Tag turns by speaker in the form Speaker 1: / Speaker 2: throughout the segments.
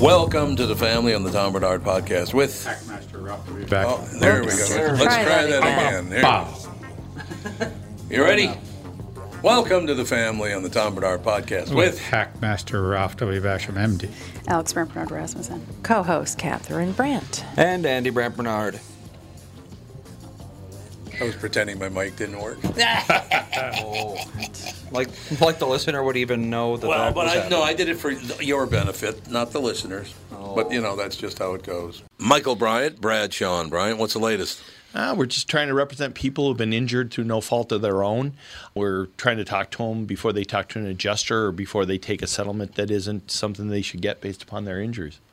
Speaker 1: Welcome to the family on the Tom Bernard podcast with.
Speaker 2: Hackmaster Ralph Ruiz.
Speaker 3: Back.
Speaker 1: Oh, there we go. Let's try, that, again. Here. You ready? Welcome to the family on the Tom Bernard podcast
Speaker 3: With
Speaker 1: with.
Speaker 3: Hackmaster Ralph W. Basham, MD.
Speaker 4: Alex Bernard Rasmussen. Co host Catherine Brandt.
Speaker 5: And Andy Brant Bernard.
Speaker 1: I was pretending my mic didn't work.
Speaker 5: Like, like the listener would even know that.
Speaker 1: Well,
Speaker 5: that
Speaker 1: but
Speaker 5: was
Speaker 1: I, no, I
Speaker 5: happening.
Speaker 1: did it for your benefit, not the listeners. But you know, that's just how it goes. Michael Bryant, Brad Sean Bryant. What's the latest?
Speaker 6: Ah, we're just trying to represent people who've been injured through no fault of their own. We're trying to talk to them before they talk to an adjuster or before they take a settlement that isn't something they should get based upon their injuries.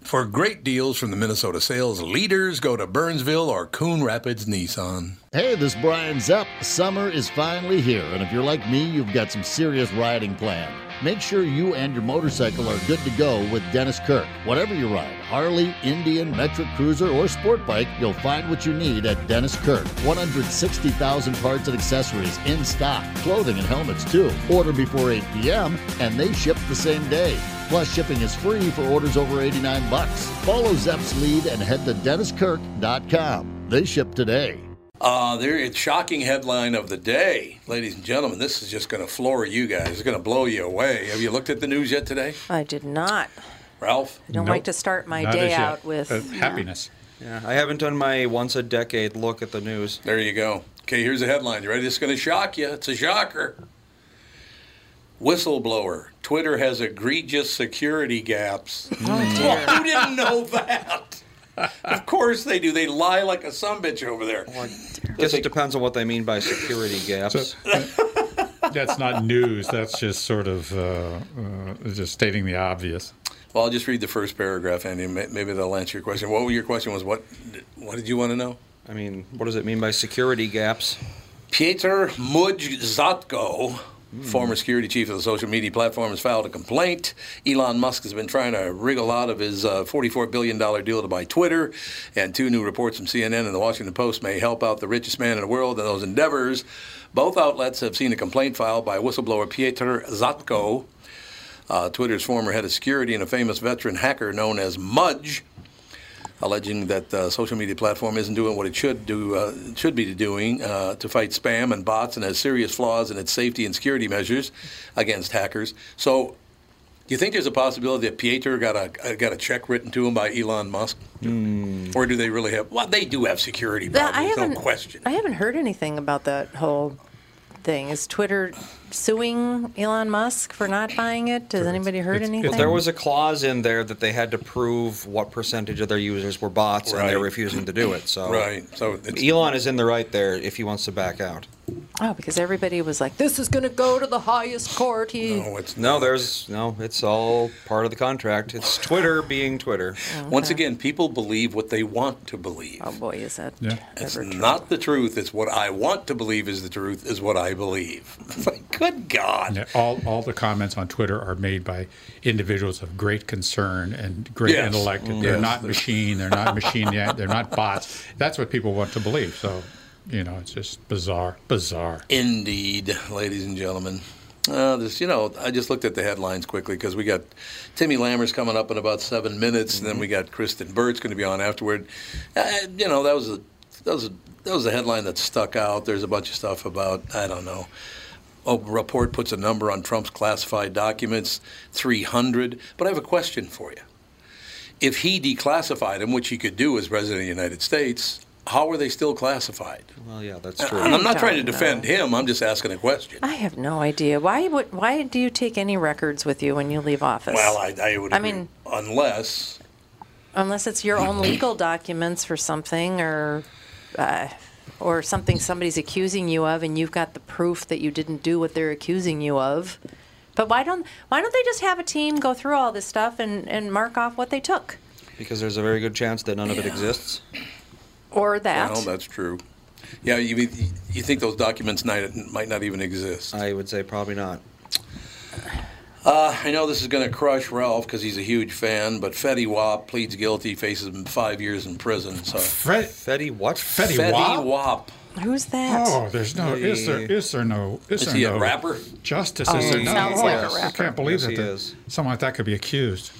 Speaker 1: For great deals from the Minnesota sales leaders, go to Burnsville or Coon Rapids Nissan.
Speaker 7: Hey, this is Brian Zepp. Summer is finally here, and if you're like me, you've got some serious riding planned. Make sure you and your motorcycle are good to go with Dennis Kirk. Whatever you ride Harley, Indian, Metric Cruiser, or Sport Bike you'll find what you need at Dennis Kirk. 160,000 parts and accessories in stock, clothing and helmets too. Order before 8 p.m., and they ship the same day. Plus, shipping is free for orders over 89 bucks. Follow Zepp's lead and head to DennisKirk.com. They ship today.
Speaker 1: Uh, there, it's shocking headline of the day, ladies and gentlemen. This is just going to floor you guys. It's going to blow you away. Have you looked at the news yet today,
Speaker 4: I did not.
Speaker 1: Ralph?
Speaker 4: I don't
Speaker 3: Nope.
Speaker 4: like to start my
Speaker 3: Not as
Speaker 4: day
Speaker 3: yet.
Speaker 4: out with
Speaker 3: Uh,
Speaker 4: you know,
Speaker 3: happiness.
Speaker 5: Yeah, I haven't done my once a decade look at the news.
Speaker 1: There you go. Okay, here's a headline. You ready? It's going to shock you. It's a shocker. Whistleblower. Twitter has egregious security gaps. Well, who didn't know that? Of course they do. They lie like a sumbitch over there.
Speaker 5: guess it depends on what they mean by security gaps.
Speaker 3: That's not news. That's just sort of uh, uh, just stating the obvious.
Speaker 1: Well, I'll just read the first paragraph, Andy. and may- Maybe that'll answer your question. What your question was? What? What did you want to know?
Speaker 5: I mean, what does it mean by security gaps?
Speaker 1: Pieter Mujzatko, former security chief of the social media platform, has filed a complaint. Elon Musk has been trying to wriggle out of his uh, $44 billion deal to buy Twitter, and two new reports from CNN and the Washington Post may help out the richest man in the world in those endeavors. Both outlets have seen a complaint filed by whistleblower Pieter Zatko, uh, Twitter's former head of security and a famous veteran hacker known as Mudge alleging that the social media platform isn't doing what it should do uh, should be doing uh, to fight spam and bots and has serious flaws in its safety and security measures against hackers. So, do you think there's a possibility that Pieter got a uh, got a check written to him by Elon Musk,
Speaker 5: Hmm.
Speaker 1: or do they really have? Well, they do have security
Speaker 4: That- I
Speaker 1: problems, no
Speaker 4: haven't-
Speaker 1: question.
Speaker 4: I haven't heard anything about that whole thing. Is Twitter suing Elon Musk for not buying it? Has anybody heard
Speaker 3: It's-
Speaker 4: anything?
Speaker 3: it's-
Speaker 5: But there was a clause in there that they had to prove what percentage of their users were bots, and they're
Speaker 1: Right.
Speaker 5: refusing to do it. So
Speaker 1: Right. So it's,
Speaker 5: Elon is in the right there if he wants to back out.
Speaker 4: oh, because everybody was like, "This is going to go to the highest court." He
Speaker 1: No, it's
Speaker 5: No, there's no. It's all part of the contract. It's Twitter being Twitter.
Speaker 1: Once
Speaker 4: Okay.
Speaker 1: again, people believe what they want to believe.
Speaker 4: Oh boy, is that
Speaker 3: Yeah.
Speaker 1: It's
Speaker 4: ever true.
Speaker 1: not the truth. It's what I want to believe is the truth, is what I believe. It's like, good God.
Speaker 3: Yeah, all, all the comments on Twitter are made by individuals of great concern and great
Speaker 1: Yes.
Speaker 3: intellect. They're
Speaker 1: Yes.
Speaker 3: not machine. They're not machine. yet. They're not bots. That's what people want to believe. So, you know, it's just bizarre, bizarre.
Speaker 1: Indeed, ladies and gentlemen. Uh, this, you know, I just looked at the headlines quickly because we got Timmy Lammers coming up in about seven minutes, and then we got Kristen Burt's going to be on afterward. Uh, you know, that was a that was a, that was a headline that stuck out. There's a bunch of stuff about I don't know. A report puts a number on Trump's classified documents, 300. But I have a question for you. If he declassified them, which he could do as president of the United States, how are they still classified?
Speaker 5: Well, yeah, that's true.
Speaker 1: And I'm not trying to
Speaker 4: don't
Speaker 1: defend him. I'm just asking a question.
Speaker 4: I have no idea. Why would why do you take any records with you when you leave office?
Speaker 1: Well, I, I would.
Speaker 4: I
Speaker 1: agree.
Speaker 4: mean-
Speaker 1: unless
Speaker 4: unless it's your own legal documents for something or uh, or something somebody's accusing you of and you've got the proof that you didn't do what they're accusing you of but why don't why don't they just have a team go through all this stuff and, and mark off what they took
Speaker 5: Because there's a very good chance that none of it exists.
Speaker 4: or that
Speaker 1: well, that's true. Yeah, you mean- you think those documents might might not even exist?
Speaker 5: I would say probably not.
Speaker 1: Uh, I know this is going to crush Ralph because he's a huge fan, but Fetty Wap pleads guilty, faces five years in prison. So
Speaker 3: Fred,
Speaker 5: Fetty, what?
Speaker 3: Fetty,
Speaker 1: Fetty
Speaker 3: Wap?
Speaker 1: Wap,
Speaker 4: who's that
Speaker 3: Oh, there's no. Is there? Is there no? Is,
Speaker 1: is
Speaker 3: there
Speaker 1: he
Speaker 3: no
Speaker 1: a rapper?
Speaker 3: Justice is there? No.
Speaker 4: Oh,
Speaker 3: oh,
Speaker 4: sounds like a
Speaker 3: I
Speaker 4: rapper.
Speaker 3: can't believe
Speaker 5: Yes,
Speaker 3: that
Speaker 5: he
Speaker 3: the-
Speaker 5: is.
Speaker 3: someone like that could be accused.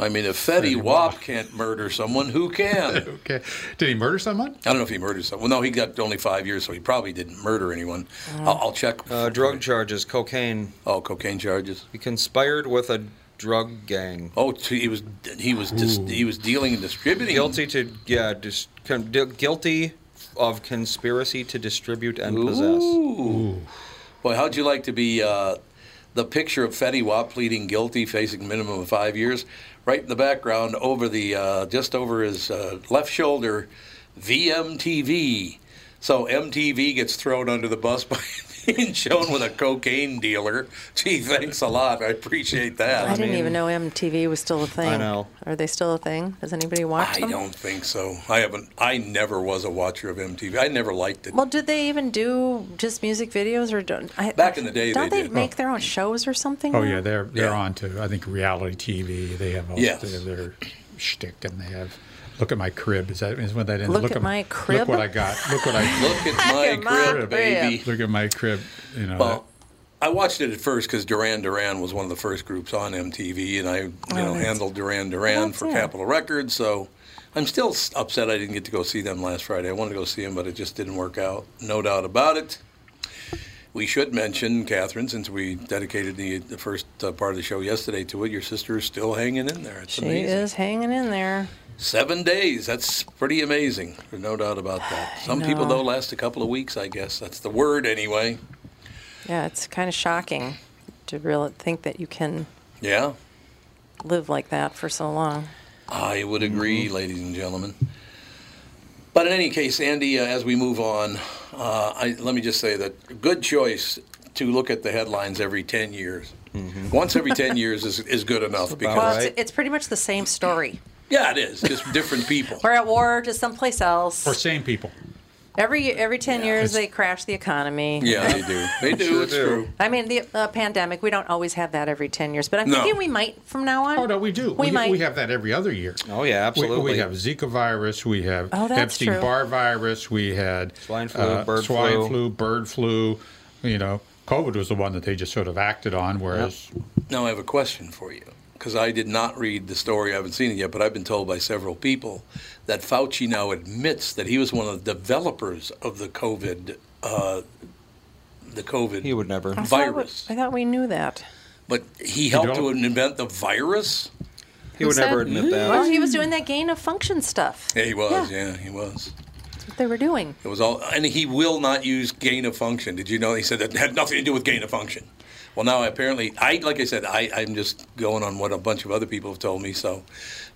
Speaker 1: I mean, if Fetty Wap can't murder someone, who can?
Speaker 3: Okay. Did he murder someone?
Speaker 1: I don't know if he murdered someone. Well, no, he got only five years, so he probably didn't murder anyone.
Speaker 4: Uh-huh.
Speaker 1: I'll, I'll check.
Speaker 5: Uh, drug charges, cocaine.
Speaker 1: oh, cocaine charges.
Speaker 5: He conspired with a drug gang.
Speaker 1: Oh, t- he was he was dis- he was dealing and distributing.
Speaker 5: Guilty to yeah, dis, con, di, guilty of conspiracy to distribute and possess.
Speaker 1: Ooh. Boy, how'd you like to be uh, the picture of Fetty Wap pleading guilty, facing minimum of five years? Right in the background, over the uh, just over his uh, left shoulder, VMTV. So MTV gets thrown under the bus by being shown with a cocaine dealer. Gee, thanks a lot. I appreciate that.
Speaker 4: I didn't even know MTV was still a thing.
Speaker 5: know.
Speaker 4: Are they still a thing? Does anybody watch
Speaker 1: I
Speaker 4: them?
Speaker 1: don't think so. I haven't. I never was a watcher of MTV. I never liked it.
Speaker 4: Well, do they even do just music videos or don't? I,
Speaker 1: Back in the day,
Speaker 4: don't
Speaker 1: they
Speaker 4: they,
Speaker 1: did.
Speaker 4: make their own shows or something?
Speaker 3: Oh
Speaker 4: now?
Speaker 3: yeah, they're they're
Speaker 1: Yeah.
Speaker 3: on to I think reality TV. They have all
Speaker 1: Yes.
Speaker 3: they have their shtick and they have look at my crib. Is that is when that in
Speaker 4: Look at my crib?
Speaker 3: Look what I got. Look what I
Speaker 1: Look at
Speaker 4: at
Speaker 1: my
Speaker 4: my
Speaker 1: crib,
Speaker 4: crib.
Speaker 1: baby.
Speaker 3: look at my crib. You know.
Speaker 1: Well, I watched it at first because Duran Duran was one of the first groups on MTV, and I you know
Speaker 4: that's-
Speaker 1: handled Duran Duran
Speaker 4: that's
Speaker 1: for
Speaker 4: it.
Speaker 1: Capitol Records. So I'm still s- upset I didn't get to go see them last Friday. I wanted to go see them, but it just didn't work out. No doubt about it. We should mention Catherine, since we dedicated the, the first uh, part of the show yesterday to it. Your sister is still hanging in there. It's
Speaker 4: She
Speaker 1: amazing.
Speaker 4: is hanging in there.
Speaker 1: Seven days. That's pretty amazing. There's no doubt about that. Some people
Speaker 4: know.
Speaker 1: though last a couple of weeks. I guess that's the word anyway.
Speaker 4: Yeah, it's kind of shocking to really think that you can
Speaker 1: Yeah.
Speaker 4: live like that for so long.
Speaker 1: I would
Speaker 5: Mm-hmm.
Speaker 1: agree, ladies and gentlemen. But in any case, Andy, uh, as we move on, uh, I, let me just say that good choice to look at the headlines every 10 years. Once every 10 years is, is good enough because,
Speaker 4: Well,
Speaker 5: Mm-hmm. right.
Speaker 4: it's, it's pretty much the same story.
Speaker 1: yeah, it is. Just different people.
Speaker 4: We're at war, just someplace else.
Speaker 3: or same people.
Speaker 4: Every every ten years,
Speaker 3: It's-
Speaker 4: they crash the economy.
Speaker 1: Yeah, they do. They do.
Speaker 5: Sure
Speaker 1: it's
Speaker 5: do.
Speaker 1: true.
Speaker 4: I mean, the uh, pandemic. We don't always have that every ten years, but I'm
Speaker 1: No.
Speaker 4: thinking we might from now on.
Speaker 3: Oh no, we do.
Speaker 4: We, might.
Speaker 3: we have that every other year.
Speaker 5: Oh, yeah,
Speaker 3: We-
Speaker 5: absolutely.
Speaker 3: We, have Zika virus. We have
Speaker 4: Oh, that's
Speaker 3: Epstein
Speaker 4: true.
Speaker 3: Barr virus. We had uh,
Speaker 5: Swine flu, bird
Speaker 3: swine
Speaker 5: flu.
Speaker 3: bird flu. You know, COVID was the one that they just sort of acted on, whereas
Speaker 1: Now I have a question for you because I did not read the story. I haven't seen it yet, but I've been told by several people that Fauci now admits that he was one of the developers of the COVID, uh, the COVID
Speaker 5: He would never.
Speaker 4: I thought we-
Speaker 1: virus.
Speaker 4: I thought we knew that.
Speaker 1: But he helped to
Speaker 3: don't-
Speaker 1: invent the virus.
Speaker 5: He would
Speaker 4: said-
Speaker 5: never admit that.
Speaker 4: Well, he was doing that gain of function stuff.
Speaker 1: Yeah, he was.
Speaker 4: Yeah.
Speaker 1: Yeah, he was.
Speaker 4: they were doing.
Speaker 1: It was all, and he will not use gain of function. Did you know? He said that had nothing to do with gain of function. Well, now apparently, I like I said, I, I'm just going on what a bunch of other people have told me. So,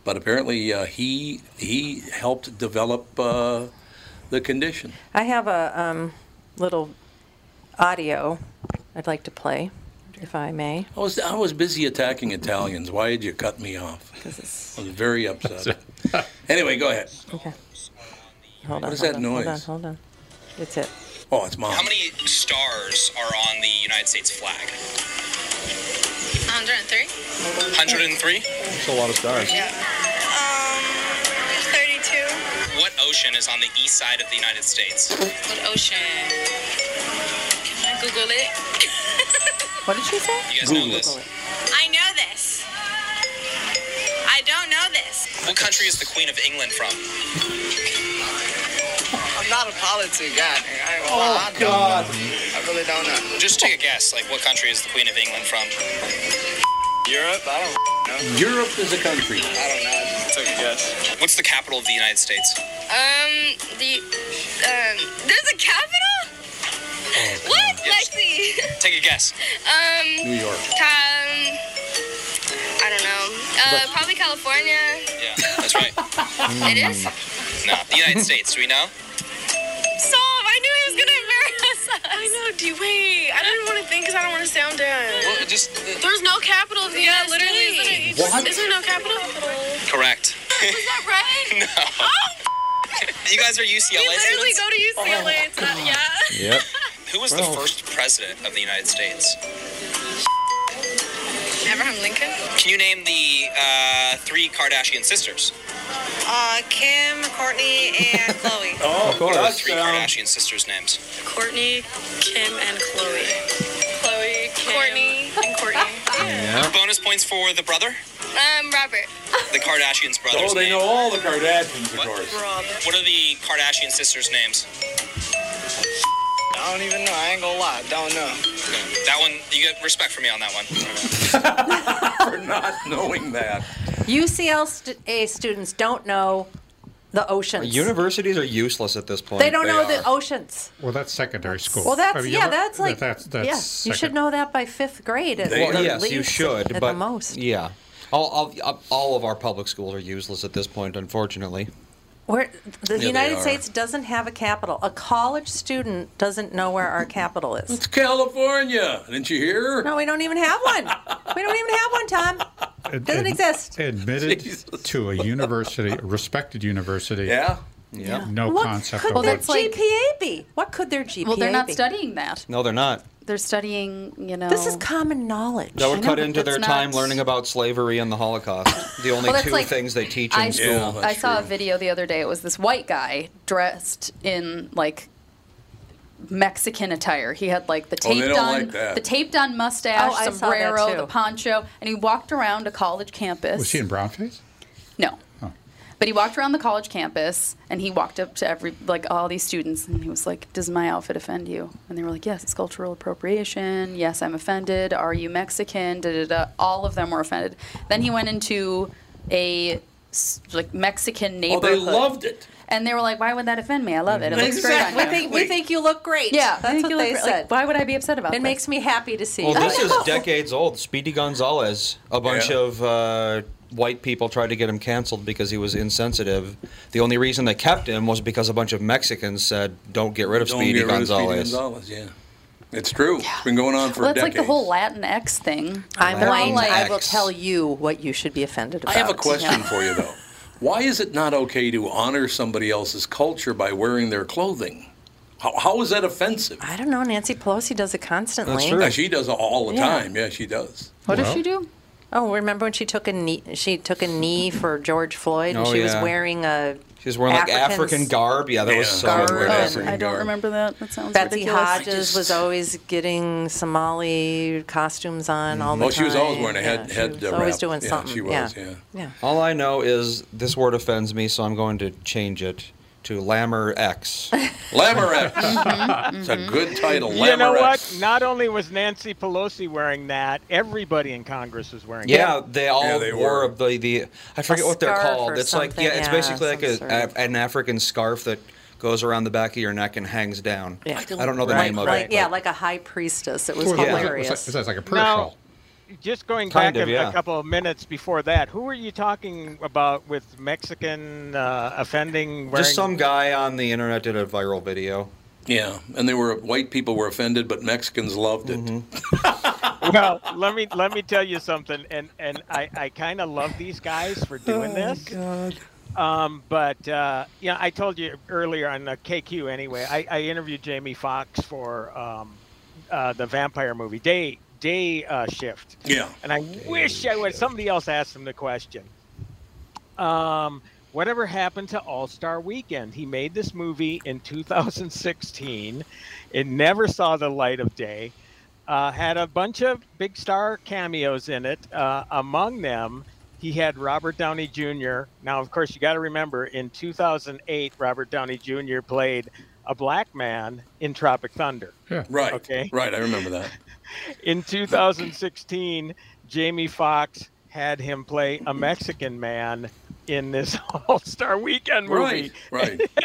Speaker 1: but apparently, uh, he he helped develop uh, the condition.
Speaker 4: I have a um, little audio I'd like to play, if I may.
Speaker 1: I was I was busy attacking Italians. Why did you cut me off? I was very upset. anyway, go ahead.
Speaker 4: Okay. Hold on.
Speaker 1: is
Speaker 4: hold
Speaker 1: that
Speaker 4: on, Hold on,
Speaker 1: noise?
Speaker 4: hold on. It's it.
Speaker 1: Oh, it's mom.
Speaker 2: How many stars are on the United States flag?
Speaker 8: 103?
Speaker 2: 103.
Speaker 6: That's a lot of stars.
Speaker 8: Yeah. Um, 32.
Speaker 2: What ocean is on the east side of the United States?
Speaker 8: What ocean? Can I Google it?
Speaker 4: What did she say?
Speaker 2: You guys know
Speaker 1: Google it.
Speaker 2: this.
Speaker 8: I know this. I don't know this.
Speaker 2: What country is the Queen of England from?
Speaker 9: I'm not a politic guy. man. I, ain't gonna lie. I don't know. I really don't know.
Speaker 2: Just take a guess. Like, what country is the Queen of England from?
Speaker 9: Europe? I don't.
Speaker 1: Europe is a
Speaker 9: I
Speaker 1: country.
Speaker 9: don't know.
Speaker 2: Take a guess. What's the capital of the United States?
Speaker 8: Um, the, um, there's a capital? What,
Speaker 2: Yes.
Speaker 8: Lexi?
Speaker 2: Take a guess.
Speaker 8: um,
Speaker 1: Oh, New York.
Speaker 8: um, I don't know. Uh, probably California.
Speaker 2: Yeah, that's right.
Speaker 8: It is?
Speaker 1: Hmm.
Speaker 2: No, the United States. Do we know?
Speaker 8: Stop! I knew he was gonna embarrass us. I know, D. Wait, I didn't want to think because I don't want to sound dumb.
Speaker 2: Well, just
Speaker 8: There's no capital of the yeah, literally. Is
Speaker 1: What?
Speaker 8: there no capital?
Speaker 2: correct.
Speaker 8: Is that right?
Speaker 2: No.
Speaker 4: Oh,
Speaker 2: You guys are UCLA students.
Speaker 8: to UCLA. it's not, yeah.
Speaker 6: Yep.
Speaker 2: Oh. Who was the first president of the United States?
Speaker 8: Abraham Lincoln.
Speaker 2: Can you name the uh, three Kardashian sisters?
Speaker 9: Uh, Kim, Courtney, and Chloe.
Speaker 1: Oh,
Speaker 6: course.
Speaker 2: What are the
Speaker 6: That's
Speaker 2: three Kardashian sisters' names?
Speaker 8: Courtney, Kim, and Chloe. Chloe, Kim, Courtney, and Courtney.
Speaker 2: Bonus points for the brother,
Speaker 8: um, Robert.
Speaker 2: the Kardashians brothers.
Speaker 1: Oh, they know
Speaker 2: name.
Speaker 1: all the Kardashians, of course.
Speaker 8: Rob.
Speaker 2: What are the Kardashian sisters' names?
Speaker 9: I don't even know. I ain't gonna lie. Don't know.
Speaker 2: That one, you get respect for me on that one.
Speaker 1: For not knowing that.
Speaker 4: UCLA students don't know the oceans.
Speaker 5: Universities are useless at this point.
Speaker 4: they don't know
Speaker 5: are.
Speaker 4: the oceans.
Speaker 3: Well, that's secondary school.
Speaker 4: Well, that's
Speaker 3: I mean, you
Speaker 4: yeah,
Speaker 3: learn-
Speaker 4: that's like
Speaker 3: that's, that's
Speaker 4: yeah. You should
Speaker 3: second-
Speaker 4: know that by fifth grade at,
Speaker 1: They-
Speaker 4: the
Speaker 5: Well, yes,
Speaker 4: least,
Speaker 5: you should,
Speaker 4: at
Speaker 5: but
Speaker 4: the most.
Speaker 5: yeah, all, all all of our public schools are useless at this point, unfortunately.
Speaker 4: Where the
Speaker 1: they
Speaker 4: United
Speaker 1: are.
Speaker 4: States doesn't have a capital. A college student doesn't know where our capital is.
Speaker 1: It's California. Didn't you hear?
Speaker 4: No, we don't even have one. We don't even have one, Tom.
Speaker 3: ad-
Speaker 4: Doesn't
Speaker 3: ad-
Speaker 4: exist.
Speaker 3: Admitted
Speaker 1: Jesus.
Speaker 3: to a university, a respected university.
Speaker 1: Yeah.
Speaker 3: No
Speaker 4: what
Speaker 3: concept
Speaker 4: could
Speaker 3: of
Speaker 4: their
Speaker 3: what.
Speaker 10: that's like-
Speaker 4: GPA be? What could their GPA
Speaker 10: Well, they're not
Speaker 4: be?
Speaker 10: studying that.
Speaker 5: No, they're not.
Speaker 10: They're studying, you know.
Speaker 4: This is common knowledge.
Speaker 5: That would
Speaker 10: know,
Speaker 5: cut
Speaker 10: but
Speaker 5: into their
Speaker 10: that's
Speaker 5: time
Speaker 10: not-
Speaker 5: learning about slavery and the Holocaust. The only
Speaker 10: Well, that's
Speaker 5: two
Speaker 10: like-
Speaker 5: things they teach in
Speaker 10: I,
Speaker 5: school.
Speaker 1: Yeah, that's
Speaker 10: I saw a
Speaker 1: true.
Speaker 10: video the other day. It was this white guy dressed in like Mexican attire. He had like the
Speaker 1: Oh, they
Speaker 10: taped
Speaker 1: don't
Speaker 10: on
Speaker 1: like that.
Speaker 10: the taped on mustache,
Speaker 4: Oh, I saw that,
Speaker 10: sombrero,
Speaker 4: too.
Speaker 10: the poncho, and he walked around a college campus.
Speaker 3: Was she in brownface?
Speaker 10: No. But he walked around the college campus and he walked up to every like all these students and he was like, "Does my outfit offend you?" And they were like, "Yes, it's cultural appropriation. Yes, I'm offended. Are you Mexican?" Da da da. All of them were offended. Then he went into a s- like Mexican
Speaker 1: Oh,
Speaker 10: neighborhood.
Speaker 1: they loved it.
Speaker 10: And they were like, "Why would that offend me? I love it. It looks great on
Speaker 4: We
Speaker 10: you."
Speaker 4: think, we think you look great.
Speaker 10: Yeah, I
Speaker 4: that's
Speaker 10: think
Speaker 4: what
Speaker 10: you look
Speaker 4: they
Speaker 10: great. Like,
Speaker 4: said.
Speaker 10: why would I be upset about
Speaker 4: it
Speaker 10: this?
Speaker 4: makes me happy to see.
Speaker 5: Well,
Speaker 4: that.
Speaker 5: this is decades old. Speedy Gonzalez, a bunch
Speaker 1: Yeah.
Speaker 5: of uh, white people tried to get him canceled because he was insensitive. The only reason they kept him was because a bunch of Mexicans said, "Don't get rid of,
Speaker 1: Don't
Speaker 5: Speedy,
Speaker 1: get rid of Speedy
Speaker 5: Gonzalez.
Speaker 1: Gonzalez, yeah. It's true. It's been going on for
Speaker 10: well, it's
Speaker 1: decades.
Speaker 10: like the whole Latinx thing.
Speaker 4: I'm
Speaker 10: They're all
Speaker 4: white.
Speaker 10: like-
Speaker 4: I will tell you what you should be offended
Speaker 1: I
Speaker 4: about.
Speaker 1: have a question
Speaker 10: Yeah.
Speaker 1: for you, though. Why is it not okay to honor somebody else's culture by wearing their clothing? How, how is that offensive?
Speaker 4: I don't know. Nancy Pelosi does it constantly.
Speaker 5: That's true.
Speaker 1: Yeah, she does all the
Speaker 4: Yeah.
Speaker 1: time. Yeah, she does.
Speaker 10: What does
Speaker 3: Well.
Speaker 10: she do?
Speaker 4: Oh, remember when she took a knee? She took a knee for George Floyd, and
Speaker 5: Oh,
Speaker 4: she was
Speaker 5: yeah.
Speaker 4: wearing a
Speaker 5: She was wearing like African
Speaker 4: Africans-
Speaker 5: garb. Yeah, that was
Speaker 1: Yeah.
Speaker 5: so
Speaker 4: Garb.
Speaker 5: weird.
Speaker 4: Oh,
Speaker 1: African
Speaker 10: I don't
Speaker 1: garb.
Speaker 10: remember that. That sounds
Speaker 4: Betsy
Speaker 10: ridiculous.
Speaker 4: Hodges
Speaker 1: just-
Speaker 4: was always getting Somali costumes on all the
Speaker 1: Oh,
Speaker 4: time.
Speaker 1: she was always wearing a head-
Speaker 4: Yeah,
Speaker 1: head,
Speaker 4: She was
Speaker 1: uh,
Speaker 4: always
Speaker 1: wrap.
Speaker 4: doing
Speaker 1: Yeah,
Speaker 4: something.
Speaker 1: she was, yeah.
Speaker 4: yeah.
Speaker 5: All I know is this word offends me, so I'm going to change it to Lammer X.
Speaker 1: Lamorex.
Speaker 10: Mm-hmm.
Speaker 1: It's a good title. Lamorex.
Speaker 11: You know what? Not only was Nancy Pelosi wearing that, everybody in Congress was wearing it.
Speaker 5: Yeah, they all
Speaker 1: Yeah, they
Speaker 5: wore
Speaker 1: were.
Speaker 5: the, the I forget what they're
Speaker 4: scarf
Speaker 5: called.
Speaker 4: or
Speaker 5: It's like
Speaker 4: something,
Speaker 5: yeah, it's
Speaker 4: yeah,
Speaker 5: basically like
Speaker 4: some
Speaker 5: a,
Speaker 4: sort
Speaker 5: a-
Speaker 4: of-
Speaker 5: an African scarf that goes around the back of your neck and hangs down.
Speaker 4: Yeah.
Speaker 5: I don't, know the
Speaker 4: Like-
Speaker 5: name of
Speaker 4: like-
Speaker 5: it.
Speaker 4: Yeah, like a high priestess. It was
Speaker 5: Yeah.
Speaker 4: hilarious.
Speaker 5: It's like- it's like a prayer
Speaker 11: Now,
Speaker 5: shawl.
Speaker 11: Just going
Speaker 5: Kind
Speaker 11: back
Speaker 5: of,
Speaker 11: a,
Speaker 5: yeah.
Speaker 11: a couple of minutes before that, who were you talking about with Mexican uh, offending? Wearing...
Speaker 5: Just some guy on the internet did a viral video.
Speaker 1: Yeah, and they were white people were offended, but Mexicans loved it.
Speaker 5: Mm-hmm.
Speaker 11: well, let me let me tell you something, and and I I kind of love these guys for doing this. Um, but uh, yeah, I told you earlier on uh, KQ anyway. I, I interviewed Jamie Foxx for um, uh, the vampire movie Day Day uh, Shift.
Speaker 1: Yeah.
Speaker 11: And I wish I would. Somebody else asked him the question. Um, whatever happened to All Star Weekend? He made this movie in 2016. It never saw the light of day. Uh, had a bunch of big star cameos in it. Uh, among them, he had Robert Downey Jr. Now, of course, you got to remember in 2008, Robert Downey Jr. played a black man in Tropic Thunder.
Speaker 1: Right.
Speaker 11: Okay.
Speaker 1: Right. I remember that.
Speaker 11: In 2016, Jamie Foxx had him play a Mexican man in this All Star Weekend movie.
Speaker 1: Right, right.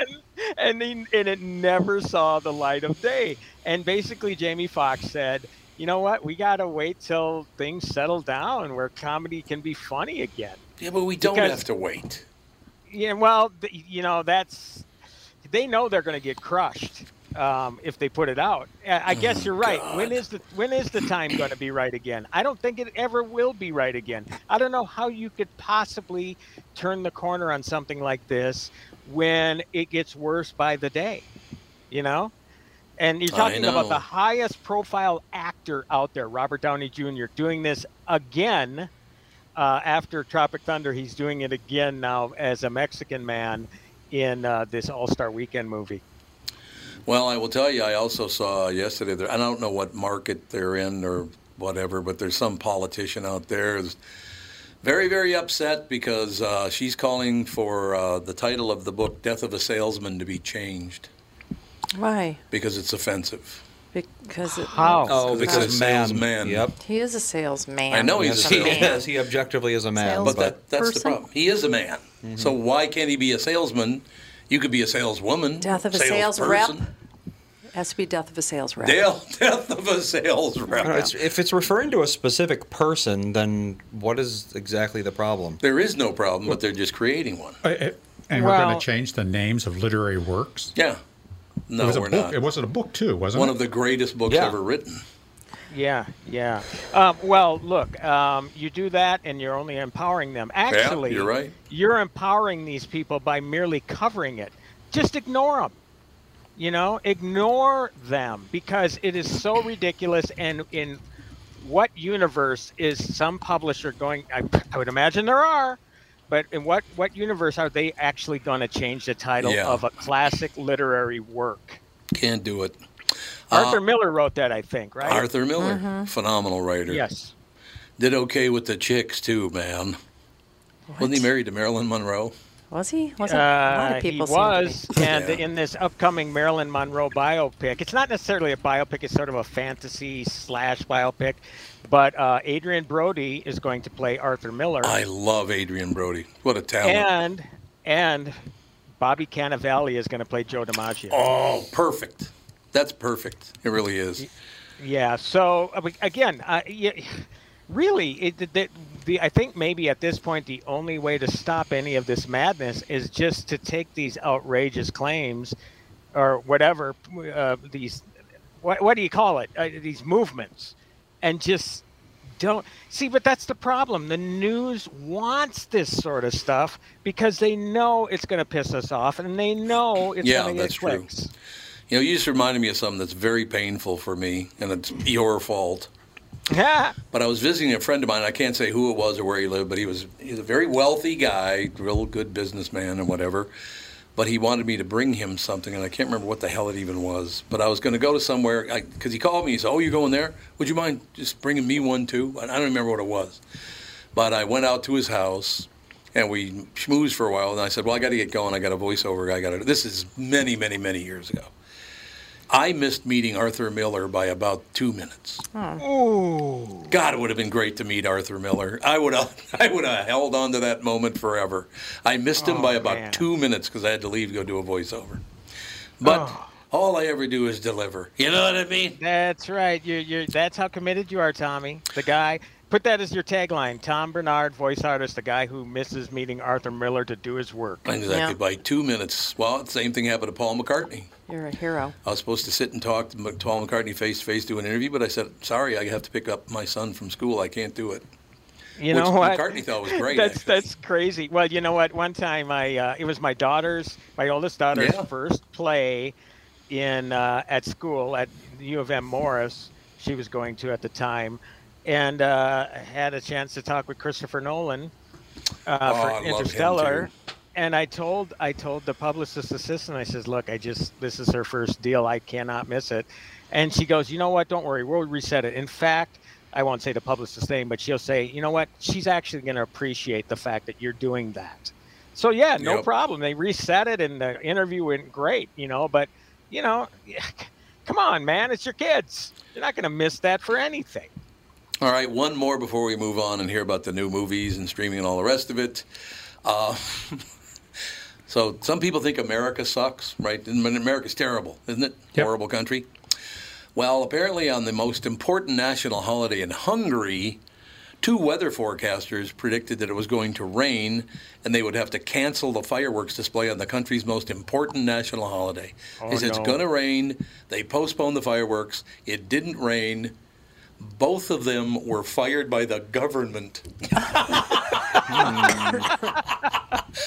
Speaker 11: And, he, and it never saw the light of day. And basically, Jamie Foxx said, you know what? We got to wait till things settle down where comedy can be funny again.
Speaker 1: Yeah, but we don't
Speaker 11: Because-
Speaker 1: have to wait.
Speaker 11: Yeah, well, th- you know, that's they know they're going to get crushed um, if they put it out. I
Speaker 1: Oh
Speaker 11: I guess you're right. When is the when is the time going to be right again? I don't think it ever will be right again. I don't know how you could possibly turn the corner on something like this when it gets worse by the day. You know. And you're
Speaker 1: I
Speaker 11: talking about the
Speaker 1: know.
Speaker 11: highest profile actor out there, Robert Downey Jr., doing this again uh, after Tropic Thunder, he's doing it again now as a Mexican man in uh, this All Star Weekend movie.
Speaker 1: Well, I will tell you, I also saw yesterday, there, and I don't know what market they're in or whatever, but there's some politician out there who's very, very upset because uh, she's calling for uh, the title of the book, Death of a Salesman, to be changed
Speaker 4: Why?
Speaker 1: because it's offensive.
Speaker 4: Because it,
Speaker 11: How?
Speaker 5: Oh,
Speaker 1: Because
Speaker 5: because
Speaker 1: it's
Speaker 5: man.
Speaker 1: salesman.
Speaker 5: Yep.
Speaker 4: he is a salesman.
Speaker 1: I know he's a
Speaker 4: He's a
Speaker 1: salesman.
Speaker 4: man.
Speaker 5: He objectively is a man. But
Speaker 1: But
Speaker 5: Mm-hmm.
Speaker 1: that, that's the
Speaker 4: Salesperson?
Speaker 1: problem. He is a man. So why can't he be a salesman? You could be a saleswoman.
Speaker 4: Death of a sales rep. Has to be death of a sales rep.
Speaker 1: Dale, death of a sales
Speaker 5: I
Speaker 1: rep.
Speaker 5: don't know, it's, if it's referring to a specific person, then what is exactly the problem?
Speaker 1: There is no problem, but they're just creating one.
Speaker 3: And we're going
Speaker 1: Well-
Speaker 3: to change the names of literary works.
Speaker 1: Yeah. No,
Speaker 3: it was a
Speaker 1: we're
Speaker 3: book.
Speaker 1: not.
Speaker 3: It wasn't a book too, wasn't
Speaker 1: One
Speaker 3: it?
Speaker 1: of the greatest books ever written.
Speaker 11: Yeah, yeah. Um, well, look, um, you do that, and you're only empowering them. Actually,
Speaker 1: you're right.
Speaker 11: You're empowering these people by merely covering it. Just ignore them. You know, ignore them because it is so ridiculous. And in what universe is some publisher going? I, I would imagine there are, but in what what universe are they actually going to change the title
Speaker 1: Yeah.
Speaker 11: of a classic literary work?
Speaker 1: Can't do it.
Speaker 11: Arthur
Speaker 1: Uh,
Speaker 11: Miller wrote that, I think, right?
Speaker 1: Arthur Miller,
Speaker 11: Mhm.
Speaker 1: phenomenal writer.
Speaker 11: Yes.
Speaker 1: Did okay with the chicks too, man. Wasn't he married to Marilyn Monroe?
Speaker 4: Was he? Was it? a lot
Speaker 11: Uh,
Speaker 4: of
Speaker 11: he
Speaker 4: people
Speaker 11: was,
Speaker 4: seem to be.
Speaker 11: and
Speaker 1: Yeah.
Speaker 11: in this upcoming Marilyn Monroe biopic, it's not necessarily a biopic; it's sort of a fantasy slash biopic. But uh, Adrian Brody is going to play Arthur Miller,
Speaker 1: I love Adrian Brody. What a talent.
Speaker 11: and and Bobby Cannavale is going to play Joe DiMaggio.
Speaker 1: Oh, perfect. That's perfect. It really is.
Speaker 11: Yeah. So uh, we- again, uh, yeah, really, it, the, the, the, I think maybe at this point the only way to stop any of this madness is just to take these outrageous claims, or whatever uh, these, what, what do you call it? Uh, these movements, and just don't see. But that's the problem. The news wants this sort of stuff because they know it's going to piss us off, and they know it's
Speaker 1: yeah,
Speaker 11: going to get
Speaker 1: that's true.
Speaker 11: clicks.
Speaker 1: You know, you just reminded me of something that's very painful for me, and it's your fault.
Speaker 11: Yeah.
Speaker 1: But I was visiting a friend of mine. I can't say who it was or where he lived, but he was he's a very wealthy guy, real good businessman and whatever. But he wanted me to bring him something, and I can't remember what the hell it even was. But I was going to go to somewhere because he called me. He said, "Oh, you're going there? Would you mind just bringing me one too?" And I don't remember what it was. But I went out to his house, and we schmoozed for a while. And I said, "Well, I got to get going. I got a voiceover. I got to." This is many, many, many years ago. I missed meeting Arthur Miller by about two minutes.
Speaker 11: Ooh.
Speaker 1: God, it would have been great to meet Arthur Miller. I would have, I would have held on to that moment forever. I missed him by about two minutes because I had to leave to go do a voiceover. But all I ever do is deliver. You know what I mean?
Speaker 11: That's right. You're, you're, that's how committed you are, Tommy. The guy. Put that as your tagline. Tom Bernard, voice artist, the guy who misses meeting Arthur Miller to do his work.
Speaker 1: Exactly. By two minutes. Well, same thing happened to Paul McCartney.
Speaker 4: You're a hero.
Speaker 1: I was supposed to sit and talk to Mc- Paul McCartney face to face, do an interview, but I said, sorry, I have to pick up my son from school. I can't do it.
Speaker 11: You
Speaker 1: Which
Speaker 11: know what?
Speaker 1: McCartney thought was great.
Speaker 11: That's that's crazy. Well, you know what? One time, I uh, it was my daughter's, my oldest daughter's
Speaker 1: Yeah.
Speaker 11: first play in uh, at school at U of M Morris. She was going to at the time, and uh, had a chance to talk with Christopher Nolan uh,
Speaker 1: Oh, I
Speaker 11: for
Speaker 1: love him,
Speaker 11: Interstellar.
Speaker 1: too.
Speaker 11: And I told I told the publicist's assistant, I says, "Look, I just this is her first deal. I cannot miss it." And she goes, "You know what? Don't worry, we'll reset it." In fact, I won't say the publicist's name, but she'll say, "You know what? She's actually going to appreciate the fact that you're doing that." So yeah, no
Speaker 1: Yep.
Speaker 11: problem. They reset it, and the interview went great. You know, but you know, come on, man, it's your kids. You're not going to miss that for anything.
Speaker 1: All right, one more before we move on and hear about the new movies and streaming and all the rest of it. Uh, so some people think America sucks, right? And America's terrible, isn't it? Horrible country. Well, apparently on the most important national holiday in Hungary, two weather forecasters predicted that it was going to rain and they would have to cancel the fireworks display on the country's most important national holiday.
Speaker 11: Oh,
Speaker 1: they said
Speaker 11: no.
Speaker 1: it's going to rain. They postponed the fireworks. It didn't rain. Both of them were fired by the government.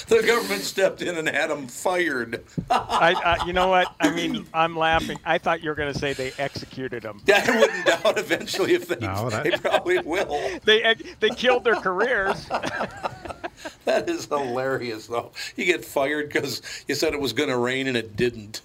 Speaker 1: the government stepped in and had them fired.
Speaker 11: I, I, you know what? I mean, I'm laughing. I thought you were going to say they executed him.
Speaker 1: I wouldn't doubt eventually if they,
Speaker 11: No, that-
Speaker 1: they probably will.
Speaker 11: They ex- they killed their careers.
Speaker 1: That is hilarious, though. You get fired because you said it was going to rain and it didn't.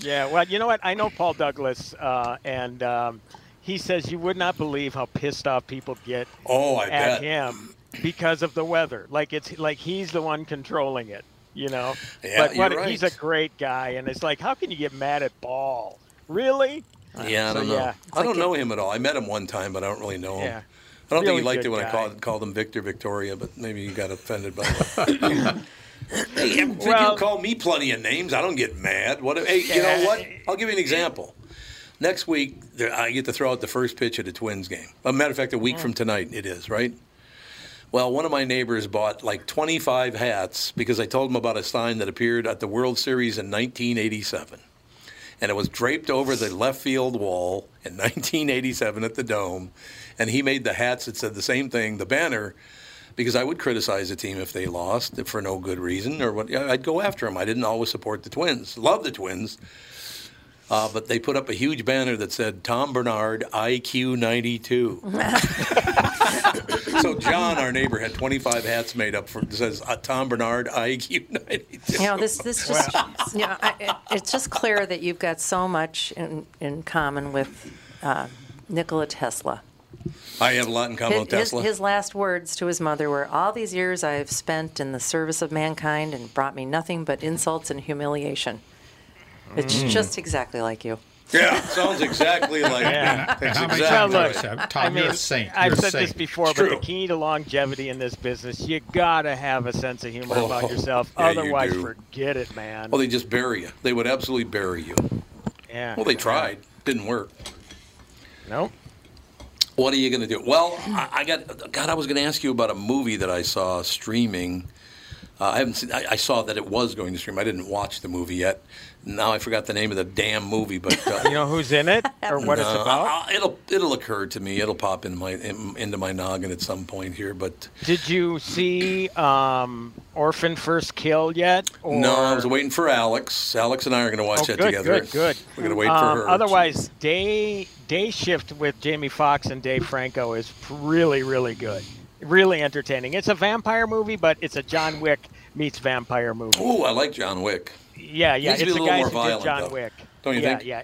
Speaker 11: Yeah, well, you know what? I know Paul Douglas, uh, and um, he says you would not believe how pissed off people get
Speaker 1: Oh, I
Speaker 11: at
Speaker 1: bet.
Speaker 11: him because of the weather. Like it's like he's the one controlling it, you know.
Speaker 1: Yeah,
Speaker 11: but
Speaker 1: you're
Speaker 11: what,
Speaker 1: right.
Speaker 11: he's a great guy, and it's like, how can you get mad at Ball? Really? Uh,
Speaker 1: Yeah, I
Speaker 11: So,
Speaker 1: don't know.
Speaker 11: yeah, it's
Speaker 1: I don't
Speaker 11: like
Speaker 1: know him at all. I met him one time, but I don't really know him.
Speaker 11: Yeah.
Speaker 1: I don't
Speaker 11: Really
Speaker 1: think he liked
Speaker 11: good
Speaker 1: it when I
Speaker 11: guy.
Speaker 1: called, called him Victor Victoria, but maybe he got offended by that. hey, I think
Speaker 11: Well-
Speaker 1: you call me plenty of names. I don't get mad. What? if- Hey, you know
Speaker 11: Yeah.
Speaker 1: what? I'll give you an example. Next week, there, I get to throw out the first pitch at a Twins game. a matter of fact, a week
Speaker 11: Mm.
Speaker 1: from tonight it is, right? Well, one of my neighbors bought like 25 hats because I told him about a sign that appeared at the World Series in 1987. And it was draped over the left field wall in 1987 at the Dome. And he made the hats that said the same thing, the banner, because I would criticize the team if they lost for no good reason or what. I'd go after them. I didn't always support the Twins, love the Twins. Uh, but they put up a huge banner that said Tom Bernard IQ 92. so John, our neighbor, had 25 hats made up for that says uh, Tom Bernard IQ 92.
Speaker 4: You know, this this just you know, I, it, it's just clear that you've got so much in in common with uh, Nikola Tesla.
Speaker 1: I have a lot in common with
Speaker 4: his,
Speaker 1: Tesla.
Speaker 4: His, his last words to his mother were, "All these years I have spent in the service of mankind and brought me nothing but insults and humiliation." It's
Speaker 3: Mm.
Speaker 4: just exactly like you.
Speaker 1: yeah, sounds exactly like
Speaker 11: Yeah.
Speaker 1: that's
Speaker 3: And how many
Speaker 1: exactly
Speaker 3: times
Speaker 1: right.
Speaker 3: have I said, Tom, you're a saint.
Speaker 11: I've
Speaker 3: You're a
Speaker 11: said this
Speaker 3: saint.
Speaker 11: before,
Speaker 3: It's
Speaker 11: but the
Speaker 3: true.
Speaker 11: key to longevity in this business, you gotta have a sense of humor
Speaker 1: Oh,
Speaker 11: about yourself.
Speaker 1: yeah, you
Speaker 11: Otherwise,
Speaker 1: do.
Speaker 11: forget it, man.
Speaker 1: Well, they just bury you. They would absolutely bury you.
Speaker 11: yeah.
Speaker 1: Well, they tried. Didn't work.
Speaker 11: No.
Speaker 1: What are you going to do? Well, I, I got God. I was going to ask you about a movie that I saw streaming. Uh, I haven't seen. I, I saw that it was going to stream. I didn't watch the movie yet. Now I forgot the name of the damn movie, but uh,
Speaker 11: You know who's in it or what it's
Speaker 1: no,
Speaker 11: about?
Speaker 1: I- I- it'll it'll occur to me. It'll pop in my in, into my noggin at some point here. But
Speaker 11: Did you see um, Orphan First Kill yet? Or...
Speaker 1: no, I was waiting for Alex. Alex and I are going to watch
Speaker 11: Oh,
Speaker 1: that
Speaker 11: good,
Speaker 1: together.
Speaker 11: Good, good.
Speaker 1: We're going to wait
Speaker 11: Um,
Speaker 1: for her.
Speaker 11: Otherwise, day day shift with Jamie Foxx and Dave Franco is really, really good. Really entertaining. It's a vampire movie, but it's a John Wick meets vampire movie.
Speaker 1: Ooh, I like John Wick.
Speaker 11: Yeah, yeah.
Speaker 1: Needs
Speaker 11: It's
Speaker 1: to be
Speaker 11: the
Speaker 1: a little
Speaker 11: guys
Speaker 1: more
Speaker 11: who
Speaker 1: violent,
Speaker 11: did John
Speaker 1: though.
Speaker 11: Wick.
Speaker 1: Don't you
Speaker 11: yeah,
Speaker 1: think?
Speaker 11: Yeah,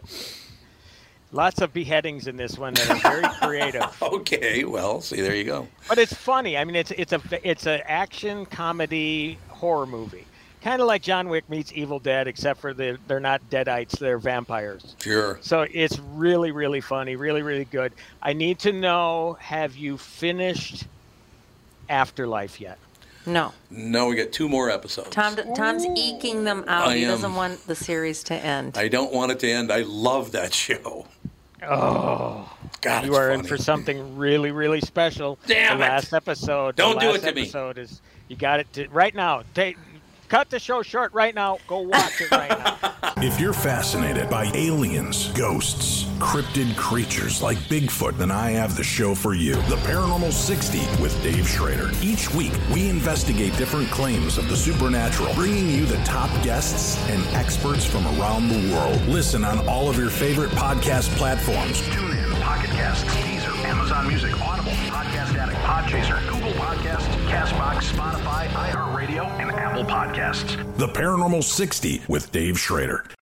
Speaker 11: Lots of beheadings in this one that are very creative.
Speaker 1: Okay, well, see, there you go.
Speaker 11: But it's funny. I mean, it's it's a it's an action comedy horror movie, kind of like John Wick meets Evil Dead, except for they're, they're not deadites, they're vampires.
Speaker 1: Sure.
Speaker 11: So it's really really funny, really really good. I need to know: Have you finished Afterlife yet?
Speaker 4: No.
Speaker 1: Now we got two more episodes.
Speaker 4: Tom, Tom's eking them out.
Speaker 1: I
Speaker 4: he doesn't
Speaker 1: am.
Speaker 4: want the series to end.
Speaker 1: I don't want it to end. I love that show.
Speaker 11: Oh,
Speaker 1: God,
Speaker 11: you are in for something really, really special.
Speaker 1: Damn
Speaker 11: the
Speaker 1: it.
Speaker 11: Last episode.
Speaker 1: Don't
Speaker 11: the
Speaker 1: do
Speaker 11: last
Speaker 1: it to me.
Speaker 11: Episode is you got it to, right now. Take, cut the show short right now. Go watch it right now.
Speaker 12: If you're fascinated by aliens, ghosts, cryptid creatures like Bigfoot, then I have the show for you The Paranormal 60 with Dave Schrader. Each week, we investigate different claims of the supernatural, bringing you the top guests and experts from around the world. Listen on all of your favorite podcast platforms. TuneIn, Pocket Casts, Deezer, Amazon Music, Audible, Podcast Addict, Podchaser, Google Podcasts, Castbox, Spotify, iHeartRadio, and Apple Podcasts. The Paranormal 60 with Dave Schrader.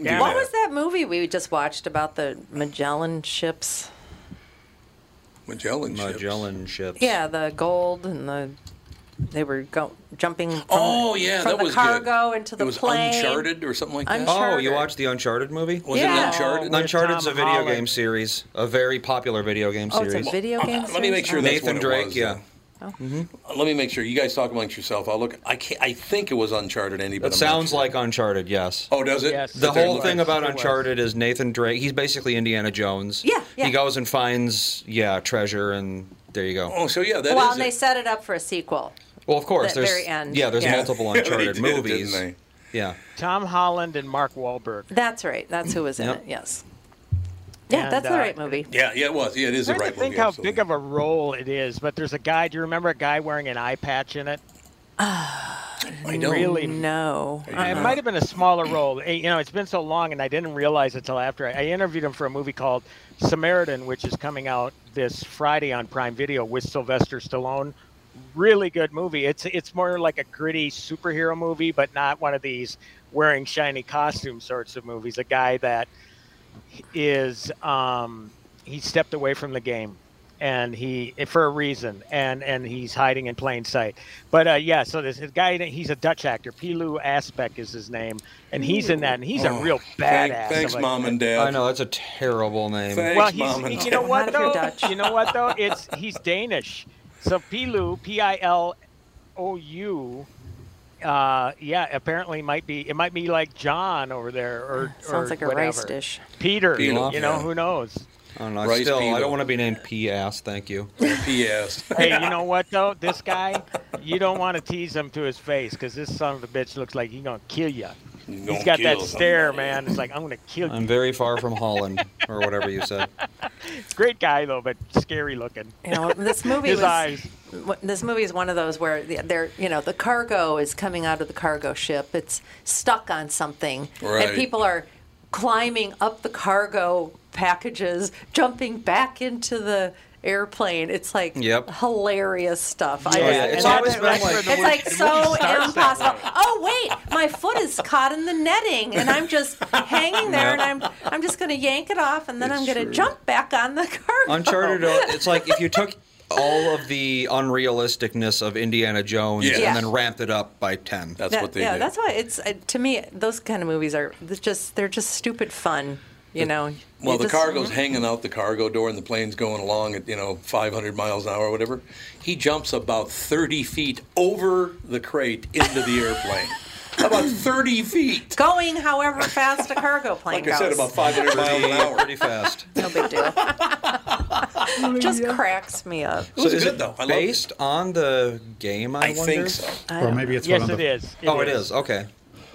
Speaker 4: What was that movie we just watched about the Magellan ships?
Speaker 1: Magellan
Speaker 5: ships. Magellan ships.
Speaker 4: Yeah, the gold and the they were go, jumping. From,
Speaker 1: Oh, yeah,
Speaker 4: from
Speaker 1: that
Speaker 4: the
Speaker 1: was good.
Speaker 4: cargo into the
Speaker 1: it was
Speaker 4: plane.
Speaker 1: Uncharted or something like that.
Speaker 5: Oh, you watched the Uncharted movie?
Speaker 1: Was it Yeah. Uncharted?
Speaker 5: Oh, Uncharted's
Speaker 1: Tom
Speaker 5: a video
Speaker 1: Holland.
Speaker 5: game series, a very popular video game
Speaker 4: Oh, it's
Speaker 5: series.
Speaker 4: a video game
Speaker 1: Let me make sure that's
Speaker 5: Nathan
Speaker 1: what it
Speaker 5: Drake.
Speaker 1: was,
Speaker 5: yeah,
Speaker 1: then.
Speaker 2: Oh.
Speaker 1: Let me make sure. You guys talk amongst yourself. I'll look. I can't, I think it was Uncharted. Andy, but
Speaker 5: it sounds like Uncharted. Yes.
Speaker 1: Oh, does it? Yes.
Speaker 5: The
Speaker 1: But they're
Speaker 5: whole thing
Speaker 1: like-
Speaker 5: about
Speaker 1: It was.
Speaker 5: Uncharted is Nathan Drake. He's basically Indiana Jones. Yeah,
Speaker 4: yeah.
Speaker 5: He goes and finds yeah treasure, and there you go.
Speaker 1: Oh, so yeah,
Speaker 4: well, and they set it up for a sequel.
Speaker 5: Well, of course,
Speaker 4: the
Speaker 5: there's
Speaker 4: very end.
Speaker 5: yeah, there's
Speaker 4: Yeah.
Speaker 5: multiple
Speaker 1: They
Speaker 5: Uncharted
Speaker 1: did, didn't
Speaker 5: movies.
Speaker 1: they?
Speaker 5: Yeah.
Speaker 11: Tom Holland and Mark Wahlberg.
Speaker 4: That's right. That's who was in
Speaker 5: Yep.
Speaker 4: it. Yes. Yeah,
Speaker 11: And,
Speaker 4: that's
Speaker 11: uh,
Speaker 4: the right movie.
Speaker 1: Yeah, yeah, it was. Yeah, it is the
Speaker 11: trying
Speaker 1: right
Speaker 11: to think
Speaker 1: movie.
Speaker 11: how
Speaker 1: absolutely.
Speaker 11: big of a role it is, but there's a guy. Do you remember a guy wearing an eye patch in it?
Speaker 1: I don't
Speaker 11: really
Speaker 4: know.
Speaker 11: It might have been a smaller role. Eh, You know, it's been so long, and I didn't realize it till after I, I interviewed him for a movie called Samaritan, which is coming out this Friday on Prime Video with Sylvester Stallone. Really good movie. It's it's more like a gritty superhero movie, but not one of these wearing shiny costume sorts of movies. A guy that is um, he stepped away from the game and he for a reason and and he's hiding in plain sight but uh yeah so this guy he's a dutch actor pilu aspect is his name and he's in that and he's
Speaker 1: Oh,
Speaker 11: a real
Speaker 1: thank-
Speaker 11: badass
Speaker 1: thanks,
Speaker 11: I'm like,
Speaker 1: Mom and Dad.
Speaker 5: I know that's a terrible name.
Speaker 11: well he's, you know what though you know what though it's he's danish so pilu p-i-l-o-u uh yeah apparently might be it might be like john over there or
Speaker 4: Sounds
Speaker 11: or
Speaker 4: like a
Speaker 11: whatever.
Speaker 4: rice dish.
Speaker 11: peter
Speaker 5: Pilaf,
Speaker 11: you know
Speaker 5: yeah.
Speaker 11: who knows
Speaker 5: I don't know. I
Speaker 1: Rice
Speaker 5: still,
Speaker 1: Beetle.
Speaker 5: I don't want to be named P. Ass. Thank you.
Speaker 1: P. Ass.
Speaker 11: Hey, you know what though? This guy, you don't want to tease him to his face because this son of a bitch looks like he's gonna kill you.
Speaker 5: gonna
Speaker 11: He's got that
Speaker 5: kill
Speaker 11: stare, man. It's like I'm gonna kill
Speaker 5: I'm
Speaker 11: you.
Speaker 5: very far from Holland or whatever you said.
Speaker 11: Great guy though, but scary looking.
Speaker 4: You know, this movie
Speaker 11: His
Speaker 4: was.
Speaker 11: eyes.
Speaker 4: w- This movie is one of those where the- they're, you know, the cargo is coming out of the cargo ship. It's stuck on something,
Speaker 1: Right.
Speaker 4: and people are climbing up the cargo packages, jumping back into the airplane. It's like
Speaker 5: Yep.
Speaker 4: hilarious stuff.
Speaker 5: Oh, yeah. It's always been like-
Speaker 4: it's
Speaker 5: The
Speaker 4: like
Speaker 5: movie
Speaker 4: so
Speaker 5: starts that
Speaker 4: impossible. Oh wait, my foot is caught in the netting, and I'm just hanging there, and
Speaker 5: Yeah.
Speaker 4: I'm I'm just going to yank it off, and then I'm going to jump back on the cargo.
Speaker 5: Uncharted. uh, It's like if you took all of the unrealisticness of Indiana Jones
Speaker 4: Yes.
Speaker 5: and
Speaker 4: Yeah.
Speaker 5: then ramped it up by 10. That's
Speaker 4: That- yeah, that's why it's uh, to me those kind of movies are th- just they're just stupid fun, you know.
Speaker 1: Well,
Speaker 4: You
Speaker 1: the
Speaker 4: just- Mhm.
Speaker 1: cargo's hanging out the cargo door, and the plane's going along at you know 500 miles an hour or whatever. He jumps about 30 feet over the crate into the airplane. about 30 feet.
Speaker 4: Going however fast a cargo plane
Speaker 1: Like
Speaker 4: goes.
Speaker 1: I said, about 500 miles an hour.
Speaker 5: Pretty fast.
Speaker 4: no big deal. just cracks me up.
Speaker 5: So is it Based on the game, I,
Speaker 4: I think
Speaker 5: wonder?
Speaker 4: so.
Speaker 3: I Or don't maybe know. it's one Yes, of it the- is. It
Speaker 5: oh, it
Speaker 3: is.
Speaker 5: is. Okay.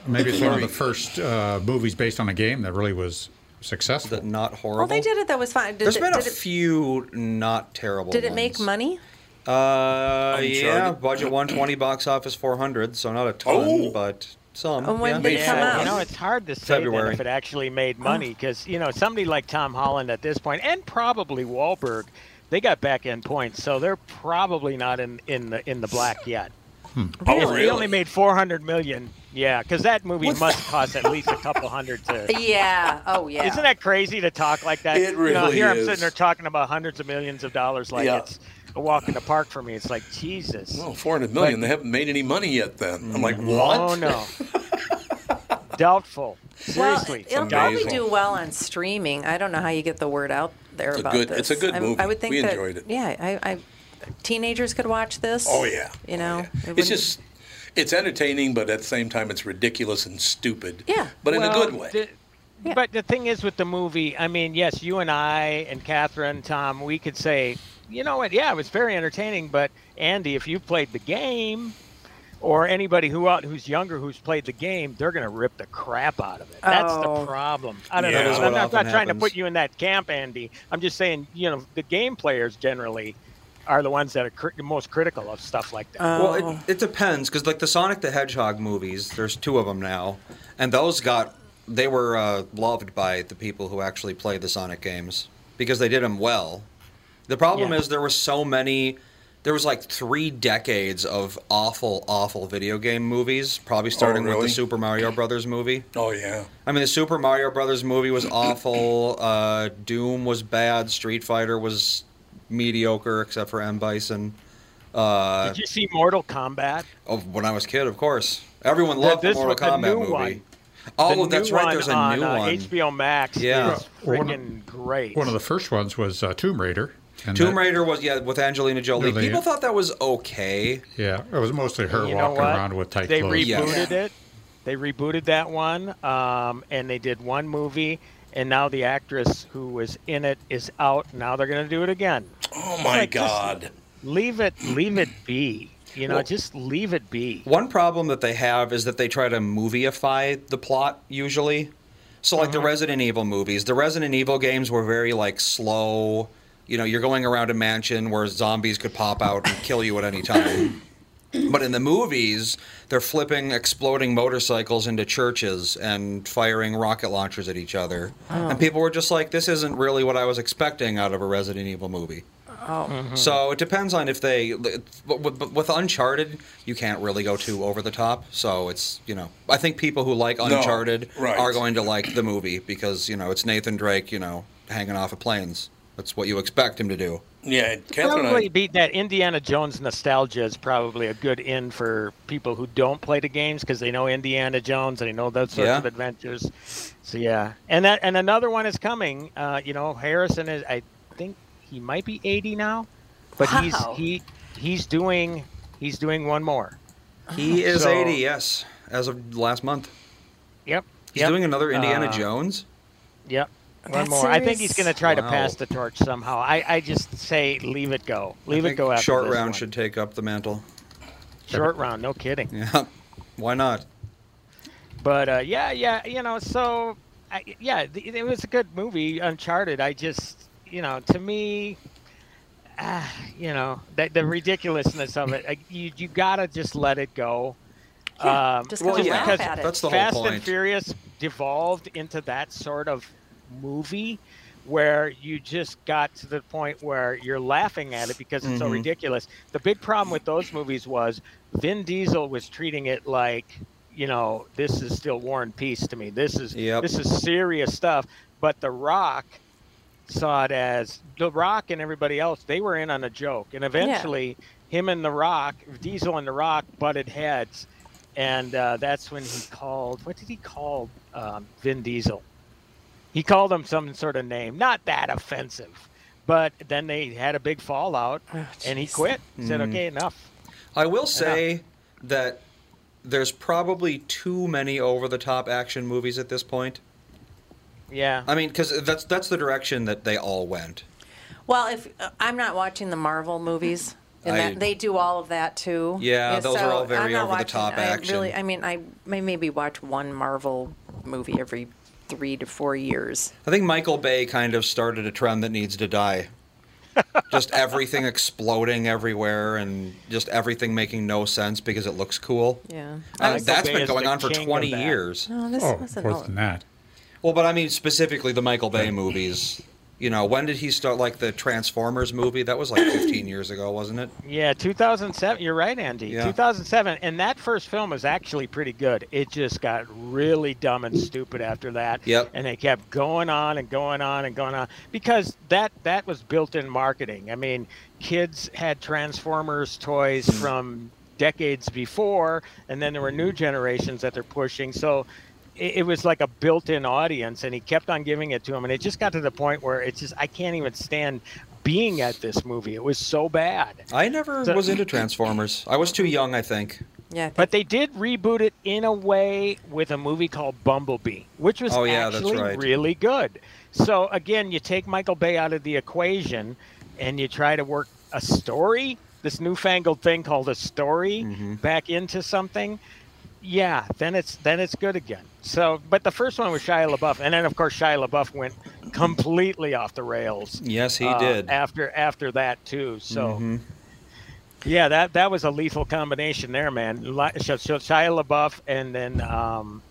Speaker 3: Maybe it's one of the first uh, movies based on a game that really was successful.
Speaker 5: not horrible.
Speaker 4: Well, they did it. That was fine. Did,
Speaker 5: There's
Speaker 4: it,
Speaker 5: been a
Speaker 4: did, it,
Speaker 5: few not terrible.
Speaker 4: did it make
Speaker 5: ones.
Speaker 4: money?
Speaker 5: Uh, yeah,
Speaker 11: Uncharted.
Speaker 5: budget 120, box office 400, so not a ton,
Speaker 11: Oh.
Speaker 5: but some.
Speaker 4: And when
Speaker 5: yeah.
Speaker 4: did it come out? Oh.
Speaker 11: You know, it's hard to say that
Speaker 5: February.
Speaker 11: if it actually made money because you know somebody like Tom Holland at this point, and probably Wahlberg, they got back end points, so they're probably not in in the in the black yet.
Speaker 1: Oh,
Speaker 11: They
Speaker 1: really?
Speaker 11: only made 400 million. Yeah, because that movie must cost at least a couple hundred to.
Speaker 4: Yeah. Oh yeah.
Speaker 11: Isn't that crazy to talk like that?
Speaker 1: It
Speaker 11: you know,
Speaker 1: really
Speaker 11: here I'm
Speaker 1: is.
Speaker 11: sitting there talking about hundreds of millions of dollars like
Speaker 1: Yeah.
Speaker 11: it's a walk in the park for me. It's like Jesus.
Speaker 1: Well, 400 million. they
Speaker 11: Like,
Speaker 1: haven't made any money yet. Then I'm like, what?
Speaker 11: Oh no. Doubtful. Seriously.
Speaker 4: well, it'll probably do well on streaming. I don't know how you get the word out there
Speaker 1: It's a
Speaker 4: about
Speaker 1: good-
Speaker 4: this.
Speaker 1: it's a good
Speaker 4: I, I
Speaker 1: movie.
Speaker 4: would think
Speaker 1: We
Speaker 4: that,
Speaker 1: enjoyed it.
Speaker 4: Yeah, I, I teenagers could watch this.
Speaker 1: Oh, yeah.
Speaker 4: you know, it
Speaker 1: It's
Speaker 4: wouldn't-
Speaker 1: just, it's entertaining, but at the same time, it's ridiculous and stupid. Yeah. But in a
Speaker 11: Well,
Speaker 1: good way.
Speaker 11: the- But the thing is with the movie, I mean, yes, you and I and Catherine, Tom, we could say, you know what? Yeah, it was very entertaining. But Andy, if you played the game, or anybody who out who's younger who's played the game, they're gonna rip the crap out of it. That's
Speaker 13: Oh.
Speaker 11: the problem. I don't
Speaker 13: Yeah. That
Speaker 11: know.
Speaker 13: is
Speaker 11: I'm
Speaker 13: what
Speaker 11: not, I'm
Speaker 13: often
Speaker 11: not trying to
Speaker 13: happens.
Speaker 11: put you in that camp, Andy. I'm just saying, you know, the game players generally are the ones that are cri- most critical of stuff like that.
Speaker 5: Well, it, it depends because like the Sonic the Hedgehog movies, there's two of them now, and those got they were uh, loved by the people who actually played the Sonic games because they did them well. The problem
Speaker 13: Yeah.
Speaker 5: is there were so many. There was like three decades of awful, awful video game movies, probably starting with
Speaker 1: Oh, really?
Speaker 5: the Super Mario Brothers movie.
Speaker 1: Oh yeah.
Speaker 5: I mean, the Super Mario Brothers movie was awful. Uh, Doom was bad. Street Fighter was mediocre, except for M Bison. Uh,
Speaker 11: Did you see Mortal Kombat?
Speaker 5: of when I was a kid, of course. Everyone
Speaker 11: Yeah,
Speaker 5: loved
Speaker 11: this
Speaker 5: the Mortal
Speaker 11: was the
Speaker 5: Kombat
Speaker 11: new
Speaker 5: movie.
Speaker 11: one.
Speaker 5: Oh,
Speaker 11: The
Speaker 5: that's
Speaker 11: new
Speaker 5: right.
Speaker 11: one
Speaker 5: There's a
Speaker 11: on,
Speaker 5: new
Speaker 11: uh,
Speaker 5: one.
Speaker 11: HBO Max
Speaker 5: Yeah.
Speaker 11: is
Speaker 5: Or one of-
Speaker 11: friggin' great.
Speaker 3: One of the first ones was uh, Tomb Raider. and
Speaker 5: Tomb
Speaker 3: that-
Speaker 5: Raider was yeah with Angelina Jolie.
Speaker 3: Really?
Speaker 5: People thought that was okay.
Speaker 3: Yeah, it was mostly her
Speaker 11: You know
Speaker 3: walking
Speaker 11: what?
Speaker 3: around with tight
Speaker 11: they
Speaker 3: clothes.
Speaker 11: rebooted it. They rebooted that one, um, and they did one movie, and now the actress who was in it is out. Now they're going to do it again.
Speaker 1: Oh
Speaker 11: It's
Speaker 1: my
Speaker 11: like, just
Speaker 1: God.
Speaker 11: Leave it. Leave it be. You know,
Speaker 5: Well-
Speaker 11: just leave it be.
Speaker 5: One problem that they have is that they try to movieify the plot usually. So like the
Speaker 11: Uh-huh.
Speaker 5: Resident Evil movies, the Resident Evil games were very like slow. You know, you're going around a mansion where zombies could pop out and kill you at any time. But in the movies, they're flipping exploding motorcycles into churches and firing rocket launchers at each other.
Speaker 13: Oh.
Speaker 5: And people were just like, this isn't really what I was expecting out of a Resident Evil movie.
Speaker 4: Oh.
Speaker 1: Hmm.
Speaker 5: So it depends on if they. But with, but with Uncharted, you can't really go too over the top. So it's you know, I think people who like
Speaker 1: No,
Speaker 5: Uncharted
Speaker 1: right.
Speaker 5: are going to like the movie because you know it's Nathan Drake, you know, hanging off of planes. That's what you expect him to do.
Speaker 1: Yeah, Catherine. and
Speaker 11: Probably
Speaker 1: I,
Speaker 11: beat that Indiana Jones nostalgia is probably a good in for people who don't play the games because they know Indiana Jones and they know those sorts
Speaker 5: Yeah.
Speaker 11: of adventures. So yeah, and that and another one is coming. Uh, you know, Harrison is I think he might be 80 now, but
Speaker 5: Wow.
Speaker 11: he's he he's doing he's doing one more.
Speaker 5: He is
Speaker 11: So-
Speaker 5: 80, yes, as of last month.
Speaker 11: Yep.
Speaker 5: He's
Speaker 11: yep.
Speaker 5: doing another Indiana
Speaker 11: Uh,
Speaker 5: Jones.
Speaker 11: Yep. One
Speaker 5: That
Speaker 11: more. I think he's
Speaker 5: series-
Speaker 11: going to try to
Speaker 5: Wow.
Speaker 11: pass the torch somehow. I, I just say leave it go.
Speaker 5: I
Speaker 11: Leave it
Speaker 5: think
Speaker 11: go after
Speaker 5: Short
Speaker 11: this
Speaker 5: round
Speaker 11: one.
Speaker 5: should take up the mantle.
Speaker 11: Short round, no kidding.
Speaker 5: Yeah. Why not?
Speaker 11: But uh, yeah, yeah, you know, so I, yeah, th- it was a good movie, Uncharted. I just, you know, to me, ah, you know, that the ridiculousness of it, I, you you gotta just let it go. Um,
Speaker 13: Yeah, just Well, gotta yeah, laugh at it. that's the whole
Speaker 11: Fast and
Speaker 13: point.
Speaker 11: Furious devolved into that sort of movie where you just got to the point where you're laughing at it because it's so
Speaker 13: Mhm.
Speaker 11: ridiculous. The big problem with those movies was Vin Diesel was treating it like, you know, this is still war and peace to me. This is
Speaker 5: Yep.
Speaker 11: this is serious stuff. But The Rock saw it as The Rock and everybody else. They were in on a joke, and eventually, him and The Rock, Diesel and The Rock, butted heads, and uh, that's when he called. What did he call um, Vin Diesel? He called him some sort of name, not that offensive, but then they had a big fallout, and he quit. Said,
Speaker 5: Ah, Mm.
Speaker 11: "Okay, enough."
Speaker 5: I will say that there's probably too many over the top action movies at this point.
Speaker 11: Yeah.
Speaker 5: I mean, because that's that's the direction that they all went.
Speaker 4: Well, if uh, I'm not watching the Marvel movies, and
Speaker 5: I-
Speaker 4: that, they do all of that too.
Speaker 5: Yeah, those are all
Speaker 4: I'm
Speaker 5: very
Speaker 4: not
Speaker 5: over-the-top
Speaker 4: watching-
Speaker 5: action.
Speaker 4: I really, I mean, I may maybe watch one Marvel movie every three to four years.
Speaker 5: I think Michael Bay kind of started a trend that needs to die. just everything exploding everywhere and just everything making no sense because it looks cool.
Speaker 4: Yeah,
Speaker 5: Uh,
Speaker 4: was-
Speaker 5: that's been going on for 20 years.
Speaker 4: No, this Oh, wasn't worse all- than
Speaker 5: that. Well, but I mean specifically the Michael Bay movies. You know, when did he start like the Transformers movie? That was like 15 years ago, wasn't it?
Speaker 11: Yeah, 2007. You're right, Andy.
Speaker 5: Yeah.
Speaker 11: 2007, and that first film was actually pretty good. It just got really dumb and stupid after that.
Speaker 5: Yep.
Speaker 11: And they kept going on and going on and going on because that that was built-in marketing. I mean, kids had Transformers toys
Speaker 5: Hmm.
Speaker 11: from decades before, and then there were
Speaker 5: Hmm.
Speaker 11: new generations that they're pushing. So. It it was like a built-in audience, and he kept on giving it to him, and it just got to the point where it's just I can't even stand being at this movie. It was so bad.
Speaker 5: I never
Speaker 11: So-
Speaker 5: was into Transformers. I was too young, I think.
Speaker 4: Yeah,
Speaker 11: but they did reboot it in a way with a movie called Bumblebee, which was
Speaker 5: Oh, yeah, that's
Speaker 11: actually
Speaker 5: right.
Speaker 11: really good. So again, you take Michael Bay out of the equation, and you try to work a story, this newfangled thing called a story,
Speaker 5: Mm-hmm.
Speaker 11: back into something. Yeah, then it's then it's good again. So, but the first one was Shia LaBeouf, and then of course Shia LaBeouf went completely off the rails. uh,
Speaker 5: Yes, he did.
Speaker 11: After after that too. So.
Speaker 5: Mhm.
Speaker 11: Yeah, that that was a lethal combination there, man. Li- Sh- Sh- Shia LaBeouf and then um,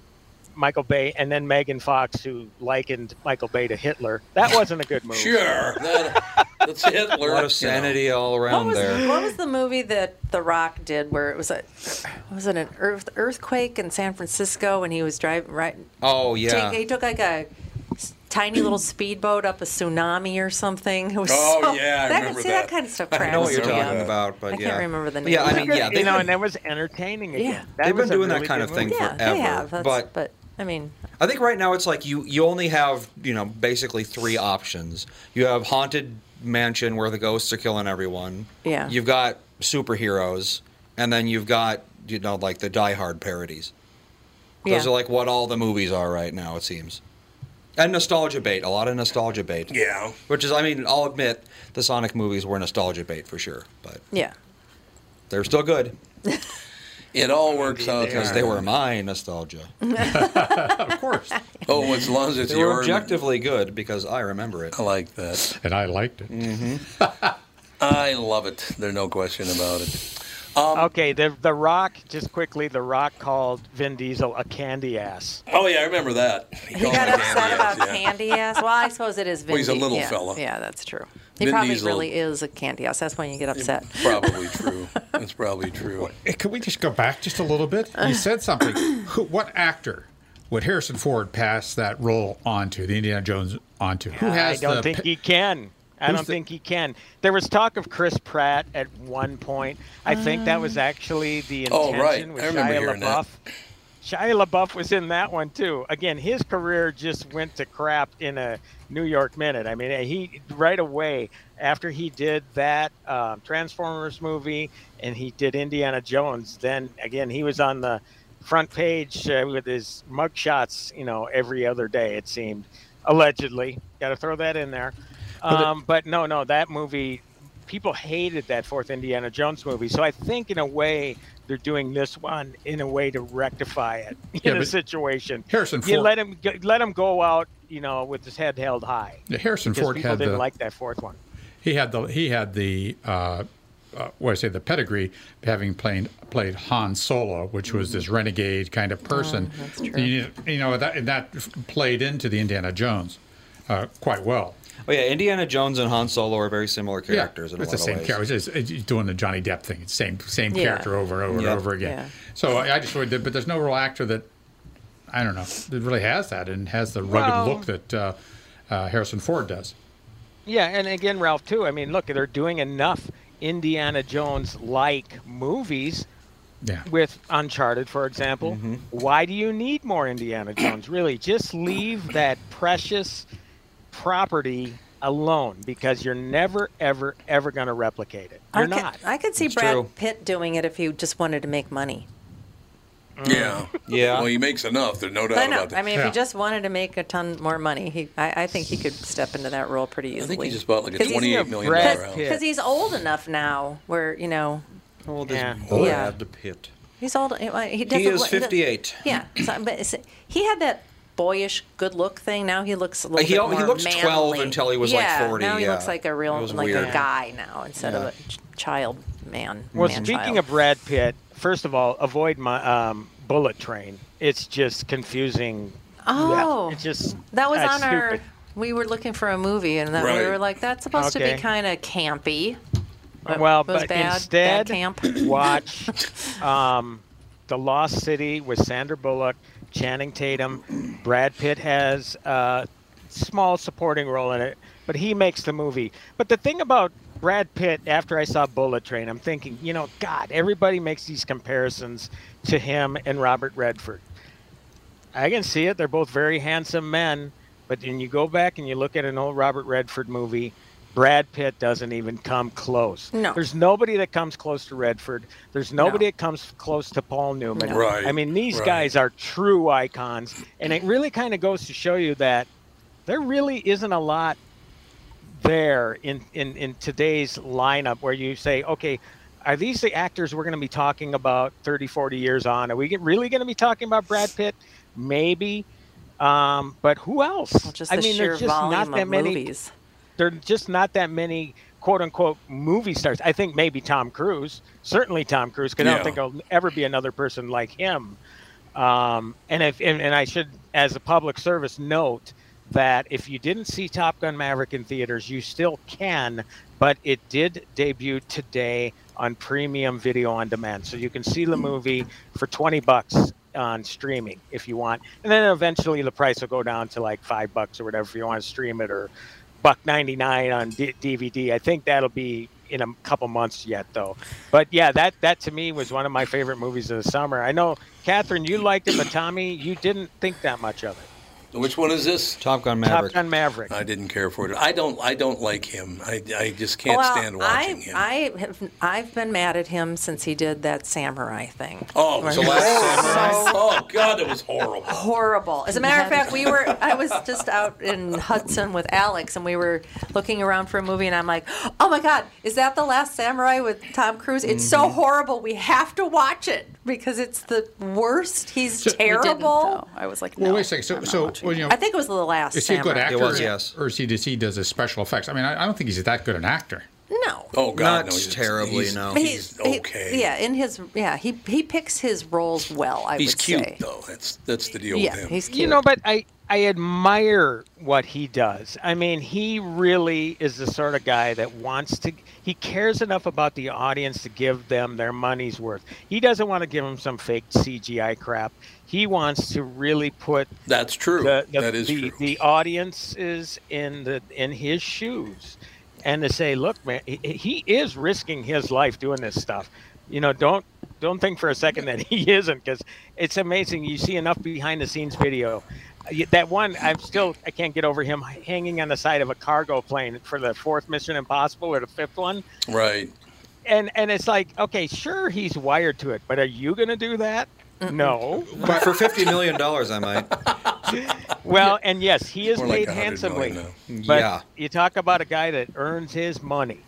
Speaker 11: Michael Bay, and then Megan Fox, who likened Michael Bay to Hitler. That wasn't a good move.
Speaker 1: Sure, that, that's Hitler.
Speaker 5: What of sanity all around
Speaker 4: What was,
Speaker 5: there.
Speaker 4: what was the movie that The Rock did where it was a was it an earth, earthquake in San Francisco and he was driving right?
Speaker 5: Oh yeah.
Speaker 4: Take- he took like a s- tiny little speedboat up a tsunami or something. It was
Speaker 5: Oh,
Speaker 4: so-
Speaker 5: yeah, I
Speaker 4: that,
Speaker 5: remember
Speaker 4: see
Speaker 5: that.
Speaker 4: that kind of stuff.
Speaker 5: I know
Speaker 4: tracks
Speaker 5: what you're
Speaker 4: me up.
Speaker 5: talking about, but
Speaker 4: I
Speaker 5: yeah.
Speaker 4: can't remember the
Speaker 5: But
Speaker 4: name.
Speaker 5: yeah, I mean, yeah,
Speaker 11: you
Speaker 5: they've
Speaker 11: know,
Speaker 5: been-
Speaker 11: and that was entertaining again.
Speaker 4: Yeah.
Speaker 5: They've
Speaker 11: That
Speaker 5: been
Speaker 11: was a
Speaker 5: doing that
Speaker 11: really
Speaker 5: kind
Speaker 11: good
Speaker 5: of thing
Speaker 11: movie.
Speaker 5: for-
Speaker 4: yeah,
Speaker 5: ever,
Speaker 4: they have. That's,
Speaker 5: but-
Speaker 4: but, I mean,
Speaker 5: I think right now it's like you you only have you know basically three options. You have haunted mansion where the ghosts are killing everyone.
Speaker 4: Yeah.
Speaker 5: You've got superheroes, and then you've got you know like the Die Hard parodies. Those
Speaker 4: Yeah.
Speaker 5: are like what all the movies are right now. It seems. And nostalgia bait, a lot of nostalgia bait.
Speaker 1: Yeah.
Speaker 5: Which is, I mean, I'll admit, the Sonic movies were nostalgia bait for sure, but
Speaker 4: yeah.
Speaker 5: they're still good.
Speaker 1: It all works out.
Speaker 5: Because they were my nostalgia.
Speaker 1: Oh, as long as it's
Speaker 5: they were
Speaker 1: your-
Speaker 5: objectively good because I remember it.
Speaker 1: I like that.
Speaker 5: And I liked it. hmm
Speaker 1: I love it. There's no question about it.
Speaker 3: Um,
Speaker 11: okay, the the Rock just quickly. The Rock called Vin Diesel a candy ass.
Speaker 1: Oh yeah, I remember that. He, called
Speaker 4: got
Speaker 1: him
Speaker 4: upset
Speaker 1: Dandy
Speaker 4: about
Speaker 1: Ass, yeah.
Speaker 4: candy ass. Well, I suppose it is. Vin
Speaker 1: Well, he's a
Speaker 4: Di-
Speaker 1: little
Speaker 4: yeah,
Speaker 1: fella.
Speaker 4: Yeah, that's true. He
Speaker 1: Vin
Speaker 4: probably
Speaker 1: Diesel-
Speaker 4: really is a candy ass. That's when you get upset.
Speaker 1: Probably true. That's probably true.
Speaker 3: Hey, Can we just go back just a little bit?
Speaker 11: Uh.
Speaker 3: You said something. Who, what actor would Harrison Ford pass that role onto, the Indiana Jones onto? Who has
Speaker 11: I don't
Speaker 3: the
Speaker 11: think
Speaker 3: pi-
Speaker 11: he can. I
Speaker 3: Who's
Speaker 11: don't
Speaker 3: the-
Speaker 11: think he can. There was talk of Chris Pratt at one point. I think that was actually the
Speaker 1: Oh,
Speaker 11: intention
Speaker 1: right.
Speaker 11: with
Speaker 1: I remember
Speaker 11: Shia
Speaker 1: hearing that.
Speaker 11: LaBeouf. Shia LaBeouf was in that one too. Again, his career just went to crap in a New York minute. I mean, eh, he right away after he did that um, Transformers movie and he did Indiana Jones. Then again, he was on the front page uh, with his mug shots. You know, every other day it seemed, allegedly. Got to throw that in there.
Speaker 5: But it-
Speaker 11: Um, but no, no, that movie people hated that fourth Indiana Jones movie. So I think in a way they're doing this one in a way to rectify it in
Speaker 3: Yeah,
Speaker 11: a
Speaker 3: but
Speaker 11: situation.
Speaker 3: Harrison
Speaker 11: You
Speaker 3: Ford-
Speaker 11: let him go- let him go out, you know, with his head held high.
Speaker 3: Yeah, Harrison
Speaker 11: Because
Speaker 3: Ford
Speaker 11: people
Speaker 3: had
Speaker 11: didn't
Speaker 3: the-
Speaker 11: like that fourth one.
Speaker 3: He had the he had the uh, uh, what I say the pedigree of having played played Han Solo, which was this renegade kind of person.
Speaker 13: that's true.
Speaker 3: You, you know that and that played into the Indiana Jones uh, quite well.
Speaker 5: Oh, yeah, Indiana Jones and Han Solo are very similar characters
Speaker 3: yeah,
Speaker 5: in a
Speaker 3: it's
Speaker 5: lot
Speaker 3: the same
Speaker 5: of ways.
Speaker 3: character. It's, it's doing the Johnny Depp thing. It's same same
Speaker 5: Yeah.
Speaker 3: character over and over
Speaker 5: Yeah.
Speaker 3: and over again.
Speaker 5: Yeah.
Speaker 3: So I, I just would, but there's no real actor that I don't know that really has that and has the rugged
Speaker 11: Well-
Speaker 3: look that uh, uh, Harrison Ford does.
Speaker 11: Yeah, and again, Ralph, too. I mean, look, they're doing enough Indiana Jones-like movies
Speaker 3: Yeah.
Speaker 11: with Uncharted, for example. Why do you need more Indiana Jones? Really, just leave that precious property alone because you're never, ever, ever going to replicate it. You're
Speaker 4: I could,
Speaker 11: not.
Speaker 4: I could see
Speaker 11: It's
Speaker 4: Brad
Speaker 11: true.
Speaker 4: Pitt doing it if he just wanted to make money.
Speaker 1: Yeah. Yeah. Well, he makes enough. There's no doubt
Speaker 4: I know.
Speaker 1: about that.
Speaker 4: I mean, if he just wanted to make a ton more money, he, I, I think he could step into that role pretty easily.
Speaker 1: I think he just bought like a
Speaker 4: 'Cause he's-
Speaker 1: $28 million dollar house.
Speaker 4: Because he's old enough now, where you know.
Speaker 5: Oh,
Speaker 4: yeah.
Speaker 5: the pit.
Speaker 4: He's old. He,
Speaker 5: He
Speaker 4: doesn't
Speaker 5: is
Speaker 4: look- he doesn't-
Speaker 5: 58.
Speaker 4: Yeah, so, but it's- he had that boyish good look thing. Now he looks a little
Speaker 5: He
Speaker 4: bit
Speaker 5: al- he
Speaker 4: more
Speaker 5: looks 12
Speaker 4: manly.
Speaker 5: until he was, like,
Speaker 4: yeah,
Speaker 5: 40,
Speaker 4: Now he
Speaker 5: yeah.
Speaker 4: looks like a real
Speaker 5: It was
Speaker 4: like a
Speaker 5: weird.
Speaker 4: guy now instead
Speaker 11: Yeah.
Speaker 4: of a ch- child man.
Speaker 11: Well,
Speaker 4: man
Speaker 11: speaking
Speaker 4: child.
Speaker 11: of Brad Pitt, first of all, avoid my um, bullet train. It's just confusing.
Speaker 4: Oh.
Speaker 11: it's just
Speaker 4: That was
Speaker 11: that's
Speaker 4: on our.
Speaker 11: stupid.
Speaker 4: We were looking for a movie, and that we
Speaker 11: Right.
Speaker 4: were like, "That's supposed to
Speaker 11: Okay.
Speaker 4: be kind of campy." But
Speaker 11: well,
Speaker 4: was
Speaker 11: but
Speaker 4: bad,
Speaker 11: instead,
Speaker 4: bad camp.
Speaker 11: watch um, the Lost City with Sandra Bullock, Channing Tatum. Brad Pitt has a small supporting role in it, but he makes the movie. But the thing about Brad Pitt, after I saw Bullet Train, I'm thinking, you know, God, everybody makes these comparisons to him and Robert Redford. I can see it. They're both very handsome men. But then you go back and you look at an old Robert Redford movie, Brad Pitt doesn't even come close.
Speaker 4: No.
Speaker 11: There's nobody that comes close to Redford. There's nobody
Speaker 4: No.
Speaker 11: that comes close to Paul Newman.
Speaker 4: No. Right,
Speaker 11: I mean, these
Speaker 4: right.
Speaker 11: guys are true icons. And it really kind of goes to show you that there really isn't a lot there in, in, in today's lineup where you say, okay, are these the actors we're going to be talking about 30, 40 years on? Are we get- really going to be talking about Brad Pitt? Maybe. Um, but who else?
Speaker 4: just the sheer volume of movies.
Speaker 11: There are just not that many quote unquote movie stars. I think maybe Tom Cruise, certainly Tom Cruise, because I
Speaker 1: Yeah.
Speaker 11: don't think there'll ever be another person like him. Um, and if and, and I should, as a public service, note that if you didn't see Top Gun Maverick in theaters, you still can, but it did debut today on premium video on demand, so you can see the movie for twenty bucks on streaming if you want, and then eventually the price will go down to like five bucks or whatever if you want to stream it or buck 99 on D- DVD. I think that'll be in a couple months yet, though. But yeah, that that to me was one of my favorite movies of the summer. I know, Catherine, you liked it, but Tommy, you didn't think that much of it.
Speaker 1: Which one is this?
Speaker 5: Top Gun
Speaker 11: Top Gun Maverick.
Speaker 1: I didn't care for it. I don't. I don't like him. I, I just can't
Speaker 4: well,
Speaker 1: stand watching
Speaker 4: I,
Speaker 1: him.
Speaker 4: I have, I've been mad at him since he did that samurai thing.
Speaker 1: oh, it was the last
Speaker 4: So
Speaker 1: samurai. Oh God, it was horrible.
Speaker 4: horrible. As a matter of fact, we were I was just out in Hudson with Alex and we were looking around for a movie and I'm like, "Oh my god, is that The Last Samurai with Tom Cruise? It's so horrible. We have to watch it because it's the worst. He's terrible."
Speaker 10: I was like,
Speaker 3: Well, wait a second. So, so well, you know,
Speaker 4: I think it was The Last
Speaker 3: is he a
Speaker 4: Samurai.
Speaker 3: good actor? Or is he does he does his special effects? I mean, I, I don't think he's that good an actor.
Speaker 4: No.
Speaker 1: Oh
Speaker 5: God, Not no, he's- terribly, he's- no.
Speaker 4: But he- yeah, in his yeah, he he picks his roles well, I
Speaker 1: he's
Speaker 4: would
Speaker 1: cute
Speaker 4: say.
Speaker 1: though. That's that's the deal with him.
Speaker 11: You know, but I I admire what he does. I mean, he really is the sort of guy that wants to. He cares enough about the audience to give them their money's worth. He doesn't want to give them some fake CGI crap. He wants to really put
Speaker 1: That's true.
Speaker 11: the, the,
Speaker 1: that is
Speaker 11: the,
Speaker 1: true.
Speaker 11: the audience is in the in his shoes and to say look man he, he is risking his life doing this stuff you know don't don't think for a second that he isn't because it's amazing you see enough behind the scenes video Uh, y- that one i'm still i can't get over him hanging on the side of a cargo plane for the fourth mission impossible or the fifth one
Speaker 1: Right.
Speaker 11: and and it's like okay sure he's wired to it but are you gonna do that no
Speaker 5: But for $50 million, I might.
Speaker 11: well, and yes, he is
Speaker 5: More like
Speaker 11: paid
Speaker 5: 100
Speaker 11: handsomely.
Speaker 5: million now.
Speaker 11: But
Speaker 5: Yeah.
Speaker 11: you talk about a guy that earns his money.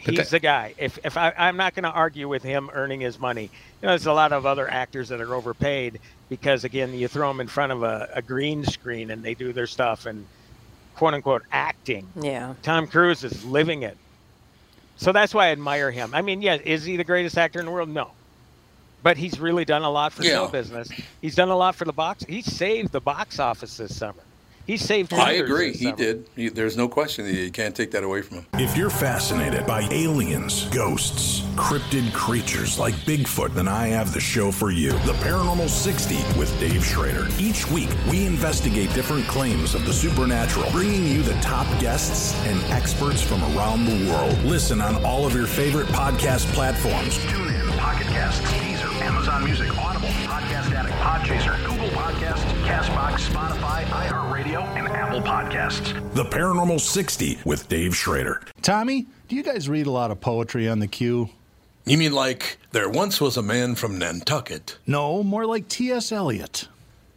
Speaker 11: He's the guy. If, if I, I'm not going to argue with him earning his money, you know, there's a lot of other actors that are overpaid because again, you throw them in front of a, a green screen and they do their stuff and quote unquote acting.
Speaker 4: Yeah.
Speaker 11: Tom Cruise is living it. So that's why I admire him. I mean, yeah, is he the greatest actor in the world? No. But he's really done a lot for show business. He's done a lot for the box. He saved the box office this summer. He saved.
Speaker 1: I
Speaker 11: hundreds
Speaker 1: agree.
Speaker 11: this
Speaker 1: He
Speaker 11: summer.
Speaker 1: did. He, there's no question. that You can't take that away from him.
Speaker 12: If you're fascinated by aliens, ghosts, cryptid creatures like Bigfoot, then I have the show for you The Paranormal 60 with Dave Schrader. Each week, we investigate different claims of the supernatural, bringing you the top guests and experts from around the world. Listen on all of your favorite podcast platforms.
Speaker 14: TuneIn, Pocket Casts, Deezer, Amazon Music, Audible, Podcast Addict, Podchaser, Google Podcasts, Castbox, Spotify, iHeartRadio, and Apple Podcasts.
Speaker 12: The Paranormal 60 with Dave Schrader.
Speaker 15: Tommy, do you guys read a lot of poetry on the queue?
Speaker 1: You mean like there once was a man from Nantucket?
Speaker 15: No, more like T.S. Eliot.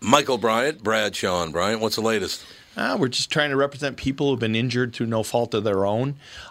Speaker 1: Michael Bryant, Brad Sean Bryant, what's the latest?
Speaker 6: Uh, we're just trying to represent people who've been injured through no fault of their own.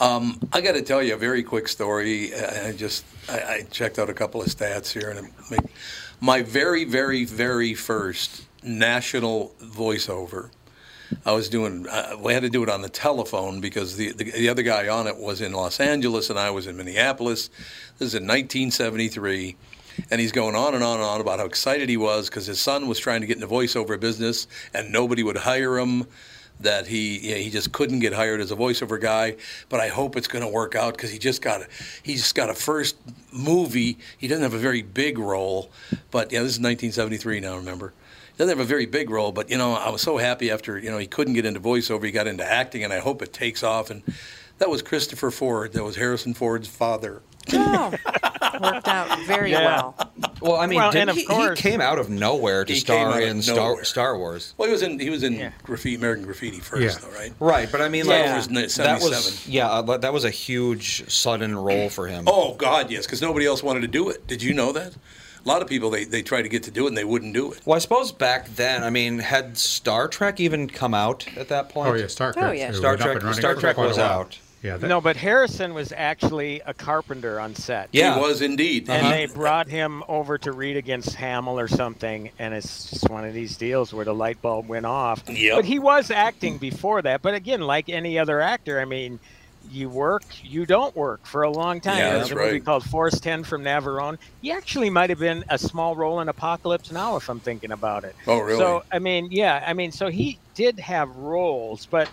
Speaker 1: Um, I got to tell you a very quick story. I I just I, I checked out a couple of stats here, and it made, my very, very, very first national voiceover. I was doing. Uh, we had to do it on the telephone because the, the the other guy on it was in Los Angeles and I was in Minneapolis. This is in 1973, and he's going on and on and on about how excited he was because his son was trying to get into voiceover business and nobody would hire him that he you know, he just couldn't get hired as a voiceover guy. But I hope it's going to work out because he just got a, he just got a first movie. He doesn't have a very big role, but yeah, this is 1973 now. Remember. He Doesn't have a very big role, but you know, I was so happy after you know he couldn't get into voiceover, he got into acting, and I hope it takes off. And that was Christopher Ford, that was Harrison Ford's father.
Speaker 4: Worked out very
Speaker 5: Yeah.
Speaker 4: well.
Speaker 5: Well, I mean,
Speaker 4: Well,
Speaker 5: didn't
Speaker 4: and of
Speaker 5: he, he
Speaker 4: course-
Speaker 5: came out of nowhere to
Speaker 1: He came out
Speaker 5: star
Speaker 1: of
Speaker 5: in Star,
Speaker 1: nowhere.
Speaker 5: Star Wars.
Speaker 1: Well, he was in he was in graffiti, American Graffiti first, though, right?
Speaker 5: Right, but I mean,
Speaker 1: Star
Speaker 5: like
Speaker 1: Wars in
Speaker 5: that
Speaker 1: 77.
Speaker 5: was yeah, uh, but that was a huge sudden role for him.
Speaker 1: Oh God, yes, because nobody else wanted to do it. Did you know that? A lot of people they they tried to get to do it and they wouldn't do it.
Speaker 5: Well, I suppose back then, I mean, had Star Trek even come out at that point?
Speaker 11: Oh, yeah, Star Oh, Trek yeah.
Speaker 5: Star
Speaker 11: had been up
Speaker 5: Trek,
Speaker 11: and running
Speaker 5: Star
Speaker 11: for
Speaker 5: Trek
Speaker 11: quite a
Speaker 5: was
Speaker 11: while.
Speaker 5: out.
Speaker 3: Yeah,
Speaker 11: no, but Harrison was actually a carpenter on set.
Speaker 5: Yeah. He
Speaker 1: was indeed.
Speaker 11: And
Speaker 1: Uh-huh.
Speaker 11: they brought him over to read against Hamill or something, and it's just one of these deals where the light bulb went off.
Speaker 1: Yep.
Speaker 11: But he was acting before that. But again, like any other actor, I mean, you work, you don't work for a long time.
Speaker 1: Yeah,
Speaker 11: There's
Speaker 1: that's
Speaker 11: a movie
Speaker 1: right.
Speaker 11: called Force 10 from Navarone. He actually might have been a small role in Apocalypse Now, if I'm thinking about it.
Speaker 1: Oh, really?
Speaker 11: So, I mean, yeah, I mean, so he did have roles, but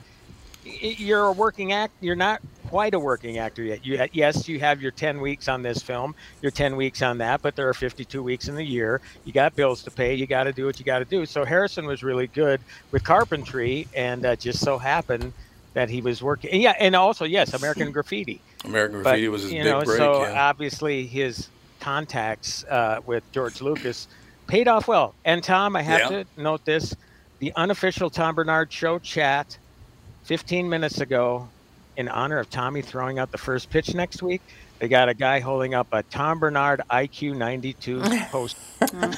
Speaker 11: y- you're a working act. You're not quite a working actor yet. You, yes, you have your 10 weeks on this film, your 10 weeks on that, but there are 52 weeks in the year. You got bills to pay. You got to do what you got to do. So Harrison was really good with carpentry, and uh, just so happened that he was working. And yeah, and also yes, American Graffiti.
Speaker 1: American Graffiti
Speaker 11: But,
Speaker 1: was his
Speaker 11: you
Speaker 1: big
Speaker 11: know,
Speaker 1: break.
Speaker 11: So
Speaker 1: yeah.
Speaker 11: obviously his contacts uh, with George Lucas paid off well. And Tom, I have
Speaker 1: Yeah.
Speaker 11: to note this: the unofficial Tom Bernard Show chat, 15 minutes ago, in honor of Tommy throwing out the first pitch next week. They got a guy holding up a Tom Bernard IQ 92 post.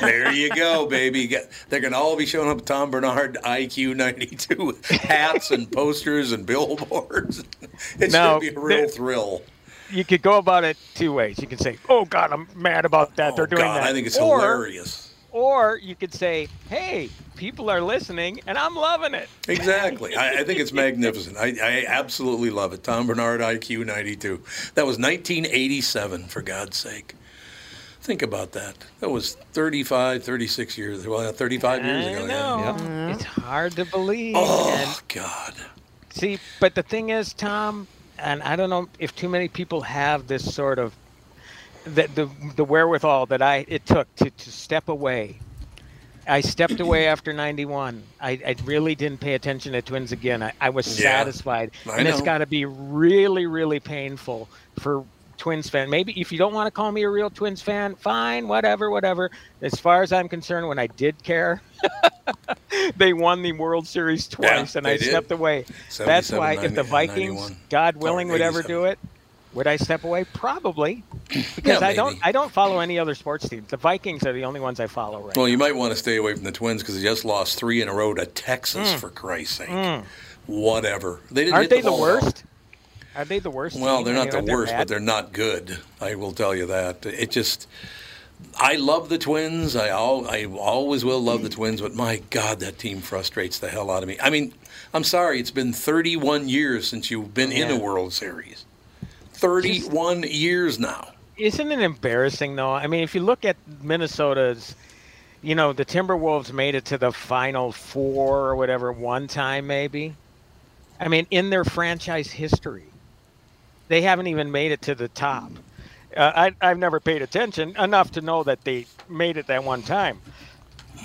Speaker 1: there you go, baby. You got- They're going to all be showing up with Tom Bernard IQ 92 hats and posters and billboards. It's
Speaker 11: No,
Speaker 1: going to be a real
Speaker 11: there-
Speaker 1: thrill.
Speaker 11: You could go about it two ways. You can say, "Oh God, I'm mad about that. They're doing
Speaker 1: Oh, God,
Speaker 11: that."
Speaker 1: I think it's
Speaker 11: Or-
Speaker 1: hilarious.
Speaker 11: Or you could say, "Hey, people are listening, and I'm loving it."
Speaker 1: Exactly. I, I think it's magnificent. I, I absolutely love it. Tom Bernard IQ 92. That was 1987, for God's sake. Think about that. That was 35, 36 years. Well, 35 years ago.
Speaker 11: I
Speaker 1: Yeah.
Speaker 11: know.
Speaker 1: Uh-huh.
Speaker 11: It's hard to believe.
Speaker 1: Oh,
Speaker 11: God. See, but the thing is, Tom, and I don't know if too many people have this sort of the the, the wherewithal that I it took to, to step away. I stepped away after 91. I, I really didn't pay attention to twins again. I, I was
Speaker 1: Yeah.
Speaker 11: satisfied.
Speaker 1: I
Speaker 11: and it's
Speaker 1: know.
Speaker 11: got to be really, really painful for twins fan. Maybe if you don't want to call me a real twins fan, fine, whatever, whatever. As far as I'm concerned, when I did care, they won the World Series twice, and
Speaker 1: they
Speaker 11: I
Speaker 1: did.
Speaker 11: stepped away. That's
Speaker 1: 77,
Speaker 11: why, if
Speaker 1: 90,
Speaker 11: the
Speaker 1: and
Speaker 11: Vikings,
Speaker 1: 91.
Speaker 11: God willing, would ever
Speaker 1: 87.
Speaker 11: do it, would I step away? Probably, because I don't. I don't follow any other sports team. The Vikings are the only ones I follow right.
Speaker 1: Well, you might want to stay away from the Twins because they just lost three in a row to Texas,
Speaker 11: Mm.
Speaker 1: for Christ's sake.
Speaker 11: Mm.
Speaker 1: Whatever. They didn't
Speaker 11: Aren't
Speaker 1: hit
Speaker 11: they the
Speaker 1: ball well.
Speaker 11: worst? Are they the worst?
Speaker 1: Well,
Speaker 11: team?
Speaker 1: they're
Speaker 11: I
Speaker 1: not the
Speaker 11: mean,
Speaker 1: worst,
Speaker 11: bad.
Speaker 1: but they're not good. I will tell you that. It just, I love the Twins. I all, I always will love the Twins, but my God, that team frustrates the hell out of me. I mean, I'm sorry, it's been 31 years since you've been in a
Speaker 11: Yeah.
Speaker 1: World Series. 31 years now.
Speaker 11: Isn't it embarrassing though? I mean, if you look at Minnesota's, you know, the Timberwolves made it to the final four or whatever one time maybe. I mean, in their franchise history, they haven't even made it to the top. Uh, I, I've never paid attention enough to know that they made it that one time.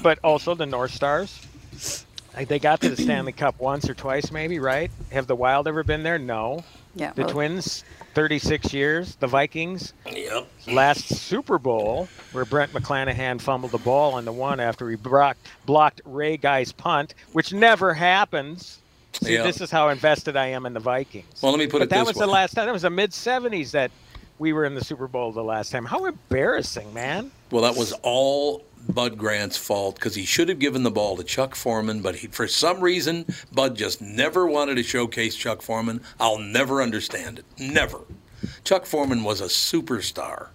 Speaker 11: But also the North Stars, like they got to the Stanley Cup once or twice, maybe, right? Have the Wild ever been there? No.
Speaker 10: Yeah.
Speaker 11: The Twins, 36 years. The Vikings,
Speaker 1: yep.
Speaker 11: last Super Bowl, where Brent McClanahan fumbled the ball on the one after he blocked, blocked Ray Guy's punt, which never happens. See,
Speaker 1: Yeah.
Speaker 11: this is how invested I am in the Vikings.
Speaker 1: Well, let me put
Speaker 11: but
Speaker 1: it
Speaker 11: that
Speaker 1: this
Speaker 11: was
Speaker 1: way.
Speaker 11: the last time. That was the mid 70s that we were in the Super Bowl the last time. How embarrassing, man.
Speaker 1: Well, that was all Bud Grant's fault because he should have given the ball to Chuck Foreman, but he, for some reason, Bud just never wanted to showcase Chuck Foreman. I'll never understand it. Never. Chuck Foreman was a superstar.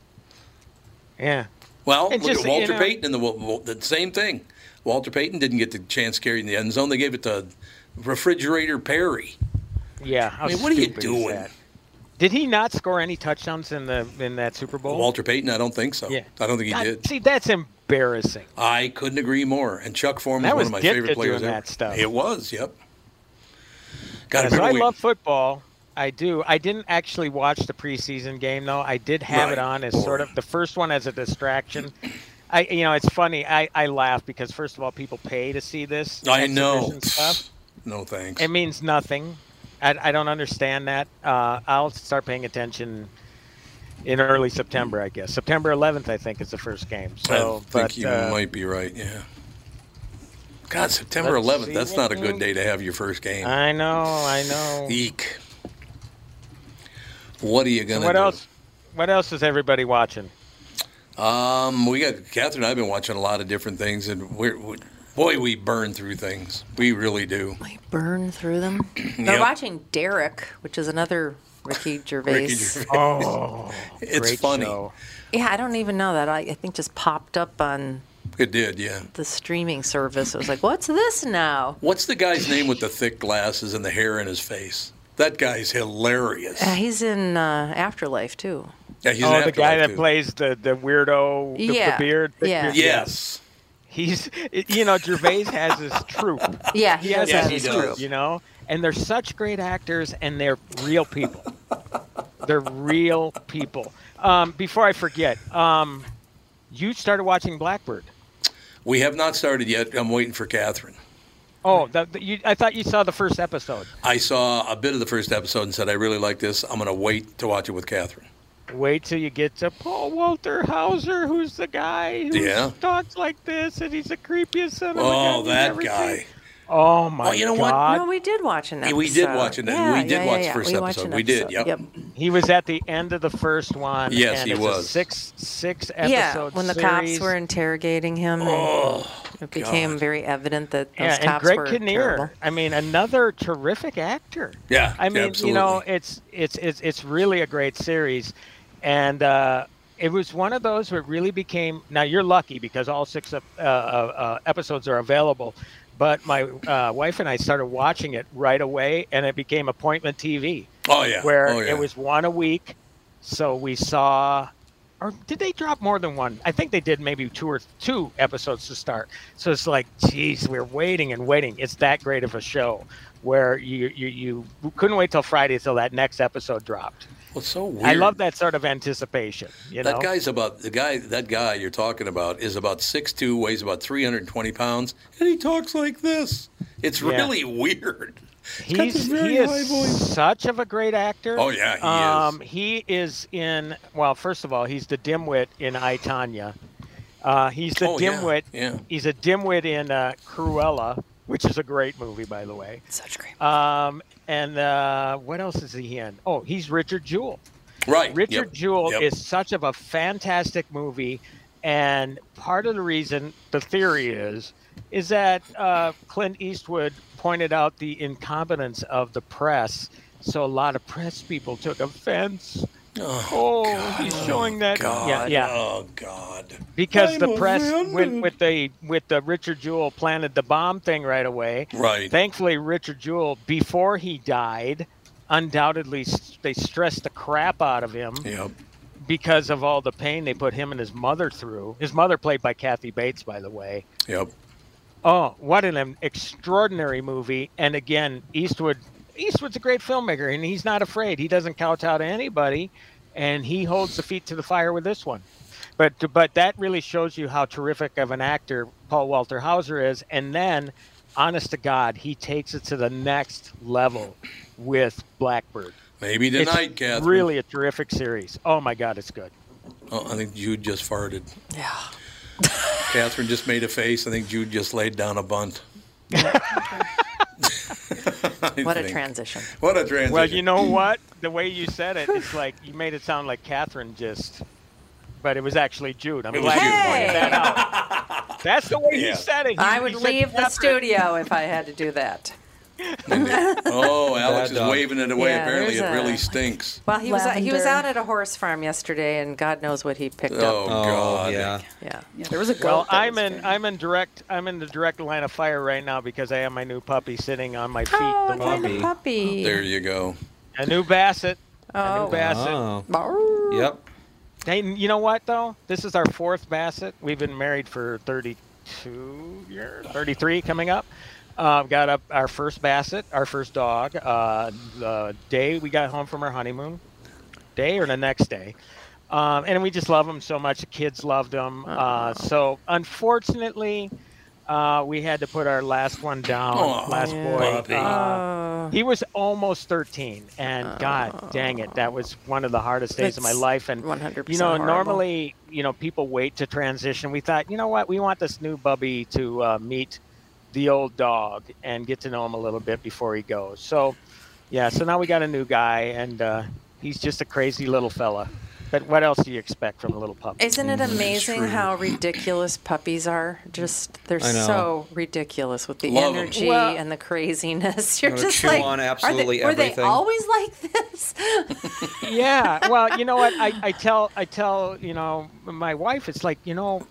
Speaker 11: Yeah.
Speaker 1: Well,
Speaker 11: And
Speaker 1: look
Speaker 11: just,
Speaker 1: at
Speaker 11: you
Speaker 1: Walter
Speaker 11: know-
Speaker 1: Payton and the, Wa- Wa- the same thing. Walter Payton didn't get the chance carried in the end zone. They gave it to refrigerator Perry.
Speaker 11: Yeah. how
Speaker 1: I mean, what are you
Speaker 11: stupid is
Speaker 1: doing?
Speaker 11: that? Did he not score any touchdowns in the in that Super Bowl?
Speaker 1: Walter Payton, I don't think so.
Speaker 11: Yeah.
Speaker 1: I don't think he
Speaker 11: God,
Speaker 1: did.
Speaker 11: See, that's embarrassing.
Speaker 1: I couldn't agree more. And Chuck Foreman
Speaker 11: That
Speaker 1: one
Speaker 11: was
Speaker 1: of my
Speaker 11: Ditka
Speaker 1: favorite players.
Speaker 11: doing
Speaker 1: ever.
Speaker 11: that stuff.
Speaker 1: It was, yep. God,
Speaker 11: so
Speaker 1: remember
Speaker 11: I
Speaker 1: we-
Speaker 11: love football. I do. I didn't actually watch the preseason game though. I did have it
Speaker 1: Right.
Speaker 11: on as sort of the first one as a distraction. I, you know, it's funny. I, I laugh because first of all, people pay to see this.
Speaker 1: I know.
Speaker 11: exhibition Stuff.
Speaker 1: No thanks.
Speaker 11: It means nothing. I, I don't understand that. Uh, I'll start paying attention in early September, I guess. September 11th, I think, is the first game. So,
Speaker 1: I think
Speaker 11: but,
Speaker 1: you
Speaker 11: uh,
Speaker 1: might be right. Yeah. God, September
Speaker 11: Let's
Speaker 1: 11th.
Speaker 11: see
Speaker 1: That's
Speaker 11: what
Speaker 1: not a good
Speaker 11: we-
Speaker 1: day to have your first game.
Speaker 11: I know. I know.
Speaker 1: Eek. What are you
Speaker 11: So
Speaker 1: gonna?
Speaker 11: what
Speaker 1: do?
Speaker 11: else? What else is everybody watching?
Speaker 1: Um, we got Catherine. and I've been watching a lot of different things, and we're, we, boy, we burn through things. We really do.
Speaker 4: Burn through them. They're
Speaker 1: Yep.
Speaker 4: watching Derek, which is another Ricky Gervais.
Speaker 1: Ricky Gervais.
Speaker 3: Oh.
Speaker 1: it's
Speaker 11: Oh, great
Speaker 1: funny.
Speaker 11: show.
Speaker 4: Yeah, I don't even know that. I, I think just popped up on
Speaker 1: It did, yeah.
Speaker 4: the streaming service. It was like, what's this now?
Speaker 1: What's the guy's name with the thick glasses and the hair in his face? That guy's hilarious.
Speaker 4: Uh, he's in uh, Afterlife too.
Speaker 1: Yeah, he's
Speaker 11: oh,
Speaker 1: an
Speaker 11: the guy
Speaker 1: afterlife,
Speaker 11: that
Speaker 1: too.
Speaker 11: plays the, the weirdo, the, the
Speaker 4: Yeah,
Speaker 11: beard. the
Speaker 4: yeah.
Speaker 11: beard-
Speaker 1: Yes.
Speaker 11: He's, you know, Gervais has his troupe.
Speaker 4: Yeah, he does
Speaker 11: has
Speaker 4: have
Speaker 11: his
Speaker 4: his
Speaker 11: troupe,
Speaker 4: troupe.
Speaker 11: You know, and they're such great actors, and they're real people. They're real people. Um, before I forget, um, you started watching Blackbird.
Speaker 1: We have not started yet. I'm waiting for Catherine.
Speaker 11: Oh, the, the, you, I thought you saw the first episode.
Speaker 1: I saw a bit of the first episode and said, I really like this. I'm going to wait to watch it with Catherine.
Speaker 11: Wait till you get to Paul Walter Hauser, who's the guy who
Speaker 1: Yeah.
Speaker 11: talks like this, and he's the creepiest son of a gun
Speaker 1: Oh,
Speaker 11: you've
Speaker 1: that
Speaker 11: ever
Speaker 1: guy.
Speaker 11: seen. Oh my!
Speaker 1: Oh, you know what?
Speaker 11: God.
Speaker 4: No, we did watch an
Speaker 1: Yeah,
Speaker 4: episode.
Speaker 1: we did watch an- we
Speaker 4: Yeah,
Speaker 1: did
Speaker 4: yeah, yeah,
Speaker 1: watch the
Speaker 4: yeah.
Speaker 1: first
Speaker 4: We
Speaker 1: episode.
Speaker 4: watched an
Speaker 1: We did,
Speaker 4: episode.
Speaker 1: yep.
Speaker 11: He was at the end of the first one.
Speaker 1: Yes,
Speaker 11: and
Speaker 1: he
Speaker 11: it's a
Speaker 1: was.
Speaker 11: six six episode.
Speaker 4: Yeah, when the cops
Speaker 11: series. Oh,
Speaker 4: were interrogating him, and it became
Speaker 11: God.
Speaker 4: very evident that those
Speaker 11: Yeah, and
Speaker 4: cops
Speaker 11: Greg
Speaker 4: were terrible.
Speaker 11: Kinnear. I mean, another terrific actor.
Speaker 1: Yeah,
Speaker 11: I mean,
Speaker 1: absolutely.
Speaker 11: you know, it's it's it's it's really a great series, and uh, it was one of those where it really became. Now you're lucky because all six ep- uh, uh, uh, episodes are available, but my uh, wife and I started watching it right away, and it became appointment TV.
Speaker 1: Oh, yeah.
Speaker 11: where
Speaker 1: Oh, yeah.
Speaker 11: it was one a week, so we saw. Or did they drop more than one? I think they did maybe two or two episodes to start. So it's like, geez, we're waiting and waiting. It's that great of a show where you you, you couldn't wait till Friday till that next episode dropped.
Speaker 1: Well, it's so
Speaker 11: I
Speaker 1: weird.
Speaker 11: love that sort of anticipation. You
Speaker 1: that
Speaker 11: know,
Speaker 1: guy's about the guy. That guy you're talking about is about 6'2", weighs about 320 pounds, and he talks like this. It's
Speaker 11: Yeah.
Speaker 1: really weird. He's got
Speaker 11: he's
Speaker 1: this very
Speaker 11: he
Speaker 1: high
Speaker 11: is
Speaker 1: voice.
Speaker 11: such of a great actor.
Speaker 1: Oh, yeah, he is.
Speaker 11: um, is. He is in well. First of all, he's the dimwit in I Tanya. Uh, he's the
Speaker 1: Oh, yeah,
Speaker 11: dimwit.
Speaker 1: yeah.
Speaker 11: He's a dimwit in uh, Cruella, which is a great movie, by the way. Such a great. Um, and uh, what else is he in? Oh, he's Richard Jewell.
Speaker 1: Right.
Speaker 11: Richard
Speaker 1: Yep.
Speaker 11: Jewell
Speaker 1: Yep.
Speaker 11: is such of a fantastic movie, and part of the reason the theory is is that uh, Clint Eastwood pointed out the incompetence of the press, so a lot of press people took offense.
Speaker 1: Oh,
Speaker 11: he's showing that. Yeah,
Speaker 1: God.
Speaker 11: yeah.
Speaker 1: Oh God.
Speaker 11: Because
Speaker 1: I'm
Speaker 11: the press
Speaker 1: offended.
Speaker 11: went with the with the Richard Jewell planted the bomb thing right away.
Speaker 1: Right.
Speaker 11: Thankfully, Richard Jewell, before he died, undoubtedly s- they stressed the crap out of him.
Speaker 1: Yep.
Speaker 11: Because of all the pain they put him and his mother through. His mother, played by Kathy Bates, by the way.
Speaker 1: Yep.
Speaker 11: Oh, what an extraordinary movie! And again, Eastwood. Eastwood's a great filmmaker, and he's not afraid. He doesn't kowtow to anybody, and he holds the feet to the fire with this one. But but that really shows you how terrific of an actor Paul Walter Hauser is. And then, honest to God, he takes it to the next level with Blackbird.
Speaker 1: Maybe
Speaker 11: It's
Speaker 1: tonight, Catherine.
Speaker 11: Really a terrific series. Oh my God, it's good.
Speaker 1: Oh, I think Jude just farted. Yeah. Catherine just made a face. I think Jude just laid down a bunt. I
Speaker 4: What a
Speaker 1: think.
Speaker 4: transition.
Speaker 1: What a transition.
Speaker 11: Well, you know what? The way you said it, it's like you made it sound like Catherine just, but it was actually Jude. I'm
Speaker 1: It was
Speaker 11: glad you
Speaker 1: Jude.
Speaker 11: pointed that out. That's the way you said it. You-
Speaker 4: I would
Speaker 11: you said
Speaker 4: leave the
Speaker 11: Catherine.
Speaker 4: studio if I had to do that.
Speaker 1: Oh, Alex
Speaker 5: Bad
Speaker 1: is
Speaker 5: dog.
Speaker 1: waving it away.
Speaker 4: Yeah,
Speaker 1: Apparently, it
Speaker 4: there's a-
Speaker 1: really stinks.
Speaker 4: Well, he was he was
Speaker 10: Lavender.
Speaker 4: out at a horse farm yesterday, and God knows what he picked
Speaker 1: Oh,
Speaker 4: up.
Speaker 1: God.
Speaker 5: yeah.
Speaker 4: Yeah, yeah. There was a goat.
Speaker 11: Well,
Speaker 4: that
Speaker 11: I'm
Speaker 4: was
Speaker 11: in I'm in direct I'm in the direct line of fire right now because I have my new puppy sitting on my feet. the
Speaker 4: what kind of
Speaker 11: moment-
Speaker 4: puppy?
Speaker 1: There you go.
Speaker 11: A new Basset. A
Speaker 4: Oh.
Speaker 11: new Basset.
Speaker 5: Yep.
Speaker 11: Hey, you know what though? This is our fourth Bassett. We've been married for 32 years, 33 coming up. Uh, got up our first Bassett, our first dog. Uh, the day we got home from our honeymoon, day or the next day, um, and we just love them so much. The kids loved them. Uh, so unfortunately, uh, we had to put our last one down.
Speaker 1: Aw,
Speaker 11: last
Speaker 1: puppy.
Speaker 11: boy. Uh, he was almost 13, and God dang it, that was one of the hardest days of my
Speaker 4: That's
Speaker 11: life. And
Speaker 4: 100%
Speaker 11: you know,
Speaker 4: horrible.
Speaker 11: normally, you know, people wait to transition. We thought, you know what, we want this new bubby to uh, meet the old dog and get to know him a little bit before he goes. So, yeah, so now we got a new guy, and uh, he's just a crazy little fella. But what else do you expect from a little puppy?
Speaker 4: Isn't
Speaker 5: Mm,
Speaker 4: it amazing how ridiculous puppies are? Just they're
Speaker 5: I know.
Speaker 4: so ridiculous with the
Speaker 5: Love 'em.
Speaker 4: energy
Speaker 5: Well-
Speaker 4: and the craziness. You're
Speaker 5: Gonna
Speaker 4: just
Speaker 5: chew
Speaker 4: like,
Speaker 5: on
Speaker 4: are
Speaker 5: absolutely
Speaker 4: they, Were they
Speaker 5: everything.
Speaker 4: always like this?
Speaker 11: yeah. Well, you know what? I, I tell I tell you know my wife. It's like you know,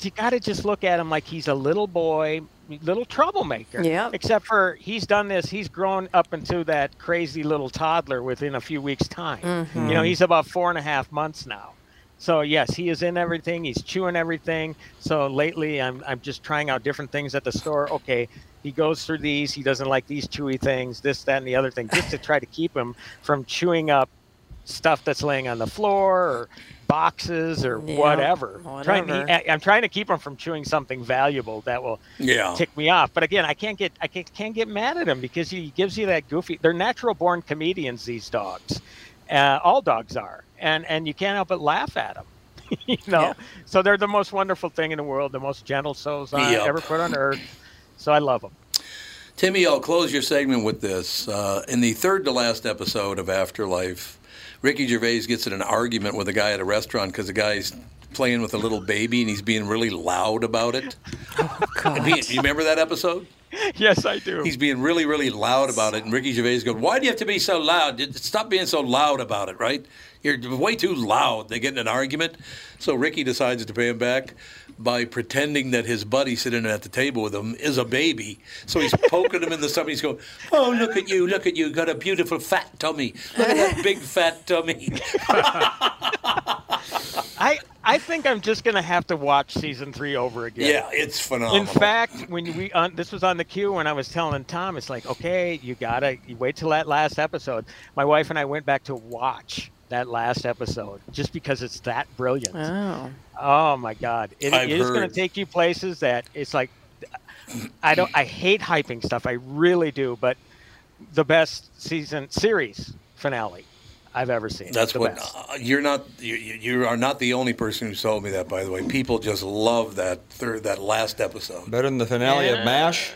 Speaker 11: you got to just look at him like he's a little boy, little troublemaker.
Speaker 4: Yeah.
Speaker 11: Except for he's done this. He's grown up into that crazy little toddler within a few weeks' time.
Speaker 13: Mm-hmm.
Speaker 11: You know,
Speaker 5: Mhm.
Speaker 11: he's about four and a half months now. So yes, he is in everything. He's chewing everything. So lately, I'm I'm just trying out different things at the store. Okay, he goes through these. He doesn't like these chewy things. This, that, and the other thing, just to try to keep him from chewing up stuff that's laying on the floor or boxes or
Speaker 13: Yeah,
Speaker 11: whatever. Trying
Speaker 13: whatever.
Speaker 11: to, I- I'm trying to keep them from chewing something valuable that will
Speaker 13: Yeah.
Speaker 11: tick me off. But again, I can't get I can't, can't get mad at him because he gives you that goofy. They're natural born comedians. These dogs, uh, all dogs are, and and you can't help but laugh at them. you know, so they're the most wonderful thing in the world, the most gentle souls I
Speaker 1: Yep.
Speaker 11: ever put on earth. So I love them.
Speaker 1: Timmy, I'll close your segment with this. Uh, in the third to last episode of Afterlife, Ricky Gervais gets in an argument with a guy at a restaurant because the guy's playing with a little baby and he's being really loud about it. And he- do you remember that episode?
Speaker 11: Yes, I do.
Speaker 1: He's being really, really loud about it. And Ricky Gervais goes, Why do you have to be so loud? Just Stop being so loud about it, right? You're way too loud. They get in an argument. So Ricky decides to pay him back by pretending that his buddy sitting at the table with him is a baby. So he's poking him in the stomach. He's going, Oh, look at you. Look at you. Got a beautiful fat tummy. Look at that big fat tummy.
Speaker 11: I I think I'm just gonna have to watch season three over again.
Speaker 1: Yeah, it's phenomenal.
Speaker 11: In fact, when we on, this was on the queue, when I was telling Tom, it's like, okay, you gotta you wait till that last episode. My wife and I went back to watch that last episode just because it's that brilliant.
Speaker 4: Oh.
Speaker 11: Oh my God! It
Speaker 13: I've
Speaker 11: is going
Speaker 13: heard.
Speaker 11: to take you places that it's like, I don't. I hate hyping stuff. I really do. But the best season series finale I've ever seen.
Speaker 1: That's
Speaker 11: the
Speaker 1: what
Speaker 11: best.
Speaker 1: uh, you're not. You, you you are not the only person who told me that. By the way, people just love that third, that last episode.
Speaker 5: Better than the finale of
Speaker 11: Yeah.
Speaker 5: MASH.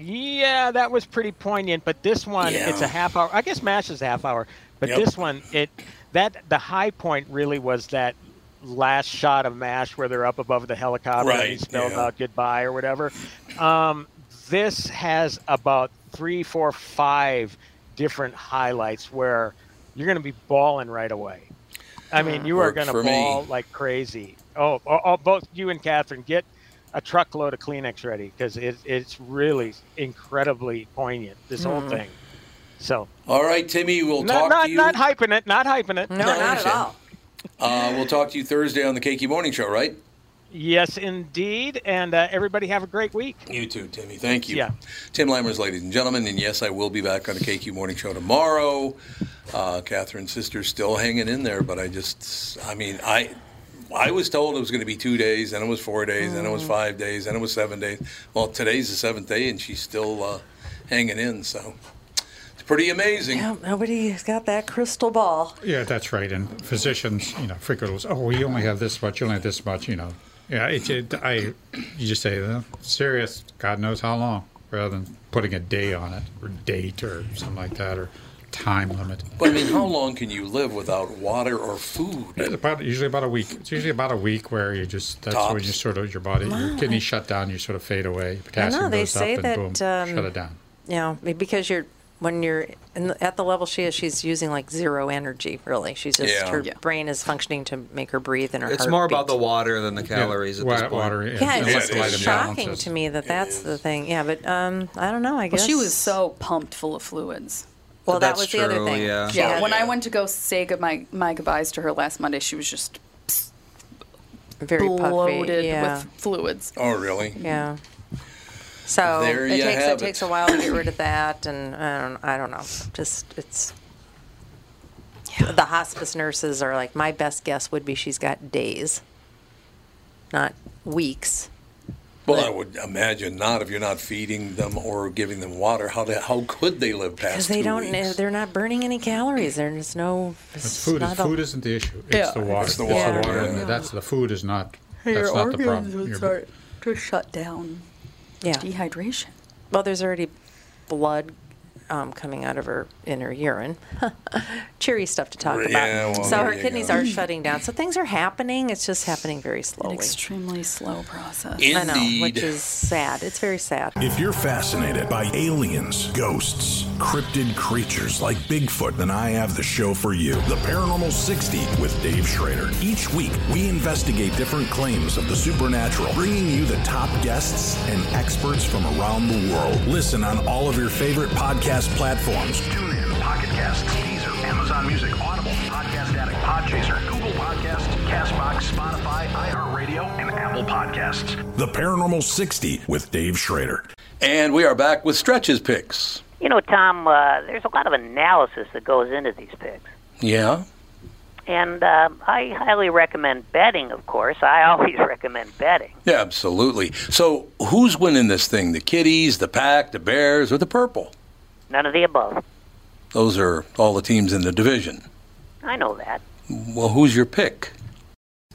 Speaker 11: Yeah, that was pretty poignant. But this one,
Speaker 5: Yeah.
Speaker 11: it's a half hour. I guess Mash is a half hour, but
Speaker 5: Yep.
Speaker 11: this one, it that the high point really was that last shot of Mash where they're up above the helicopter and
Speaker 13: Right,
Speaker 11: he's spelled
Speaker 13: yeah.
Speaker 11: out goodbye or whatever. Um, this has about three, four, five different highlights where you're going to be balling right away. I mean, you are
Speaker 13: Worked
Speaker 11: going to
Speaker 13: for me.
Speaker 11: ball like crazy. Oh, oh, oh, both you and Catherine, get a truckload of Kleenex ready because it, it's really incredibly poignant, this whole
Speaker 1: Mm.
Speaker 11: thing. So,
Speaker 1: All right, Timmy, we'll
Speaker 11: not,
Speaker 1: talk
Speaker 11: not,
Speaker 1: to you.
Speaker 11: not hyping it, not hyping it. No,
Speaker 1: not at all. Uh, we'll talk to you Thursday on the Cakey Morning Show, right?
Speaker 11: Yes, indeed. And uh, everybody have a great week.
Speaker 1: You too, Timmy. Thank you.
Speaker 11: Yeah.
Speaker 1: Tim Limers, ladies and gentlemen, and yes, I will be back on the KQ Morning Show tomorrow. Uh, Catherine's sister's still hanging in there, but I just, I mean, I, I was told it was going to be two days, then it was four days, then it
Speaker 4: Mm.
Speaker 1: was five days, then it was seven days. Well, today's the seventh day, and she's still uh, hanging in, so it's pretty amazing.
Speaker 4: Yeah, nobody's got that crystal ball.
Speaker 3: Yeah, that's right. And physicians, you know, frequently, was, oh, you only have this much, you only have this much, you know. Yeah, it, it, I, you just say, "Uh, serious, God knows how long, rather than putting a day on it, or date, or something like that, or time limit.
Speaker 1: But I mean, how long can you live without water or food?
Speaker 3: It's about usually about a week. It's usually about a week where you just that's when you sort of your body,
Speaker 4: Wow.
Speaker 3: your kidneys shut down, you sort of fade away. Your
Speaker 4: I
Speaker 3: potassium
Speaker 4: know they
Speaker 3: goes
Speaker 4: say
Speaker 3: up,
Speaker 4: that.
Speaker 3: and boom,
Speaker 4: um,
Speaker 3: shut it down.
Speaker 4: Yeah, be- because you're when you're in the, at the level she is, she's using like zero energy. Really, she's just
Speaker 5: Yeah.
Speaker 4: her
Speaker 5: Yeah.
Speaker 4: brain is functioning to make her breathe and her.
Speaker 5: It's
Speaker 4: heart
Speaker 5: more
Speaker 4: beat.
Speaker 5: about the water than the calories at this
Speaker 3: wa-
Speaker 5: point.
Speaker 3: water, yeah.
Speaker 4: Yeah,
Speaker 5: Yeah,
Speaker 4: it's
Speaker 5: it is.
Speaker 4: just shocking to me that that's the thing. Yeah, but um, I don't know. I guess
Speaker 10: Well, she was so pumped full of fluids.
Speaker 4: Well, that That's was the other true, thing. yeah. She had-
Speaker 10: when I went to go say good my, my goodbyes to her last Monday, she was just
Speaker 4: very puffy,
Speaker 10: bloated
Speaker 4: yeah.
Speaker 10: with fluids.
Speaker 1: Oh, really?
Speaker 4: Yeah. So
Speaker 1: There
Speaker 4: it
Speaker 1: you
Speaker 4: takes
Speaker 1: have
Speaker 4: it
Speaker 1: it.
Speaker 4: takes a while to get rid of that, and I don't I don't know. Just it's the hospice nurses are like my best guess would be she's got days, not weeks.
Speaker 1: Well, I would imagine not if you're not feeding them or giving them water. How the, how could they live past?
Speaker 4: Because they
Speaker 1: two
Speaker 4: don't,
Speaker 1: weeks?
Speaker 4: they're not burning any calories. There's no.
Speaker 3: It's food.
Speaker 4: not
Speaker 3: Is,
Speaker 4: a-
Speaker 3: food isn't the issue. It's
Speaker 4: Yeah.
Speaker 3: the water.
Speaker 4: It's the water, yeah.
Speaker 3: That's the food is not.
Speaker 10: Your
Speaker 3: That's not the
Speaker 10: organs
Speaker 3: problem.
Speaker 10: would
Speaker 3: Your-
Speaker 10: start to shut down.
Speaker 4: Yeah.
Speaker 10: Dehydration.
Speaker 4: Well, there's already blood um, coming out of her in her urine. Cheery stuff to talk
Speaker 10: Yeah,
Speaker 4: about.
Speaker 10: well,
Speaker 4: so
Speaker 10: there
Speaker 4: her
Speaker 10: you
Speaker 4: kidneys
Speaker 10: go.
Speaker 4: are shutting down. So things are happening. It's just happening very slowly.
Speaker 10: extremely slow process.
Speaker 4: I know, which
Speaker 12: Indeed.
Speaker 4: is sad. It's very sad.
Speaker 12: If you're fascinated by aliens, ghosts, cryptid creatures like Bigfoot, then I have the show for you The Paranormal 60 with Dave Schrader. Each week, we investigate different claims of the supernatural, bringing you the top guests and experts from around the world. Listen on all of your favorite podcast platforms.
Speaker 14: Tune in, Pocket Casts, Deezer, Amazon Music, Audible, Podcast Addict, Podchaser, Google Podcasts, Castbox, Spotify, iHeartRadio, and Apple Podcasts.
Speaker 12: The Paranormal 60 with Dave Schrader.
Speaker 1: And we are back with stretches picks.
Speaker 16: You know, Tom, uh, there's a lot of analysis that goes into these picks.
Speaker 1: Yeah.
Speaker 16: And um, I highly recommend betting, of course. I always recommend betting.
Speaker 1: Yeah, absolutely. So who's winning this thing? The Kitties, the Pack, the Bears, or the Purple?
Speaker 16: None of the above.
Speaker 1: Those are all the teams in the division.
Speaker 16: I know that.
Speaker 1: Well, who's your pick?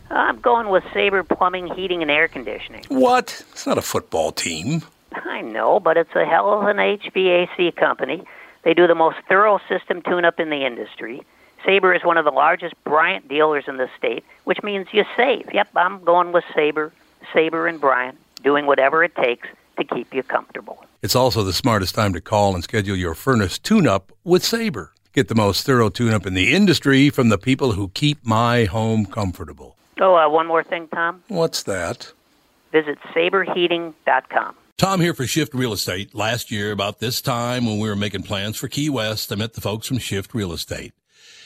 Speaker 16: I'm going with Sabre Plumbing, Heating, and Air Conditioning.
Speaker 1: What? It's not a football team.
Speaker 16: I know, but it's a hell of an HVAC company. They do the most thorough system tune up in the industry. Sabre is one of the largest Bryant dealers in the state, which means you save. Yep, I'm going with Sabre, Sabre and Bryant, doing whatever it takes to keep you comfortable.
Speaker 1: It's also the smartest time to call and schedule your furnace tune up with Sabre. Get the most thorough tune up in the industry from the people who keep my home comfortable.
Speaker 16: Oh, uh, one more thing, Tom.
Speaker 1: What's that?
Speaker 16: Visit saberheating.com.
Speaker 17: Tom here for Shift Real Estate. Last year, about this time when we were making plans for Key West, I met the folks from Shift Real Estate.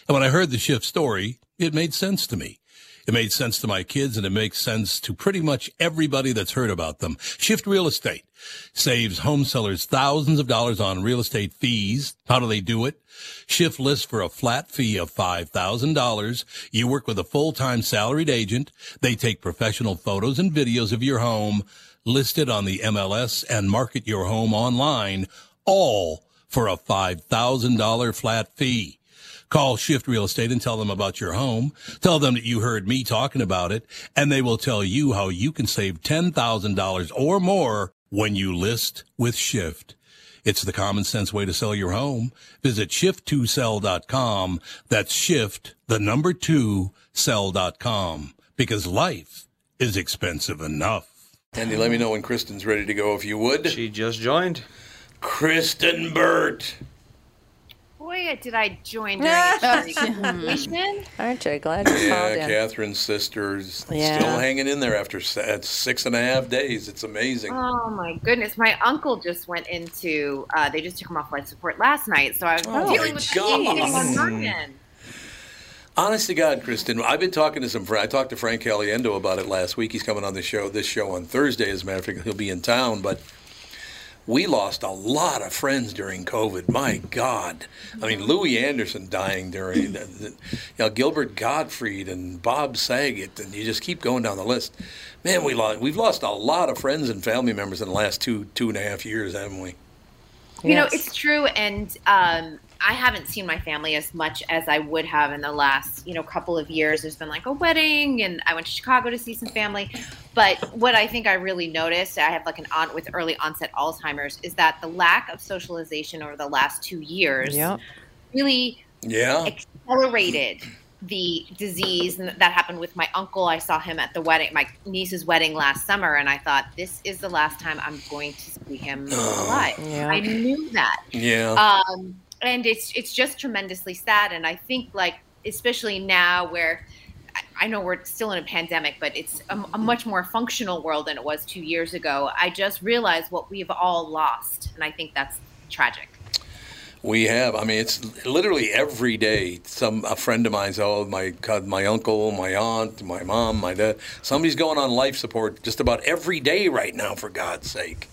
Speaker 17: And when I heard the Shift story, it made sense to me. It made sense to my kids and it makes sense to pretty much everybody that's heard about them. Shift Real Estate saves home sellers thousands of dollars on real estate fees. How do they do it? Shift lists for a flat fee of $5,000. You work with a full-time salaried agent. They take professional photos and videos of your home listed on the MLS and market your home online all for a $5,000 flat fee. Call Shift Real Estate and tell them about your home. Tell them that you heard me talking about it and they will tell you how you can save $10,000 or more when you list with Shift. It's the common sense way to sell your home. Visit shift2sell.com. That's shift, the number two, sell.com because life is expensive enough.
Speaker 1: Andy, let me know when Kristen's ready to go, if you would. She just joined. Kristen Burt.
Speaker 18: Boy, did I join during a
Speaker 4: Aren't you glad you called
Speaker 1: Yeah,
Speaker 4: in?
Speaker 1: Catherine's sister's
Speaker 4: Yeah.
Speaker 1: still hanging in there after s- at six and a half days. It's amazing.
Speaker 18: Oh my goodness! My uncle just went into. Uh, they just took him off life support last night, so I was
Speaker 1: Oh,
Speaker 18: dealing
Speaker 1: my
Speaker 18: with
Speaker 1: God.
Speaker 18: everything on Mergen.
Speaker 1: Honest to God, Kristen, I've been talking to some friends. I talked to Frank Caliendo about it last week. He's coming on the show, this show on Thursday, as a matter of fact. He'll be in town, but we lost a lot of friends during COVID. My God. I mean, Louis Anderson dying during, the, the- you know, Gilbert Gottfried and Bob Saget, and you just keep going down the list. Man, we lost, we've lost a lot of friends and family members in the last two, two and a half years, haven't we?
Speaker 18: You know, it's true, and um, I haven't seen my family as much as I would have in the last, you know, couple of years. There's been like a wedding, and I went to Chicago to see some family. But what I think I really noticed, I have like an aunt with early onset Alzheimer's, is that the lack of socialization over the last two years
Speaker 4: Yep.
Speaker 18: really
Speaker 1: Yeah.
Speaker 18: accelerated the disease and that happened with my uncle i saw him at the wedding my niece's wedding last summer and i thought this is the last time i'm going to see him alive
Speaker 8: Yeah.
Speaker 18: i knew that
Speaker 8: Yeah.
Speaker 18: um, and it's it's just tremendously sad and i think like especially now where I- I know we're still in a pandemic, but it's a, a much more functional world than it was two years ago. I just realized what we've all lost, and I think that's tragic.
Speaker 1: We have. I mean, it's literally every day. Some a friend of mine's. Oh, my God, my uncle, my aunt, my mom, my dad. Somebody's going on life support just about every day right now. For God's sake,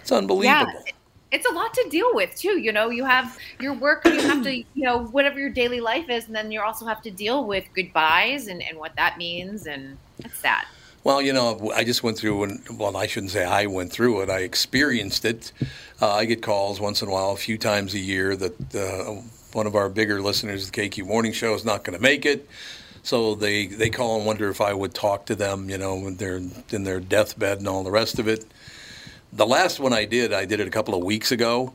Speaker 1: it's unbelievable.
Speaker 18: Yeah, it's a lot to deal with too. You know, you have your work, you have to, you know, whatever your daily life is, and then you also have to deal with goodbyes and, and what that means, and that's sad.
Speaker 1: Well, you know, I just went through, and well, I shouldn't say I went through it. I experienced it. Uh, I get calls once in a while, a few times a year, that uh, one of our bigger listeners, the KQ Morning Show, is not going to make it. So they, they call and wonder if I would talk to them, you know, when they're in their deathbed and all the rest of it. The last one I did, I did it a couple of weeks ago,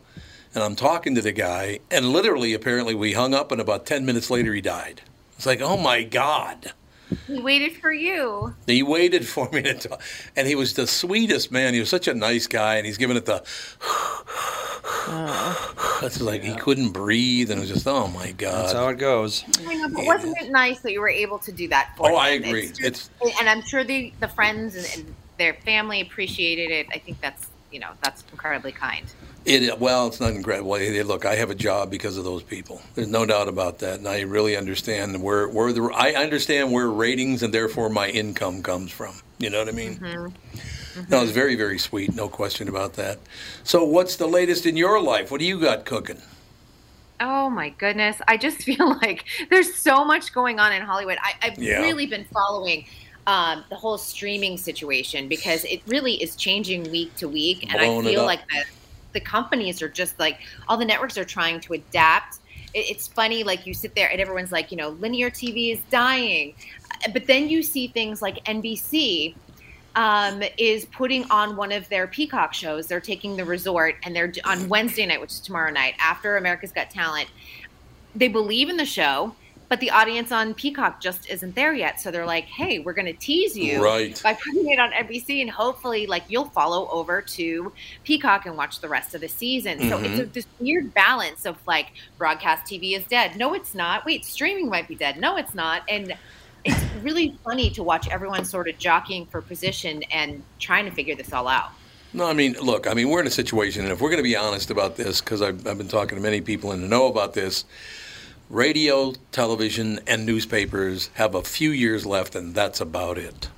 Speaker 1: and I'm talking to the guy, and literally, apparently, we hung up, and about 10 minutes later, he died. It's like, oh my God.
Speaker 18: We waited for you.
Speaker 1: He waited for me to talk, and he was the sweetest man. He was such a nice guy, and he's giving it the. It's like he couldn't breathe, and it was just, oh my god. That's how
Speaker 5: it goes.
Speaker 18: I know, but wasn't it nice that you were able to do that for
Speaker 1: Oh,
Speaker 18: them?
Speaker 1: I agree. It's
Speaker 18: And- and I'm sure the the friends and, and their family appreciated it. I think that's you know that's incredibly kind.
Speaker 1: it. Well, it's not incredible. Hey, Look, I have a job because of those people. There's no doubt about that, and I really understand where where the I understand where ratings and therefore my income comes from. You know what I mean? No, it's very very sweet. No question about that. So, what's the latest in your life? What do you got cooking?
Speaker 18: oh my goodness, I just feel like there's so much going on in Hollywood. I, I've
Speaker 8: Yeah.
Speaker 18: really been following um, the whole streaming situation because it really is changing week to week, and
Speaker 8: Blowing it
Speaker 18: I feel
Speaker 8: up.
Speaker 18: like the the companies are just like all the networks are trying to adapt. It, it's funny, like you sit there and everyone's like, you know, linear TV is dying, but then you see things like NBC um, is putting on one of their Peacock shows. They're taking the resort, and they're on Wednesday night, which is tomorrow night, after America's Got Talent. They believe in the show, but the audience on Peacock just isn't there yet. So they're like, "Hey, we're going to tease you
Speaker 8: Right.
Speaker 18: by putting it on NBC, and hopefully, like you'll follow over to Peacock and watch the rest of the season." So it's a,
Speaker 8: Mhm.
Speaker 18: this weird balance of like broadcast TV is dead. No, it's not. Wait, streaming might be dead. No, it's not. And it's really funny to watch everyone sort of jockeying for position and trying to figure this all out.
Speaker 1: No, I mean, look, I mean, we're in a situation, and if we're going to be honest about this, because I've, I've been talking to many people in the know about this, radio, television, and newspapers have a few years left, and that's about it.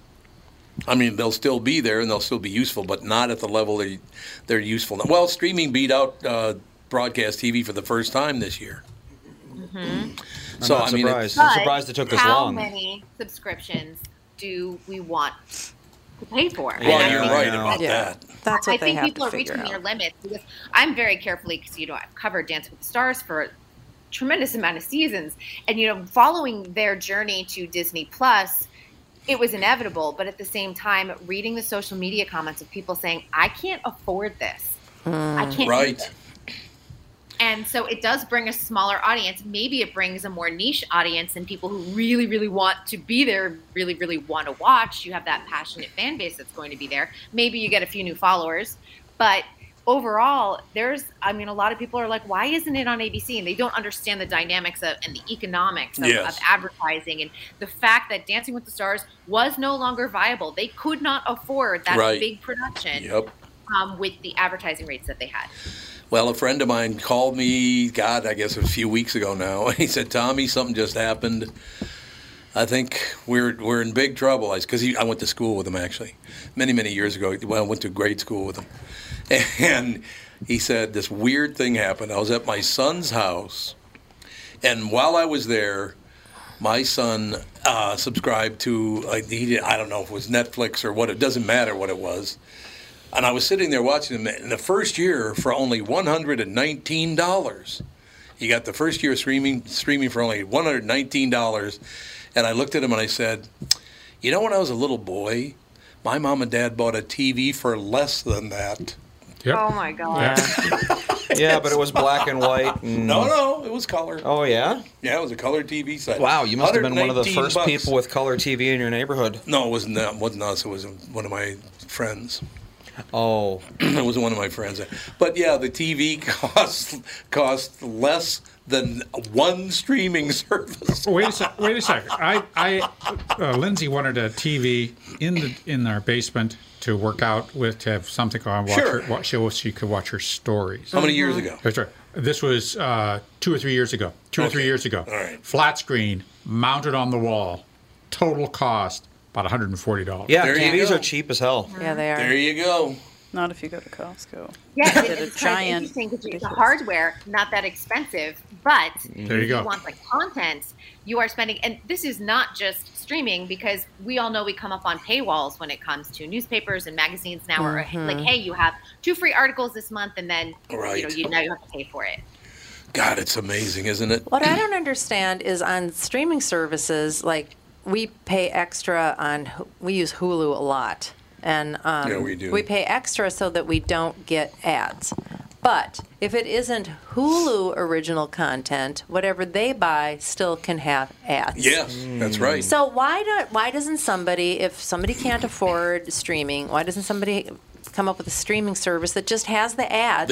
Speaker 1: I mean, they'll still be there and they'll still be useful, but not at the level they, they're useful now. Well, streaming beat out uh, broadcast TV for the first time this year.
Speaker 8: Mm-hmm.
Speaker 5: I'm
Speaker 1: Mm-hmm. So,
Speaker 5: not
Speaker 1: I mean, it-
Speaker 5: surprised. I'm
Speaker 18: But
Speaker 5: surprised it took this
Speaker 18: how
Speaker 5: long.
Speaker 18: many subscriptions do we want to pay for?
Speaker 1: Well,
Speaker 18: And I
Speaker 1: you're
Speaker 18: think-
Speaker 1: right about Yeah. that.
Speaker 4: That's what
Speaker 18: I
Speaker 4: they
Speaker 18: think
Speaker 4: have
Speaker 18: people
Speaker 4: to
Speaker 18: are reaching
Speaker 4: figure
Speaker 18: their
Speaker 4: out.
Speaker 18: limits because I'm very carefully because you know I've covered Dance with the Stars for a tremendous amount of seasons, and you know following their journey to Disney Plus. It was inevitable, but at the same time, reading the social media comments of people saying, "I can't afford this," I can't do
Speaker 1: Right.
Speaker 18: this. And so it does bring a smaller audience. Maybe it brings a more niche audience and people who really, really want to be there, really, really want to watch. You have that passionate fan base that's going to be there. Maybe you get a few new followers. But overall, there's, I mean, a lot of people are like, why isn't it on ABC? And they don't understand the dynamics of, and the economics of,
Speaker 8: Yes.
Speaker 18: of advertising and the fact that Dancing with the Stars was no longer viable. They could not afford that
Speaker 1: Right.
Speaker 18: big production
Speaker 1: Yep.
Speaker 18: um, with the advertising rates that they had.
Speaker 1: Well, a friend of mine called me, God, I guess a few weeks ago now. He said, Tommy, something just happened. I think we're, we're in big trouble. Because I went to school with him, actually, many, many years ago. Well, I went to grade school with him. And he said, This weird thing happened. I was at my son's house. And while I was there, my son uh, subscribed to, like, he did, I don't know if it was Netflix or what, it doesn't matter what it was. And I was sitting there watching them. In the first year, for only one hundred and nineteen dollars, you got the first year streaming streaming for only one hundred nineteen dollars. And I looked at him and I said, "You know, when I was a little boy, my mom and dad bought a TV for less than that."
Speaker 18: Oh my God.
Speaker 5: yeah, but it was black and white. and-
Speaker 1: No, no, it was color.
Speaker 5: Oh yeah.
Speaker 1: Yeah, it was a color TV set.
Speaker 5: Wow, you must have been one of the
Speaker 1: 119
Speaker 5: first
Speaker 1: bucks.
Speaker 5: people with color TV in your neighborhood.
Speaker 1: No, it wasn't that. Wasn't us. It was one of my friends.
Speaker 5: Oh,
Speaker 1: it was one of my friends. But yeah, the TV cost cost less than one streaming service.
Speaker 3: Wait a sec. Wait a sec. I, I, uh, Lindsay wanted a TV in the in our basement to work out with to have something on watch,
Speaker 1: Sure.
Speaker 3: her, watch so she could watch her stories.
Speaker 1: How many years Mhm. ago?
Speaker 3: That's right. This was uh, two or three years ago. Two or three years ago. All right. Flat screen, mounted on the wall. Total cost about one hundred and forty dollars.
Speaker 5: Yeah, There you TVs go. are cheap as hell.
Speaker 4: Yeah, they are.
Speaker 1: There you go.
Speaker 13: Not if you go to Costco.
Speaker 18: Yeah,
Speaker 13: Did
Speaker 18: it,
Speaker 13: a
Speaker 18: it's kind of
Speaker 13: giant-
Speaker 18: interesting because the hardware not that expensive, but
Speaker 13: Mm. There you
Speaker 18: if
Speaker 13: go.
Speaker 18: you want the content, you are spending. And this is not just streaming because we all know we come up on paywalls when it comes to newspapers and magazines now. Are
Speaker 1: Mhm.
Speaker 13: Mm-hmm.
Speaker 18: like, hey, you have two free articles this month, and then you know
Speaker 1: Right.
Speaker 18: you now you have to pay for it.
Speaker 1: God, it's amazing, isn't it?
Speaker 4: What I don't understand is on streaming services, like we pay extra on, we use Hulu a lot. And um,
Speaker 1: Yeah, we do.
Speaker 4: we pay extra so that we don't get ads. But if it isn't Hulu original content, whatever they buy still can have ads.
Speaker 1: Yes, that's right.
Speaker 4: So why don't why doesn't somebody if somebody can't afford streaming, why doesn't somebody come up with a streaming service that just has the ads?